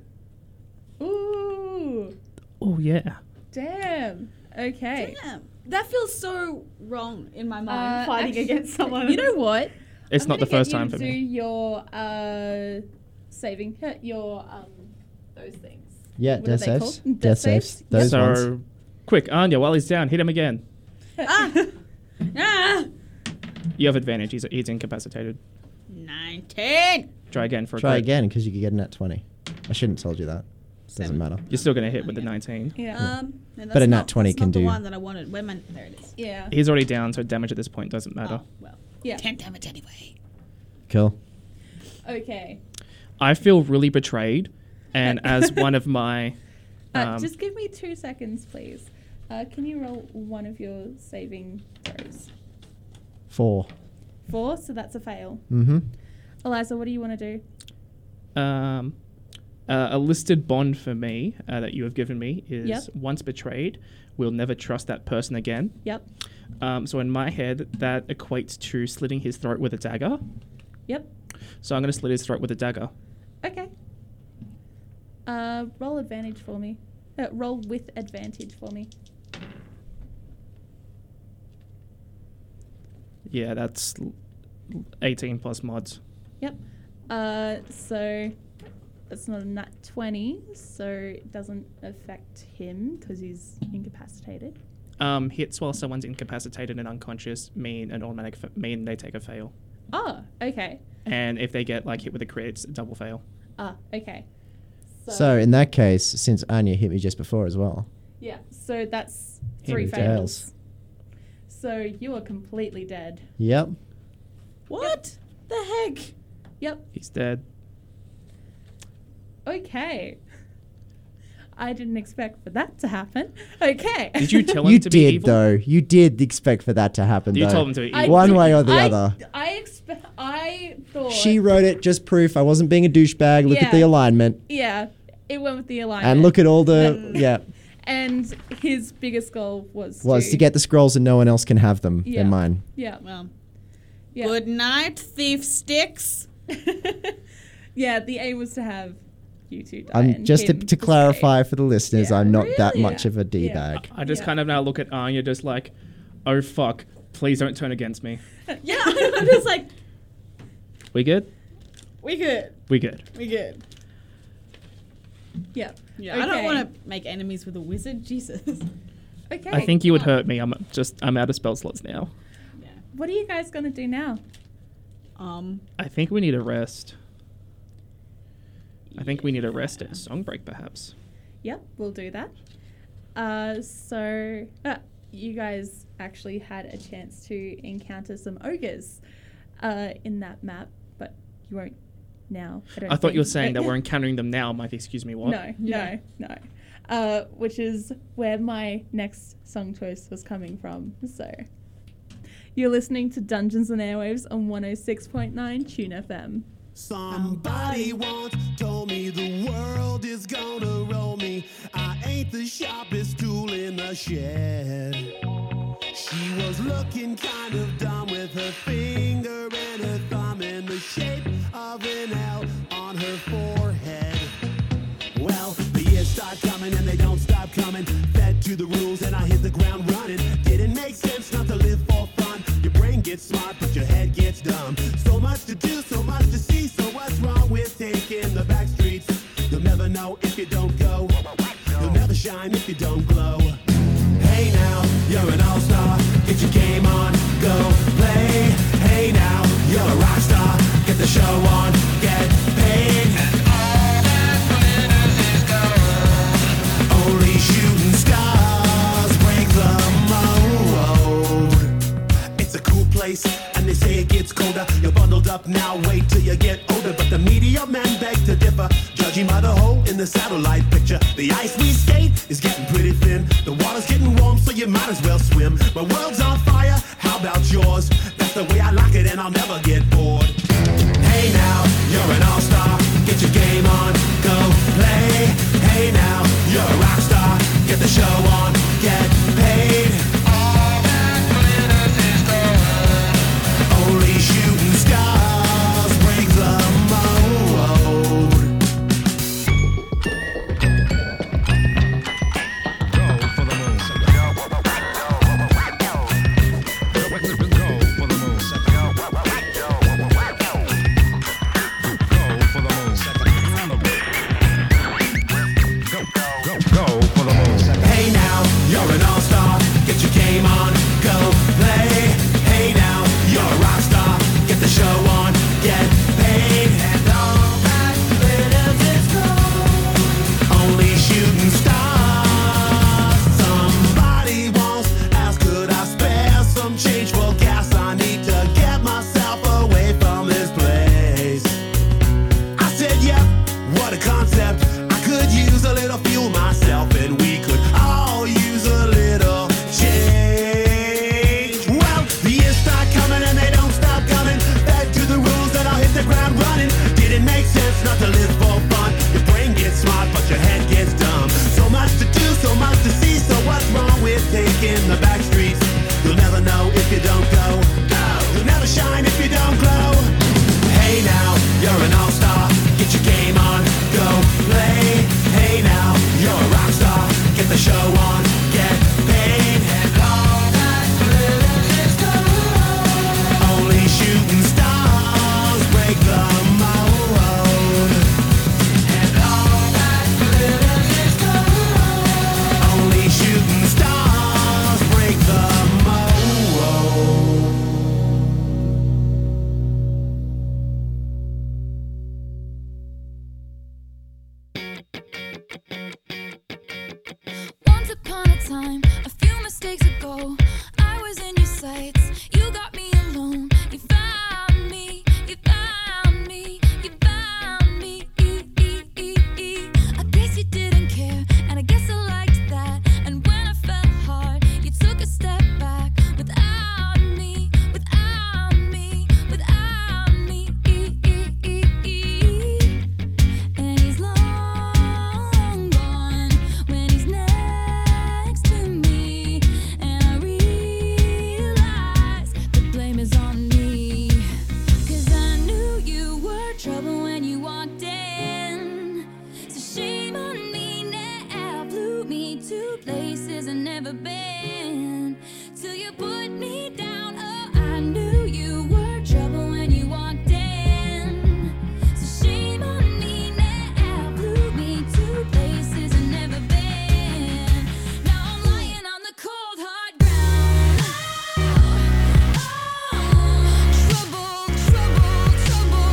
Ooh. Oh, yeah. Damn. Okay. Damn. That feels so wrong in my mind, Uh, fighting actually- against someone. You know what? It's I'm not the gonna get first you time to for do me. your uh, saving your um, those things. Yeah, What are death they saves. called? Death, Death saves. saves? Those so, ones. quick, Anya, while he's down, hit him again. Ah! ah! You have advantage. He's, he's incapacitated. 19! Try again for a Try crit. again because you could get an at 20. I shouldn't have told you that. Doesn't Seven. matter. You're still going to hit with the Yeah. 19. Yeah. Um, no, that's But a nat not- 20 that's can not do- the one that I wanted. Where my, there it is. yeah. He's already down, so damage at this point doesn't matter. Oh, well. Yeah. 10 damage anyway. Cool. Okay. I feel really betrayed, and as one of my Uh, um, just give me two seconds, please. Uh, can you roll one of your saving throws? Four. Four, so that's a fail. Mm-hmm. Eliza, what do you want to do? Um, uh, a listed bond for me uh, that you have given me is Yep. once betrayed, we'll never trust that person again. Yep. Um, so in my head, that equates to slitting his throat with a dagger. Yep. So I'm going to slit his throat with a dagger. Okay. Uh, roll advantage for me. Uh, roll with advantage for me. Yeah, that's l- 18 plus mods. Yep. Uh, so that's not a nat 20, so it doesn't affect him because he's incapacitated. Um, hits while someone's incapacitated and unconscious mean an automatic fa- mean they take a fail, Oh, okay. and if they get like hit with a crit, it's a double fail. Ah, okay. So in that case, since Anya hit me just before as well, yeah, so that's three Henry fails. So you are completely dead. yep. What the heck? Yep. He's dead. Okay. I didn't expect for that to happen. Okay. Did you tell him You to did be evil? though. You did expect for that to happen. You though. told him to be I evil. One did- way or the I- other. I expect. I thought. She wrote it. Just proof. I wasn't being a douchebag. Look Yeah. at the alignment. Yeah, it went with the alignment. And look at all the Then- yeah And his biggest goal was was to get the scrolls and no one else can have them. Yeah. They're mine. yeah Well, yeah good night, thief sticks. yeah the aim was to have you two die. I'm and Um, just to, him to clarify for the listeners, Yeah. I'm not that Really? much of a d bag. I just Yeah. kind of now look at Anya, just like, oh fuck, please don't turn against me. escape. Yeah, I'm just like We good? We good. We good. We good. yeah. Yeah, I don't want to make enemies with a wizard. Jesus. to. Okay. I think you would hurt me. I'm just I'm out of spell slots now. What are you guys gonna do now? Um. I think we need a rest. I think we need a rest at song break, perhaps. Yep, we'll do that. Uh, so uh, you guys actually had a chance to encounter some ogres uh, in that map, but you won't now. I, don't I thought you were think. saying that we're encountering them now. I'm like, excuse me, what? No, no, no. Uh, which is where my next song choice was coming from. So you're listening to Dungeons and Airwaves on 106.9 Tune FM. Somebody once told me the world is gonna roll me. I ain't the sharpest tool in the shed. She was looking kind of dumb with her finger and her thumb in the shape of an L on her forehead. Well, the years start coming and they don't stop coming. Fed to the rules and I hit the ground running. Didn't make sense not to live for fun. Your brain gets smart, but your head gets dumb. So much to do, so much to see. So what's wrong with taking the back streets? You'll never know if you don't go. You'll never shine if you don't glow. Hey now, you're an all-star. Get your game on, go play. Hey now, you're a rock star. Get the show on, get paid. Only shooting stars break the mold. It's a cool place, and they say it gets colder. You're bundled up now, wait till you get older. But the media men beg to differ, judging by the hole in the satellite picture. The ice we skate is getting pretty thin. The water's getting warm, so you might as well swim. My world's on fire, how about yours? That's the way I like it, and I'll never get bored. Hey now, you're an all-star. Get your game on, go play. Hey now, you're a rock star. Get the show on, get paid. Only shooting stars break the mold. time. A few mistakes ago, I was in your sights. You got me alone. You found me. You found me. You found me. I guess you didn't care, and I guess I liked that. And when I fell hard, you took a step back without me. Without me. Without me. And he's long gone when he's next to me. And I realize the blame is on me. Cause I knew you were trouble when you walked in. So shame on me now. Blew me to places I've never been. Till you put me down. Oh, I knew you were trouble when you walked in. So shame on me now. Blew me to places I've never been. Now I'm lying on the cold hard ground. Oh, oh, trouble, trouble, trouble.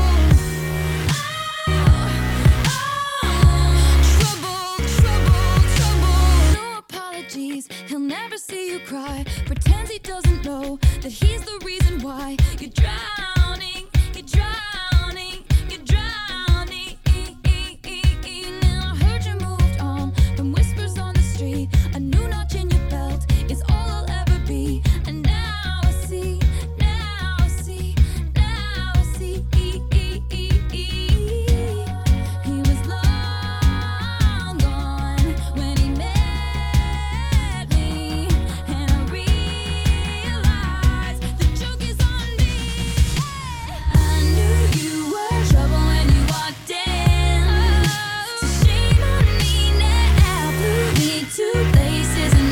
Oh, oh, trouble, trouble, trouble. No apologies, he'll never see you cry. Pretends he doesn't know that he's the reason why you're drowning, you're drowning, you're drowning. Now I heard you moved on from whispers on the street. A new notch in your belt is all I'll ever be. And now I see, now I see, now I see. He was long gone when he met me, and I realized the joke is on me. I knew you were trouble when you walked in. So shame on me now, blew me to places I've never been.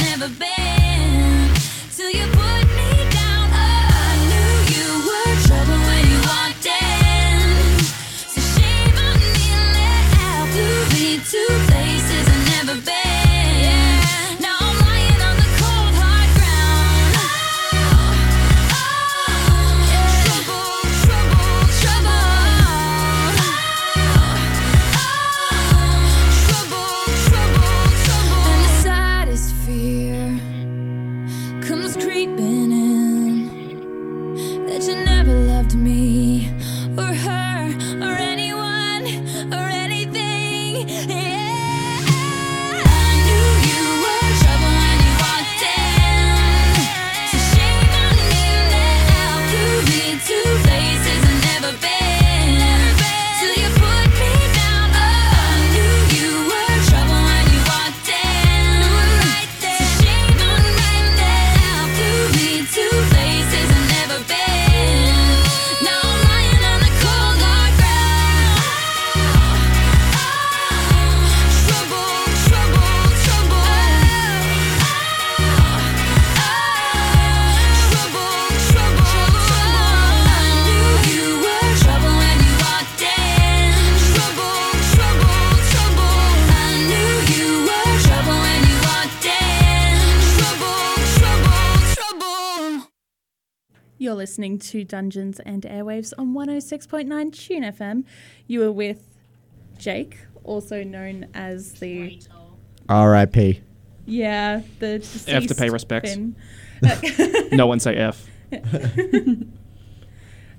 Till you put me down. I knew you were trouble when you walked in. So shame on me now, blew me to places I've never been. Now I'm lying on the cold hard ground. trouble, trouble, trouble. trouble, trouble, trouble. And the saddest fear comes creeping in that you never loved me or her or anyone or anything. Yeah. I knew you were trouble when you walked in. So shame on you now. Blew me to places I've never been. Till you put me down. Oh, I knew you were trouble when you walked in. So shame on you now. Blew me to places I've never been. Now I'm lying on the cold hard ground. Trouble, trouble, trouble. Trouble, trouble, trouble. I knew you were trouble when you walked in. Trouble, trouble, trouble. I knew you were trouble when you walked in. Trouble, trouble, trouble. You're listening to Dungeons and Airwaves on 106.9 Tune FM. You are with Jake, also known as the R.I.P. yeah the F to pay deceased respects. Finn. No one say F.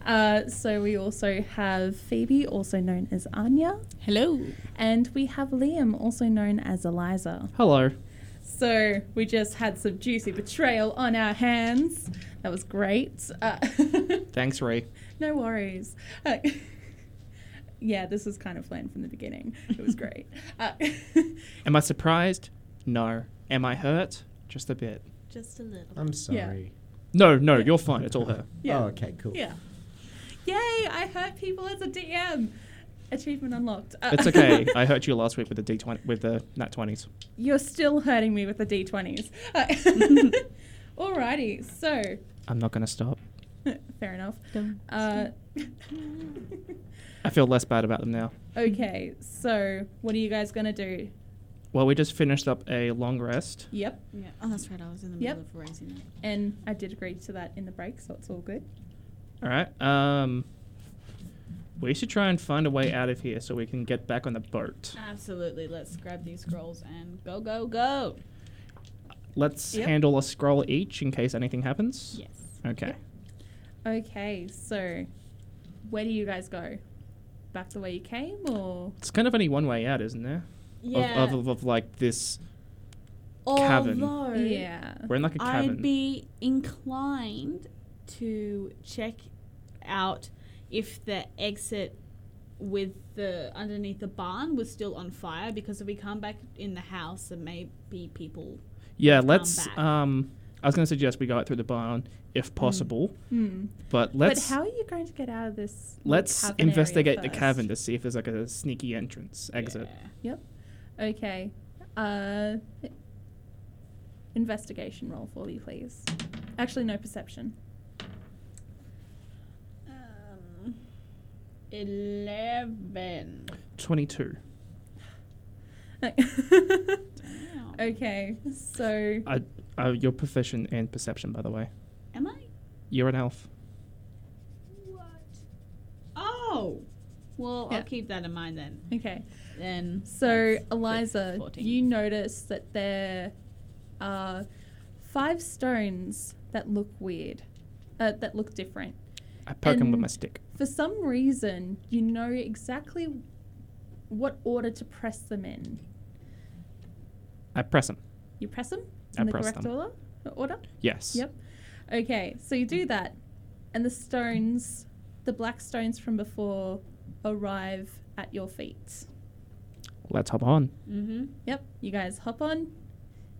Uh, so we also have Phoebe, also known as Anya, Hello. and we have Liam, also known as Eliza. Hello. So we just had some juicy betrayal on our hands. That was great. Uh, Thanks, Ray. no worries. Uh, yeah, this was kind of planned from the beginning. It was great. Uh, Am I surprised? No. Am I hurt? Just a bit. Just a little. I'm sorry. No, no, you're fine. It's all her. yeah. Oh, okay, cool. Yeah. Yay! I hurt people as a DM. Achievement unlocked. Uh, It's okay. I hurt you last week with the D twenty with the nat twenties. You're still hurting me with the d20s. Uh, Alrighty, so I'm not gonna stop. fair enough. Uh, I feel less bad about them now. okay, so what are you guys gonna do? Well, we just finished up a long rest. Yep, Yeah. Oh, that's right. I was in the Yep. middle of raising that. and I did agree to that in the break, so it's all good. All right. Um, we should try and find a way out of here so we can get back on the boat. Absolutely. Let's grab these scrolls and go, go, go. Let's Yep. handle a scroll each in case anything happens. Yes. Okay. Okay, so where do you guys go? Back the way you came, or It's kind of only one way out, isn't there? Yeah. Of, of, of, of like this. cavern. Although yeah? We're in like a cavern. I'd be inclined to check out if the exit with the underneath the barn was still on fire because if we come back in the house there may be people yeah. Let's. back. Um. I was going to suggest we go out through the barn if possible, Hmm. but let's but how are you going to get out of this? little let's cavern area investigate the first? cavern to see if there's like a sneaky entrance exit. Yeah. Okay. Uh, investigation roll for me, please. Actually, no perception. Um, 11. Twenty-two. okay, so Uh, your profession and perception, by the way. Am I? You're an elf. What? Oh! Well, Yeah. I'll keep that in mind then. okay, Then. so that's Eliza, 14. you notice that there are five stones that look weird, uh, that look different. I poke him with my And- stick. For some reason, you know exactly what order to press them in. I press him. You press them I in the press correct them. order. Order. Yes. Yep. Okay, so you do that, and the stones, the black stones from before, arrive at your feet. Let's hop on. Mm-hmm. Yep, you guys hop on,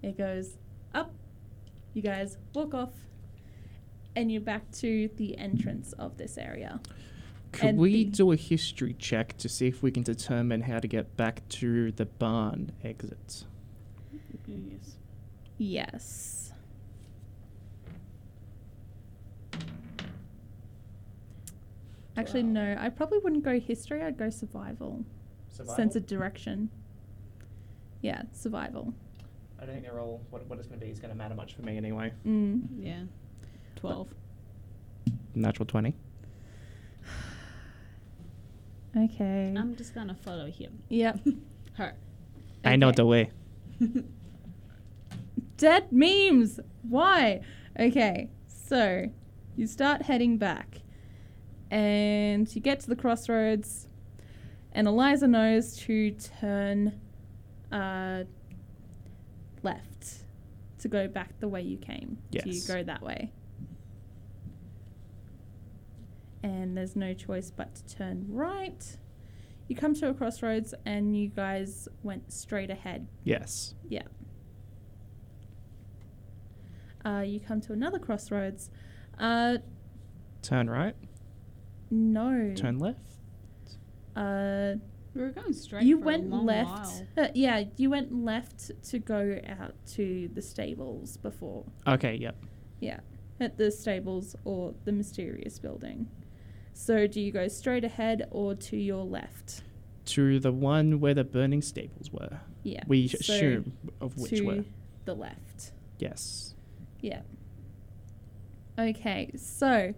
it goes up, you guys walk off, and you're back to the entrance of this area. Could And we the- do a history check to see if we can determine how to get back to the barn exit? Yes. Yes. Actually, no, I probably wouldn't go history, I'd go survival. sense of direction. Yeah, survival. I don't think they're all what, what it's going to be is going to matter much for me anyway. Mm. Yeah. 12. Natural twenty. Okay. Um, I'm just gonna follow him. yep. Her. I know Okay. the way. Dead memes. Why? Okay. So you start heading back, and you get to the crossroads, and Eliza knows to turn uh, left to go back the way you came. So you Yes. go that way. And there's no choice but to turn right. You come to a crossroads, and you guys went straight ahead. Yes. Uh, you come to another crossroads. Uh, Turn right. no. Turn left. Uh, We were going straight. you for a went long left. while. Uh, yeah, you went left to go out to the stables before. Okay. Yep. At the stables or the mysterious building. So do you go straight ahead or to your left? To the one where the burning stables were. Yeah. We so assume of which to were. the left. Yes. Okay, so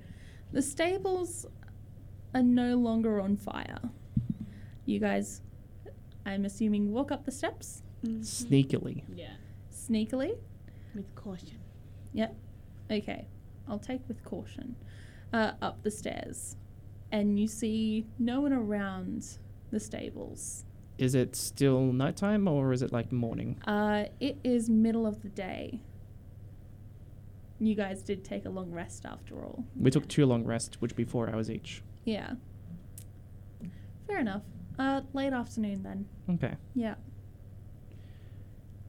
the stables are no longer on fire. You guys, I'm assuming, walk up the steps Sneakily. Yeah. sneakily. With caution. Okay, I'll take with caution. Uh, up the stairs, and you see no one around the stables. Is it still nighttime or is it like morning? Uh, it is middle of the day. You guys did take a long rest after all. We took two long rests, which would be four hours each. Yeah. Fair enough. Uh, late afternoon then. Okay. Yeah.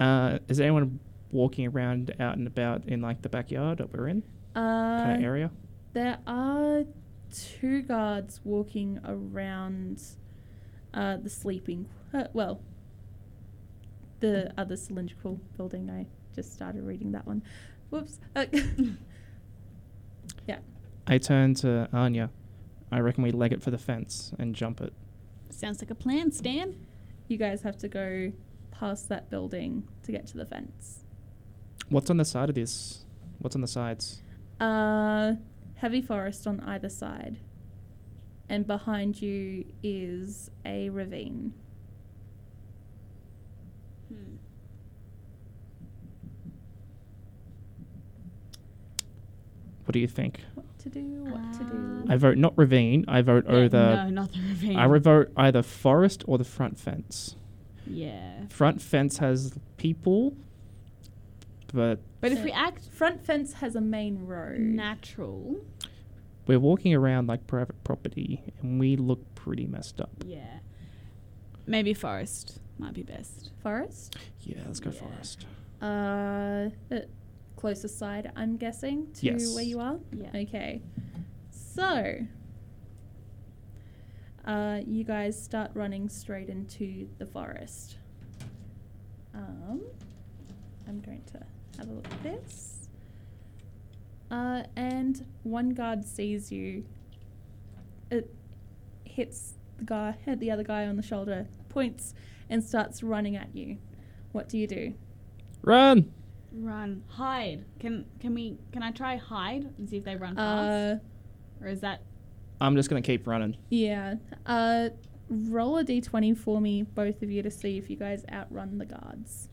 Uh, is anyone walking around out and about in like the backyard that we're in kind of Uh, area? there are two guards walking around uh, the sleeping. Uh, well, the other cylindrical building. I just started reading that one. Whoops. Uh, I turn to Anya. I reckon we leg it for the fence and jump it. Sounds like a plan, Stan. you guys have to go past that building to get to the fence. What's on the side of this? What's on the sides? Uh, heavy forest on either side. And behind you is a ravine. Hmm. What do you think? What to do? What to do? I vote not ravine. I vote Yeah, either. no, not the ravine. Oh, I would vote either forest or the front fence. yeah. Front fence has people, but But if we act Front fence has a main road. natural, we're walking around like private property, and we look pretty messed up. yeah. Maybe forest might be best. Forest. Yeah, let's go forest. Uh, uh, closer side, I'm guessing, to Yes. where you are. Yeah. Okay. So, uh, you guys start running straight into the forest. Um, I'm going to have a look at this. Uh, and one guard sees you. It hits the guy, the other guy on the shoulder, points, and starts running at you. What do you do? Run! Run, hide. Can can we? Can I try hide and see if they run Uh, fast, or is that I'm just gonna keep running. Yeah. Uh, roll a d20 for me, both of you, to see if you guys outrun the guards.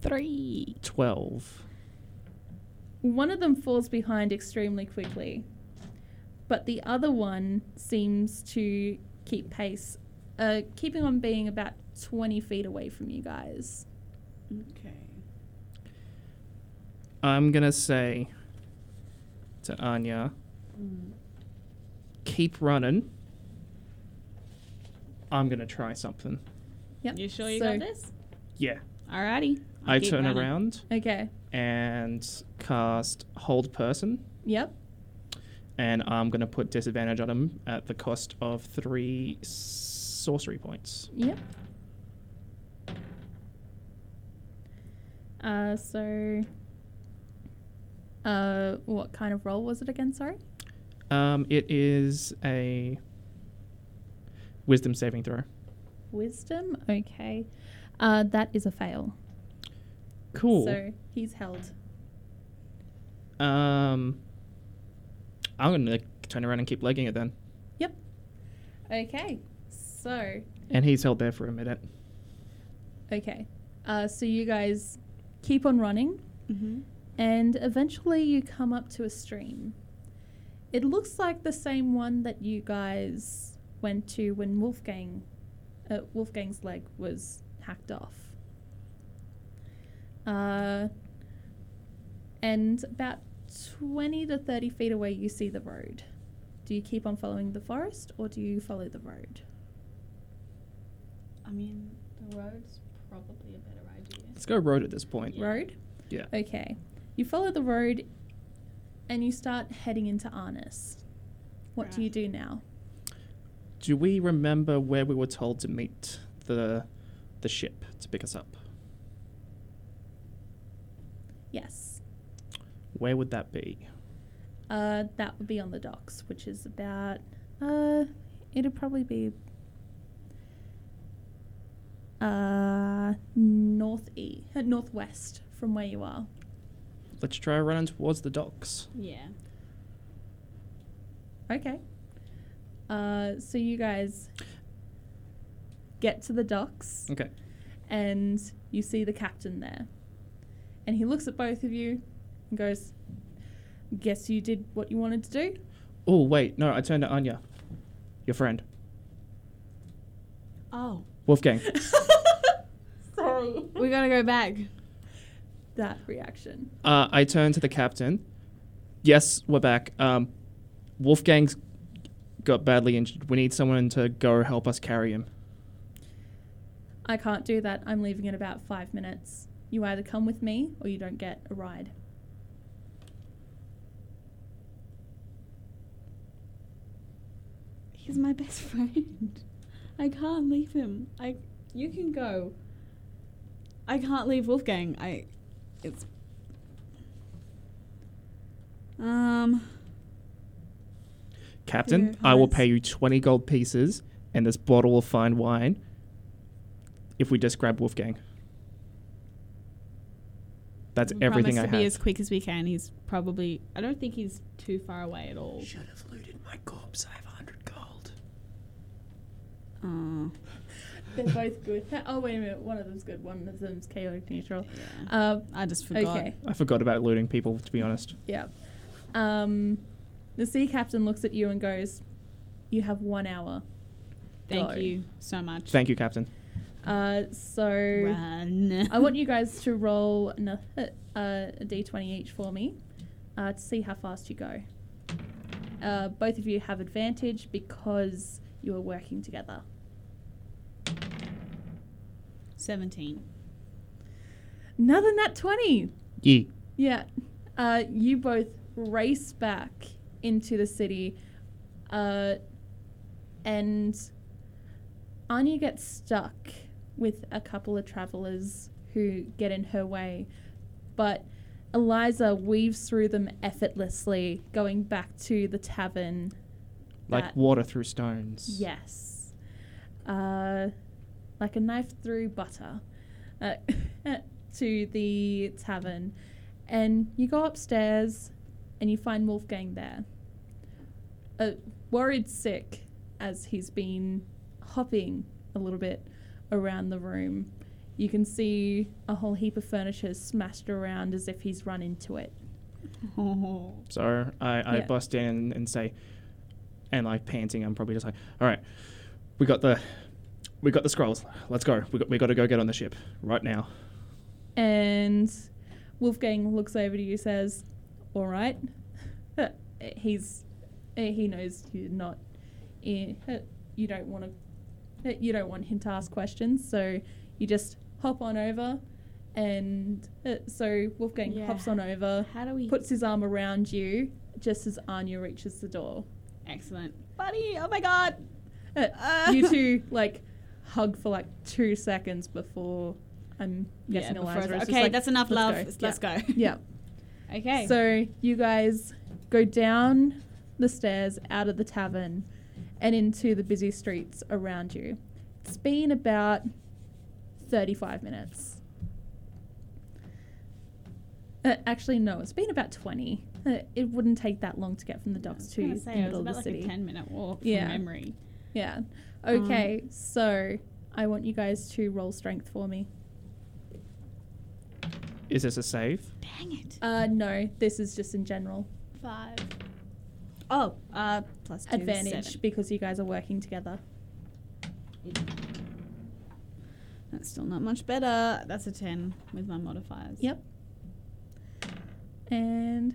three? Twelve. One of them falls behind extremely quickly, but the other one seems to keep pace, uh, keeping on being about 20 feet away from you guys. Okay. I'm gonna say to Anya, keep running. I'm gonna try something. Yep. You sure you so- got this? Yeah. Alrighty. I Keep turn running. around Okay. and cast Hold Person, Yep. and I'm gonna put disadvantage on him at the cost of three sorcery points. Yep. Uh, so, uh, what kind of roll was it again? Sorry. Um, it is a Wisdom saving throw. Wisdom. Okay. Uh, that is a fail. Cool. So he's held. Um, I'm gonna like, turn around and keep legging it then. Yep. Okay. So And he's held there for a minute. okay. Uh, so you guys keep on running, Mhm. and eventually you come up to a stream. It looks like the same one that you guys went to when Wolfgang, uh, Wolfgang's leg was hacked off. Uh, and about twenty to thirty feet away, you see the road. Do you keep on following the forest, or do you follow the road? I mean, the road's probably a better idea. Let's go road at this point. road? Yeah. Okay. You follow the road and you start heading into Arnis. What do you do now? Do we remember where we were told to meet the the ship to pick us up? Yes. Where would that be? Uh, that would be on the docks, which is about. Uh, it'd probably be. Uh, north e uh, northwest from where you are. Let's try running towards the docks. Yeah. Okay. Uh, so you guys get to the docks. Okay. and you see the captain there. And he looks at both of you and goes, Guess you did what you wanted to do? Oh wait, no, I turned to Anya, your friend Oh, Wolfgang. Sorry. we gotta go back. That reaction. uh, I turned to the captain. Yes, we're back. Um, Wolfgang's got badly injured. We need someone to go help us carry him. I can't do that. I'm leaving in about five minutes. You either come with me or you don't get a ride. He's my best friend. I can't leave him. I you can go. I can't leave Wolfgang. I it's Um Captain, Here, I will Hans. pay you 20 gold pieces and this bottle of fine wine if we just grab Wolfgang. That's we everything I promise to be as have. quick as we can. He's probably I don't think he's too far away at all. Should have looted my corpse. I have 100 gold. Uh, They're both good. Oh wait a minute, one of them's good. One of them's chaotic neutral. Um, I just forgot. Okay. I forgot about looting people, to be honest. Yeah. Um, the sea captain looks at you and goes, "You have one hour." Thank Go. you so much. Thank you, Captain. Uh, so Run. I want you guys to roll an, uh, a d20 each for me uh, to see how fast you go. Uh, both of you have advantage because you are working together. 17. Another nat 20. Yeah. Yeah. Uh, you both race back into the city, uh, and Anya gets stuck with a couple of travelers who get in her way, but Eliza weaves through them effortlessly, going back to the tavern. Like that- water through stones. Yes. Uh, like a knife through butter uh, to the tavern. And you go upstairs and you find Wolfgang there. Uh, worried sick as he's been hopping a little bit around the room. You can see a whole heap of furniture smashed around as if he's run into it. So I, I Yeah. bust in and, and say, and like panting, I'm probably just like, all right, we got the, we got the scrolls. Let's go. We got, we got to go get on the ship right now. And Wolfgang looks over to you, says, "All right." He's uh, he knows you're not in, uh, you don't want to you don't want him to ask questions, so you just hop on over. And uh, so Wolfgang Yeah. hops on over, How do we. puts his arm around you just as Anya reaches the door. Excellent. Buddy, oh my god. Uh, Ah. you two like hug for like two seconds before I'm guessing before I was Eliza. like, is just okay, like, that's enough "Let's love. go." Let's, go. Yeah. okay. So you guys go down the stairs out of the tavern and into the busy streets around you. It's been about 35 minutes. Uh, actually, no, it's been about 20. Uh, it wouldn't take that long to get from the docks to I the was gonna say, it was middle of the about like city. a 10 minute walk Yeah. from memory. yeah. Um, Okay, so I want you guys to roll strength for me. Is this a save? Dang it. Uh, no, this is just in general. Five. Oh, uh, plus two. is Advantage seven. because you guys are working together. That's still not much better. That's a 10 with my modifiers. Yep. And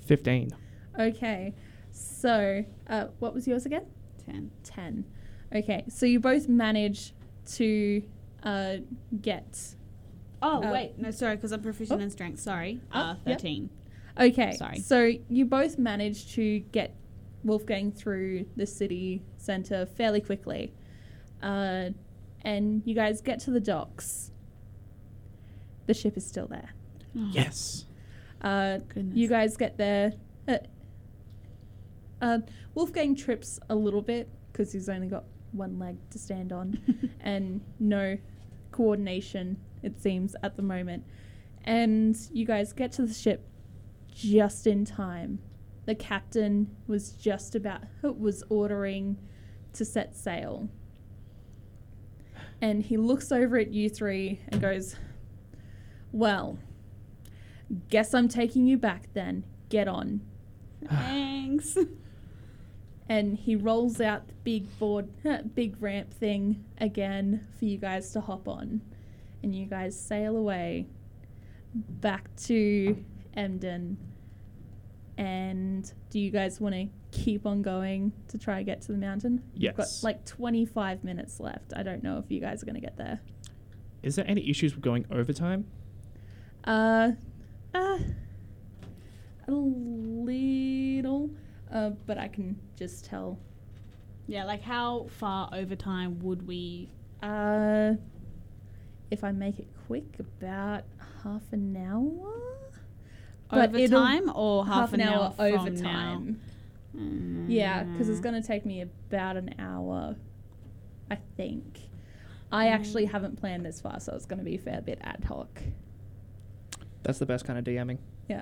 15. Okay. So, uh, what was yours again? 10. 10. Okay. So, you both manage to uh, get. Oh, Uh, wait. No, sorry, because I'm proficient Oh. in strength. Sorry. Oh, Uh, yep. 13. Okay. Sorry. So, you both manage to get Wolfgang through the city centre fairly quickly. Uh, and you guys get to the docks. The ship is still there. Oh. Yes. Uh, Goodness. You guys get there. Uh, uh, Wolfgang trips a little bit because he's only got one leg to stand on and no coordination, it seems, at the moment. And you guys get to the ship just in time. The captain was just about, was ordering to set sail. And he looks over at you three and goes, Well, guess I'm taking you back then. Get on. Thanks. and he rolls out the big board, big ramp thing again for you guys to hop on, and you guys sail away back to Emden. And do you guys want to keep on going to try and get to the mountain? You've got Yes. like 25 minutes left. I don't know if you guys are going to get there. Is there any issues with going overtime? Uh, uh, a little, uh, but I can just tell yeah, like how far over time would we. Uh, if I make it quick, about half an hour. But Over it'll- time or half, an, hour, over from now? Mm. time. Yeah, because it's going to take me about an hour, I think. Mm. I actually haven't planned this far, so it's going to be a fair bit ad hoc. That's the best kind of DMing.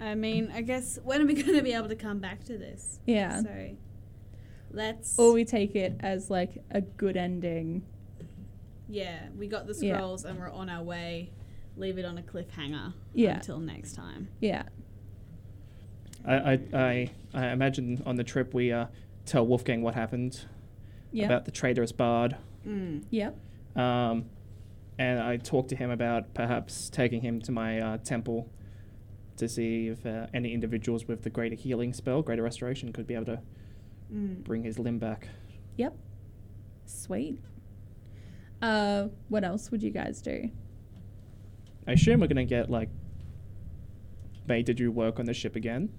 I mean, I guess when are we going to be able to come back to this? Yeah. So Let's. Or we take it as like a good ending. Yeah, we got the Yeah. scrolls and we're on our way. Leave it on a cliffhanger Yeah. until next time. Yeah. I, I, I, I imagine on the trip we uh, tell Wolfgang what happened Yeah. about the traitorous bard. yeah. Um, and I talked to him about perhaps taking him to my uh, temple to see if uh, any individuals with the greater healing spell, greater restoration, could be able to Mm, bring his limb back. Yep. Sweet. Uh, what else would you guys do? I assume we're going to get, like, May, did you work on the ship again?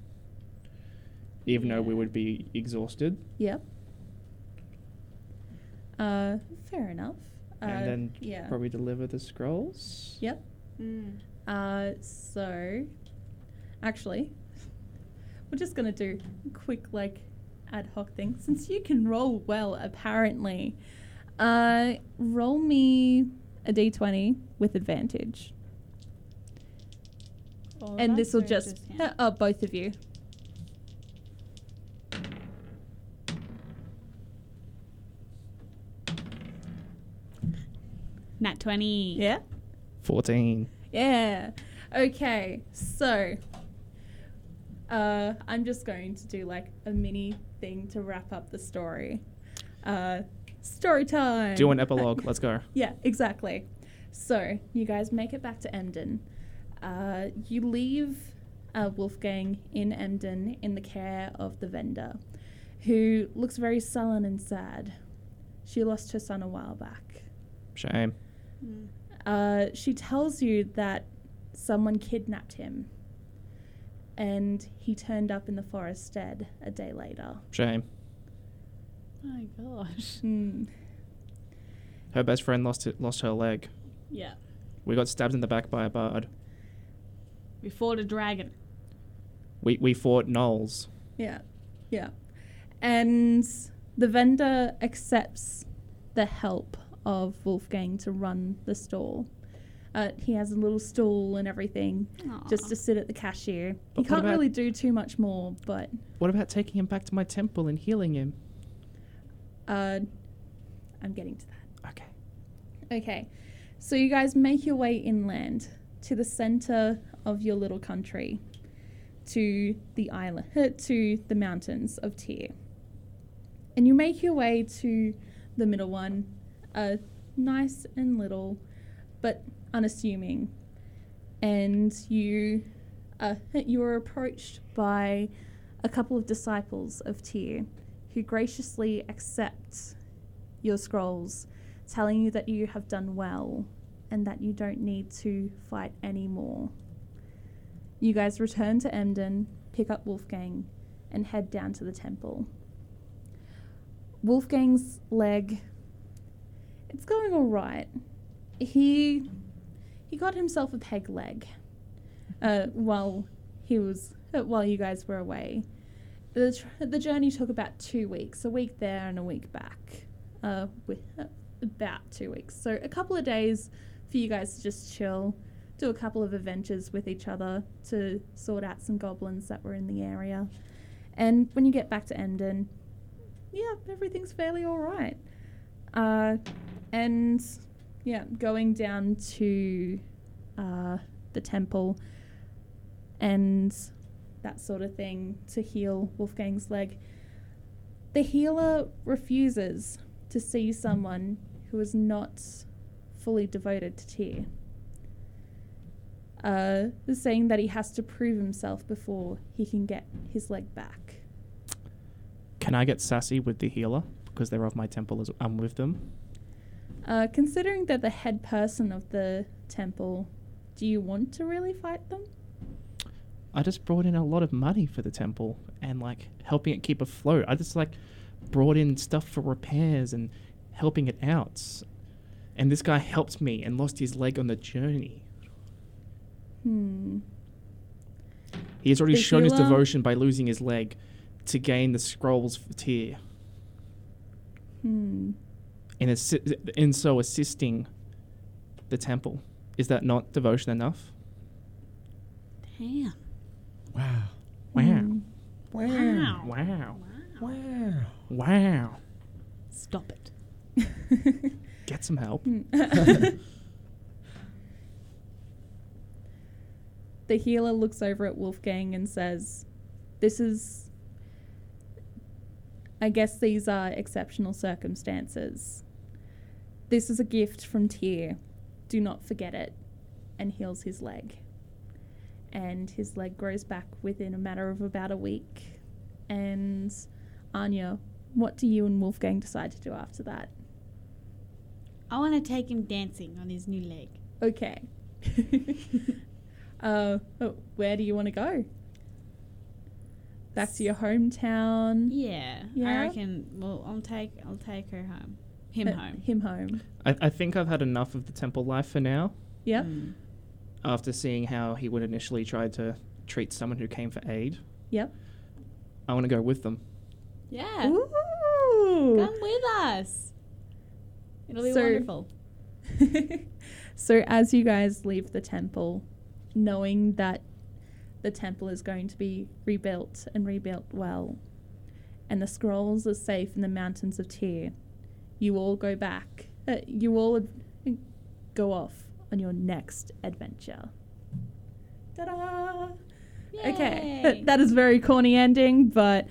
Even though we would be exhausted. Yep. Uh, fair enough. Uh, and then yeah. probably deliver the scrolls. Yep. Uh, so, actually, we're just gonna do a quick like ad hoc thing since you can roll well apparently. Uh, roll me a d20 with advantage, All of and us this will or just him? uh, oh, both of you. Nat 20. Yeah. 14. Yeah. Okay. So, uh, I'm just going to do like a mini thing to wrap up the story. Uh, story time. Do an epilogue. Let's go. Yeah, exactly. So you guys make it back to Emden. Uh, you leave uh, Wolfgang in Emden in the care of the vendor, who looks very sullen and sad. She lost her son a while back. Shame. Uh, she tells you that someone kidnapped him, and he turned up in the forest dead a day later. Shame. My gosh. Mm. Her best friend lost it, lost her leg. Yeah. We got stabbed in the back by a bard. We fought a dragon. We, we fought Knowles. Yeah, yeah. And the vendor accepts the help of Wolfgang to run the stall. Uh, he has a little stool and everything just to sit at the cashier. he But what can't about- really do too much more, but What about taking him back to my temple and healing him? uh, I'm getting to that. Okay. Okay, so you guys make your way inland to the center of your little country, to the island, to the mountains of Tyr. and you make your way to the middle one, uh, nice and little, but unassuming. And you, uh, you are approached by a couple of disciples of Tyr, who graciously accept your scrolls, telling you that you have done well and that you don't need to fight anymore. You guys return to Emden, pick up Wolfgang, and head down to the temple. Wolfgang's leg. It's going all right. He he got himself a peg leg uh, while he was uh, while you guys were away. The tr- the journey took about two weeks, a week there and a week back. Uh, with uh, about two weeks, so a couple of days for you guys to just chill, do a couple of adventures with each other to sort out some goblins that were in the area, and when you get back to Emden, yeah, everything's fairly all right. Uh, and yeah, going down to uh, the temple and that sort of thing to heal Wolfgang's leg. The healer refuses to see someone who is not fully devoted to Tyr. Uh, saying that he has to prove himself before he can get his leg back. Can I get sassy with the healer? Because they're of my temple as I'm with them. Uh, considering they're the head person of the temple, do you want to really fight them? I just brought in a lot of money for the temple and like helping it keep afloat. I just like brought in stuff for repairs and helping it out. And this guy helped me and lost his leg on the journey. Hmm. um, He has already The shown his healer- devotion by losing his leg to gain the scrolls for tear, Hmm. and assi- in so assisting the temple. Is that not devotion enough? Damn. Wow. Wow. Hmm. Wow. Mm. Wow. Wow. Stop it. Get some help. Mm. The healer looks over at Wolfgang and says, This is. I guess these are exceptional circumstances. This is a gift from Tyr. Do not forget it. And heals his leg. And his leg grows back within a matter of about a week. And Anya, what do you and Wolfgang decide to do after that? I want to take him dancing on his new leg. Okay. uh, oh, where do you want to go? Back to your hometown. Yeah, Yeah? I reckon. Well, I'll take I'll take her home, him Uh, home. Him home. I, I think I've had enough of the temple life for now. Yep. Mm. After seeing how he would initially try to treat someone who came for aid, Yep. I want to go with them. Yeah, Ooh. come with us. It'll be So- wonderful. so as you guys leave the temple, knowing that the temple is going to be rebuilt and rebuilt well, and the scrolls are safe in the mountains of Tyr, you all go back. Uh, you all ad- go off on your next adventure. Ta-da! Okay, Yay. that, that is very corny ending, but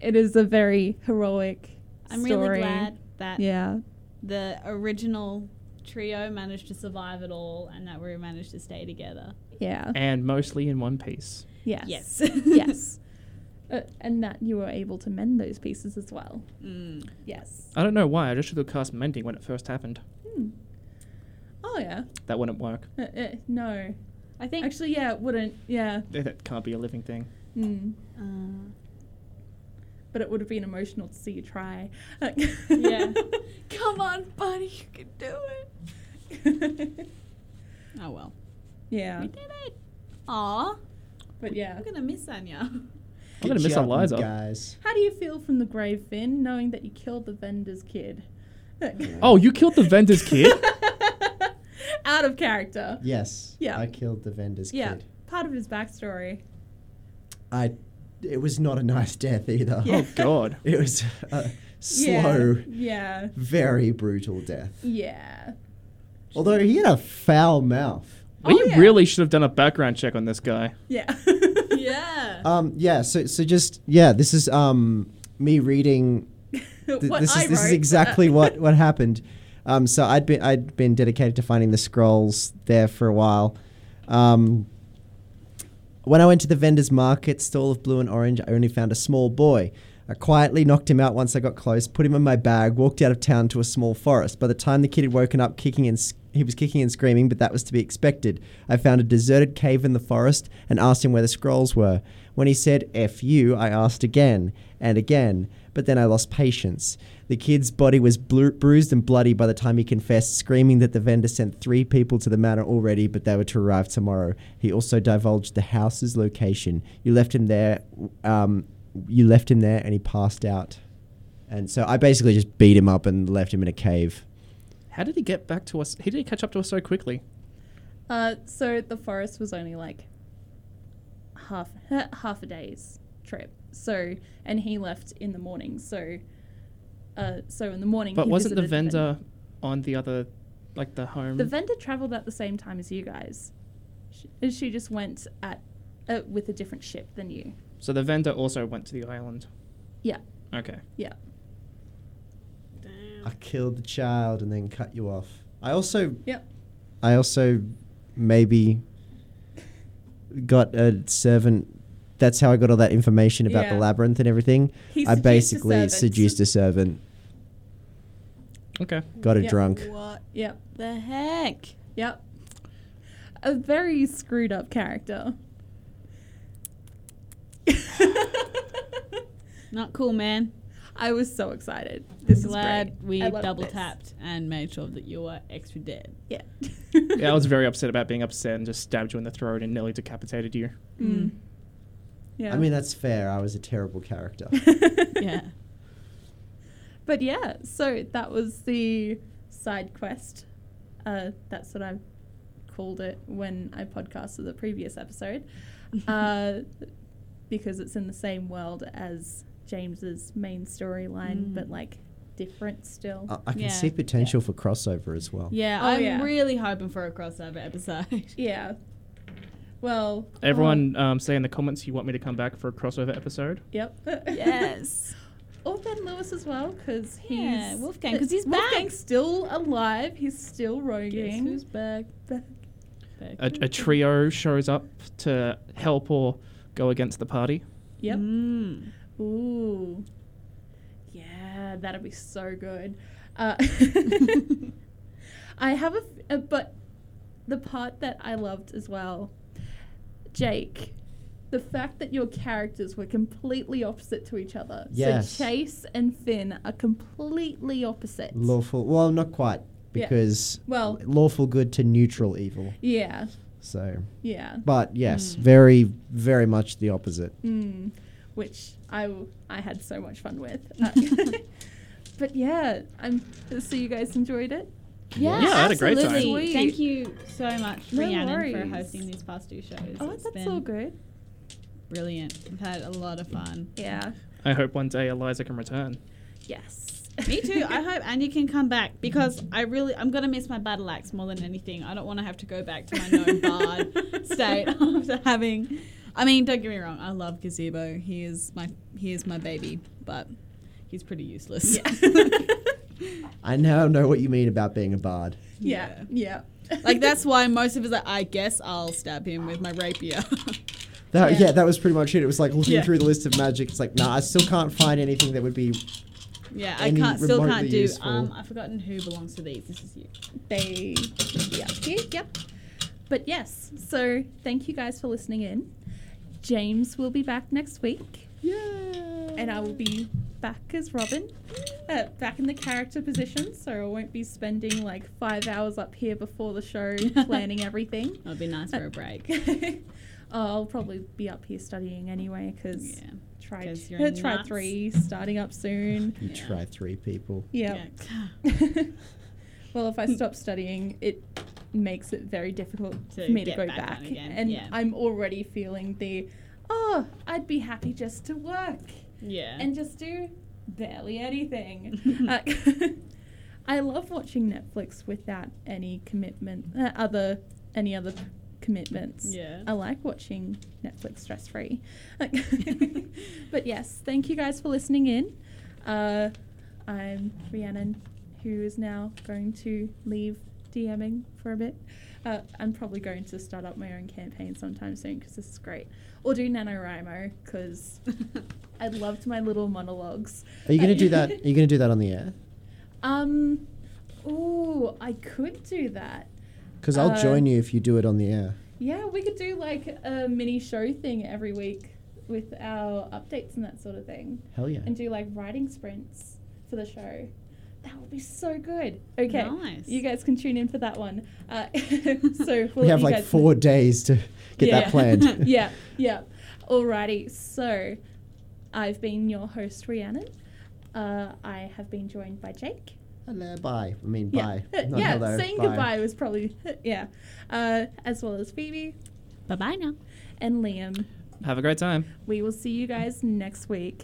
it is a very heroic. I'm story. really glad that Yeah. the original trio managed to survive it all and that we managed to stay together. Yeah. And mostly in one piece. Yes. Yes. yes. Uh, and that you were able to mend those pieces as well. Mm. Yes. I don't know why, I just should have cast Mending when it first happened. Oh yeah. That wouldn't work. Uh, uh, no. I think Actually, yeah, it wouldn't. Yeah. Th- That can't be a living thing. Mm. Uh, But it would have been emotional to see you try. Yeah. Come on, buddy, you can do it. oh well, yeah. we did it. Aw, But yeah. I'm gonna miss Anya. I'm going to Good miss job, you Eliza. Guys. How do you feel from the grave, Finn, knowing that you killed the vendor's kid? Oh, you killed the vendor's kid? Out of character. Yes. Yeah. I killed the vendor's Yeah. kid. Part of his backstory. I. It was not a nice death either. Yeah. Oh, God. It was a slow, Yeah. very brutal death. Yeah. Although he had a foul mouth. Well, Oh, you yeah. really should have done a background check on this guy. Yeah. yeah. Um, yeah. So, so just yeah. This is um me reading Th- what this I is this is wrote. exactly what what happened. Um, so I'd been I'd been dedicated to finding the scrolls there for a while. Um, when I went to the vendor's market stall of blue and orange, I only found a small boy. I quietly knocked him out once I got close, put him in my bag, walked out of town to a small forest. By the time the kid had woken up, kicking and s- he was kicking and screaming, but that was to be expected. I found a deserted cave in the forest and asked him where the scrolls were. When he said "f you," I asked again and again, but then I lost patience. The kid's body was blu- bruised and bloody by the time he confessed, screaming that the vendor sent three people to the manor already, but they were to arrive tomorrow. He also divulged the house's location. You left him there. Um, you left him there, and he passed out. And so I basically just beat him up and left him in a cave. How did he get back to us? He didn't catch up to us so quickly. Uh, so the forest was only like half half a day's trip. So and he left in the morning. So, uh, so in the morning. But he wasn't the visited vendor on the other, like the home? The vendor traveled at the same time as you guys. She, she just went at uh, with a different ship than you. so the vendor also went to the island. Yeah. Okay. I killed the child and then cut you off. I also. Yep. I also maybe got a servant. That's how I got all that information about the Yeah. labyrinth and everything. He I seduced a basically servant. seduced a servant, Okay. got her Yeah. drunk. What Yep. the heck? Yep. A very screwed up character. Not cool, man. I was so excited. This is Glad great. we I love double this. tapped and made sure that you were extra dead. Yeah. Yeah, I was very upset about being upset and just stabbed you in the throat and nearly decapitated you. Mm. Yeah. I mean, that's fair. I was a terrible character. Yeah. But yeah, so that was the side quest. Uh, that's what I called it when I podcasted the previous episode, uh, because it's in the same world as James's main storyline, Mm. but like different still. I, I can Yeah. see potential for crossover as well. Yeah, Oh, I'm yeah. really hoping for a crossover episode. Yeah. Well, Everyone Oh. um, say in the comments you want me to come back for a crossover episode. yep. yes. or Ben Lewis as well, because he's Yeah, Wolfgang, 'cause he's Wolfgang's back. still alive. He's still roguing. who's back? A, a trio shows up to help or go against the party. Yep. Mm. Ooh. Yeah, that'll be so good. Uh, I have a, f- uh, but the part that I loved as well, Jake, the fact that your characters were completely opposite to each other. Yes. So Chase and Finn are completely opposite. Lawful, well, not quite Yeah. because Well- lawful good to neutral evil. Yeah, So, yeah. but yes, Hmm. very, very much the opposite. Mm, which I, w- I had so much fun with. Uh, but yeah, I'm, so you guys enjoyed it? Yeah, Yeah, I had a great time. absolutely. Sweet. Thank you so much, No Rhiannon, for worries. hosting these past two shows. Oh, It's that's been all good. brilliant. I've had a lot of fun. Yeah. I hope one day Eliza can return. Yes. Me too. I hope Anya can come back because I really I'm gonna miss my battle axe more than anything. I don't want to have to go back to my known bard state after having. I mean, don't get me wrong. I love Gazebo. He is my he is my baby, but he's pretty useless. I now know what you mean about being a bard. yeah. Yeah. like that's why most of us. Are, I guess I'll stab him with my rapier. That, yeah. Yeah. that was pretty much it. It was like looking Yeah. through the list of magic. It's like, nah, I still can't find anything that would be. yeah, Any I can't still remotely can't do. useful. Um, I've forgotten who belongs to these. This is you. They. Yeah. Yeah. yeah. But yes, so thank you guys for listening in. James will be back next week. Yeah. And I will be back as Robin, uh, back in the character position, so I won't be spending like five hours up here before the show planning everything. That would be Uh, nice for a break. I'll probably be up here studying anyway because Yeah. try, 'cause t- you're try nuts. three starting up soon. You Yeah. try three people. Yeah. yeah. well, if I stop studying, it makes it very difficult To for me to get go back back. on again, And yeah. I'm already feeling the, oh, I'd be happy just to work Yeah. and just do barely anything. uh, I love watching Netflix without any commitment, uh, other any other commitments. Yeah. I like watching Netflix stress free. but yes, thank you guys for listening in. Uh, I'm Rhiannon, who is now going to leave DMing for a bit. Uh, I'm probably going to start up my own campaign sometime soon because this is great. Or do NaNoWriMo because I loved my little monologues. Are you gonna do that? Are you gonna do that on the air? Um, ooh, I could do that. Because I'll Uh, join you if you do it on the air. Yeah, we could do like a mini show thing every week with our updates and that sort of thing, Hell yeah. and do like writing sprints for the show. That would be so good. Okay, Nice. you guys can tune in for that one. Uh, so we'll we let have you like guys four days to get that Yeah. planned. yeah, yeah. Alrighty, so I've been your host, Rhiannon. Uh, I have been joined by Jake. hello, bye. I mean, Yeah, Uh, bye. Not yeah. hello, saying bye. goodbye was probably yeah, uh, as well as Phoebe Bye bye now. and Liam. Have a great time. We will see you guys next week.